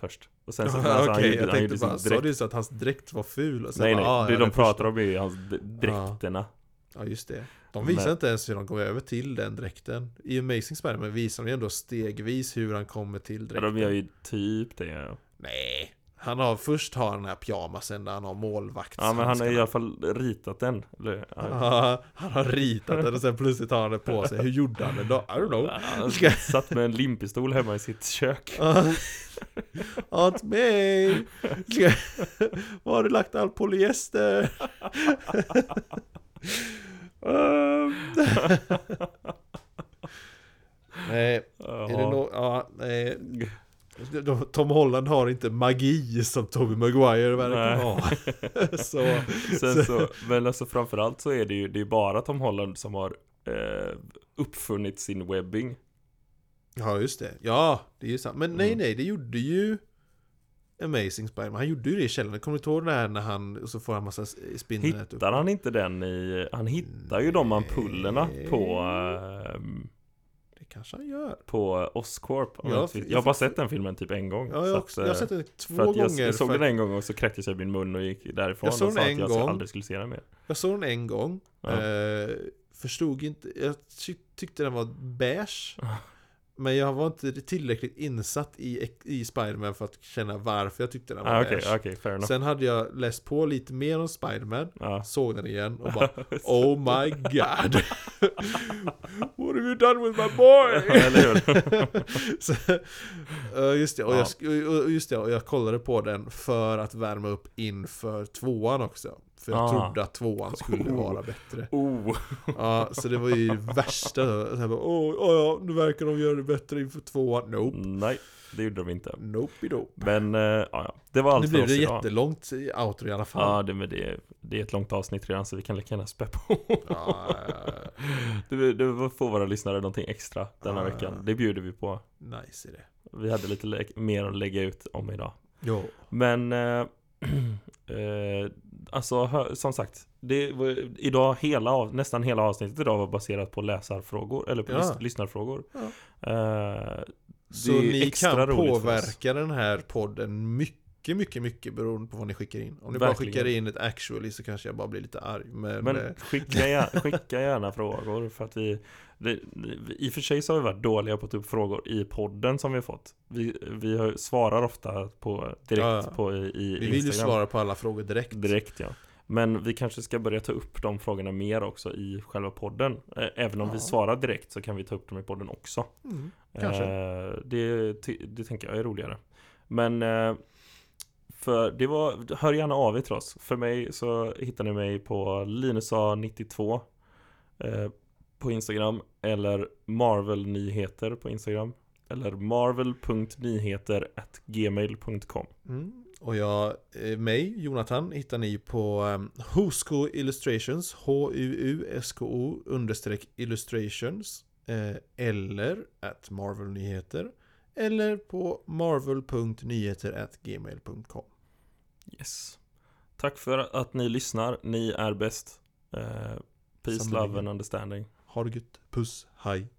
Speaker 1: Först Och
Speaker 2: [LAUGHS]
Speaker 1: sen så
Speaker 2: Okej,
Speaker 1: alltså, han gjorde,
Speaker 2: jag
Speaker 1: han
Speaker 2: tänkte
Speaker 1: gjorde sin
Speaker 2: bara,
Speaker 1: direkt
Speaker 2: sa du så att hans dräkt var ful? Och sen
Speaker 1: nej
Speaker 2: bara,
Speaker 1: nej,
Speaker 2: ah,
Speaker 1: det
Speaker 2: ja, Ah,
Speaker 1: de
Speaker 2: den
Speaker 1: pratar om är ju hans d- dräkterna.
Speaker 2: första- Ja, just det. De visar
Speaker 1: Men-
Speaker 2: inte ens hur de går över till den dräkten. I Amazing Spider-Man visar de ju ändå stegvis hur han kommer till
Speaker 1: Ja,
Speaker 2: dräkten.
Speaker 1: de gör ju typ det. Ja,
Speaker 2: Nej. Han har, först har han den här pyjamasen där han har målvakt.
Speaker 1: ja men han har i alla fall ritat den. Eller, ja.
Speaker 2: [LAUGHS] Ja, han har ritat den och sen plötsligt har han det på sig. Hur gjorde han det då? I don't know.
Speaker 1: [LAUGHS] Han satt med en limpistol hemma i sitt kök.
Speaker 2: [LAUGHS] Aunt May! Ska- [LAUGHS] Var har du lagt all polyester? Ehm. [LAUGHS] nej, är det
Speaker 1: Ja.
Speaker 2: nå ja, nej. De- Tom Holland har inte magi som Tobey Maguire verkar
Speaker 1: Nej.
Speaker 2: [LAUGHS] ha. Så,
Speaker 1: Sen
Speaker 2: [LAUGHS]
Speaker 1: så, men alltså framförallt så är det ju det är bara Tom Holland som har eh, uppfunnit sin webbing.
Speaker 2: ja just det. Ja, det är ju sant. Men nej,
Speaker 1: Mm.
Speaker 2: nej, det gjorde ju Amazing Spider-Man. Han gjorde ju det i källaren. Kommer du inte ihåg det här när han, och så får han massa spindelnät upp?
Speaker 1: Hittar han inte den i... Han hittar ju de ampullerna på... ehm,
Speaker 2: Det kanske han gör.
Speaker 1: på Oscorp. om
Speaker 2: Ja,
Speaker 1: jag inte
Speaker 2: för-
Speaker 1: vet. Jag har bara sett den filmen typ en gång.
Speaker 2: Ja,
Speaker 1: så
Speaker 2: jag,
Speaker 1: att,
Speaker 2: också, jag har
Speaker 1: eh,
Speaker 2: sett den två
Speaker 1: För att jag,
Speaker 2: gånger.
Speaker 1: jag såg
Speaker 2: för
Speaker 1: den
Speaker 2: att,
Speaker 1: en gång och så kräktes jag i min mun och gick därifrån
Speaker 2: Jag såg
Speaker 1: och sa
Speaker 2: den
Speaker 1: att
Speaker 2: en
Speaker 1: jag
Speaker 2: gång.
Speaker 1: aldrig skulle se den mer.
Speaker 2: jag såg den en gång.
Speaker 1: Ja.
Speaker 2: Eh, förstod inte. Jag ty tyckte den var
Speaker 1: [LAUGHS]
Speaker 2: beige. Men jag var inte tillräckligt insatt i, i Spiderman för att känna varför jag tyckte den var
Speaker 1: Ah, Okej,
Speaker 2: beige.
Speaker 1: okej, fair [LAUGHS] enough.
Speaker 2: Sen hade jag läst på lite mer om Spiderman.
Speaker 1: Ja.
Speaker 2: Såg den igen
Speaker 1: [LAUGHS]
Speaker 2: och bara Oh my god [LAUGHS] What have you done with
Speaker 1: [LAUGHS]
Speaker 2: my boy?
Speaker 1: Eller hur?
Speaker 2: Så, eh, just, det, och
Speaker 1: Ja.
Speaker 2: jag, sk- och- och just det, och jag kollade på den för att värma upp inför tvåan också. För jag
Speaker 1: Ah.
Speaker 2: trodde att tvåan skulle
Speaker 1: Oh.
Speaker 2: vara bättre.
Speaker 1: Oh,
Speaker 2: Ja, så det var ju det värsta. Så jag bara, åh, åh, ja, nu verkar de göra det bättre inför tvåan. Nope.
Speaker 1: nej, det gjorde de inte.
Speaker 2: Nope dope.
Speaker 1: Men, eh, ja, ja. Det var allt
Speaker 2: Nu
Speaker 1: för
Speaker 2: blev
Speaker 1: oss
Speaker 2: det
Speaker 1: idag.
Speaker 2: jättelångt i outro i alla fall.
Speaker 1: Ja, det, men det, det är ett långt avsnitt redan så vi kan lika gärna spä på. [LAUGHS]
Speaker 2: Ja, eh,
Speaker 1: Det, det får våra lyssnare någonting extra den här
Speaker 2: Ja.
Speaker 1: veckan. Det bjuder vi på.
Speaker 2: nice är det.
Speaker 1: Vi hade lite lä- mer att lägga ut om idag.
Speaker 2: Jo.
Speaker 1: Men eh, [CLEARS THROAT] eh, alltså hö- som sagt, det var, idag hela, av- nästan hela avsnittet idag var baserat på läsarfrågor eller på
Speaker 2: Ja.
Speaker 1: lys, lyssnarfrågor.
Speaker 2: Ja.
Speaker 1: Eh,
Speaker 2: Så
Speaker 1: det är
Speaker 2: ni
Speaker 1: extra
Speaker 2: kan
Speaker 1: roligt för oss.
Speaker 2: påverka den här podden mycket, mycket, mycket beroende på vad ni skickar in. Om ni bara
Speaker 1: Verkligen.
Speaker 2: skickar in ett actually så kanske jag bara blir lite arg. Men, eh,
Speaker 1: men skicka
Speaker 2: [LAUGHS]
Speaker 1: gärna, skicka gärna frågor för att vi, det, I och för sig så har vi varit dåliga på att ta upp frågor i podden som vi har fått Vi, vi har, svarar ofta på, direkt
Speaker 2: Ja, ja.
Speaker 1: på i, i
Speaker 2: vi vill ju
Speaker 1: Instagram
Speaker 2: svara på alla frågor direkt.
Speaker 1: Direkt ja. Men vi kanske ska börja ta upp de frågorna mer också i själva podden. Eh, Även om vi
Speaker 2: Ja.
Speaker 1: svarar direkt så kan vi ta upp dem i podden också.
Speaker 2: Mm, kanske.
Speaker 1: Eh, Det, ty- det tänker jag är roligare. Men eh, för det var, hör gärna av er till oss. För mig så hittar ni mig på linusa92 eh, på Instagram eller marvelnyheter på Instagram. Eller marvel.nyheter gmail.com
Speaker 2: Mm. Och jag, eh, mig, Jonathan, hittar ni på um, Husko Illustrations, H-U-U-S-K-O understreck illustrations, eh, eller at Marvel Nyheter, eller på marvel.nyheter.gmail.com.
Speaker 1: Yes. Tack för att ni lyssnar. Ni är bäst. Eh, peace,
Speaker 2: Sannerligen.
Speaker 1: love and understanding.
Speaker 2: Ha det gött, puss, hej!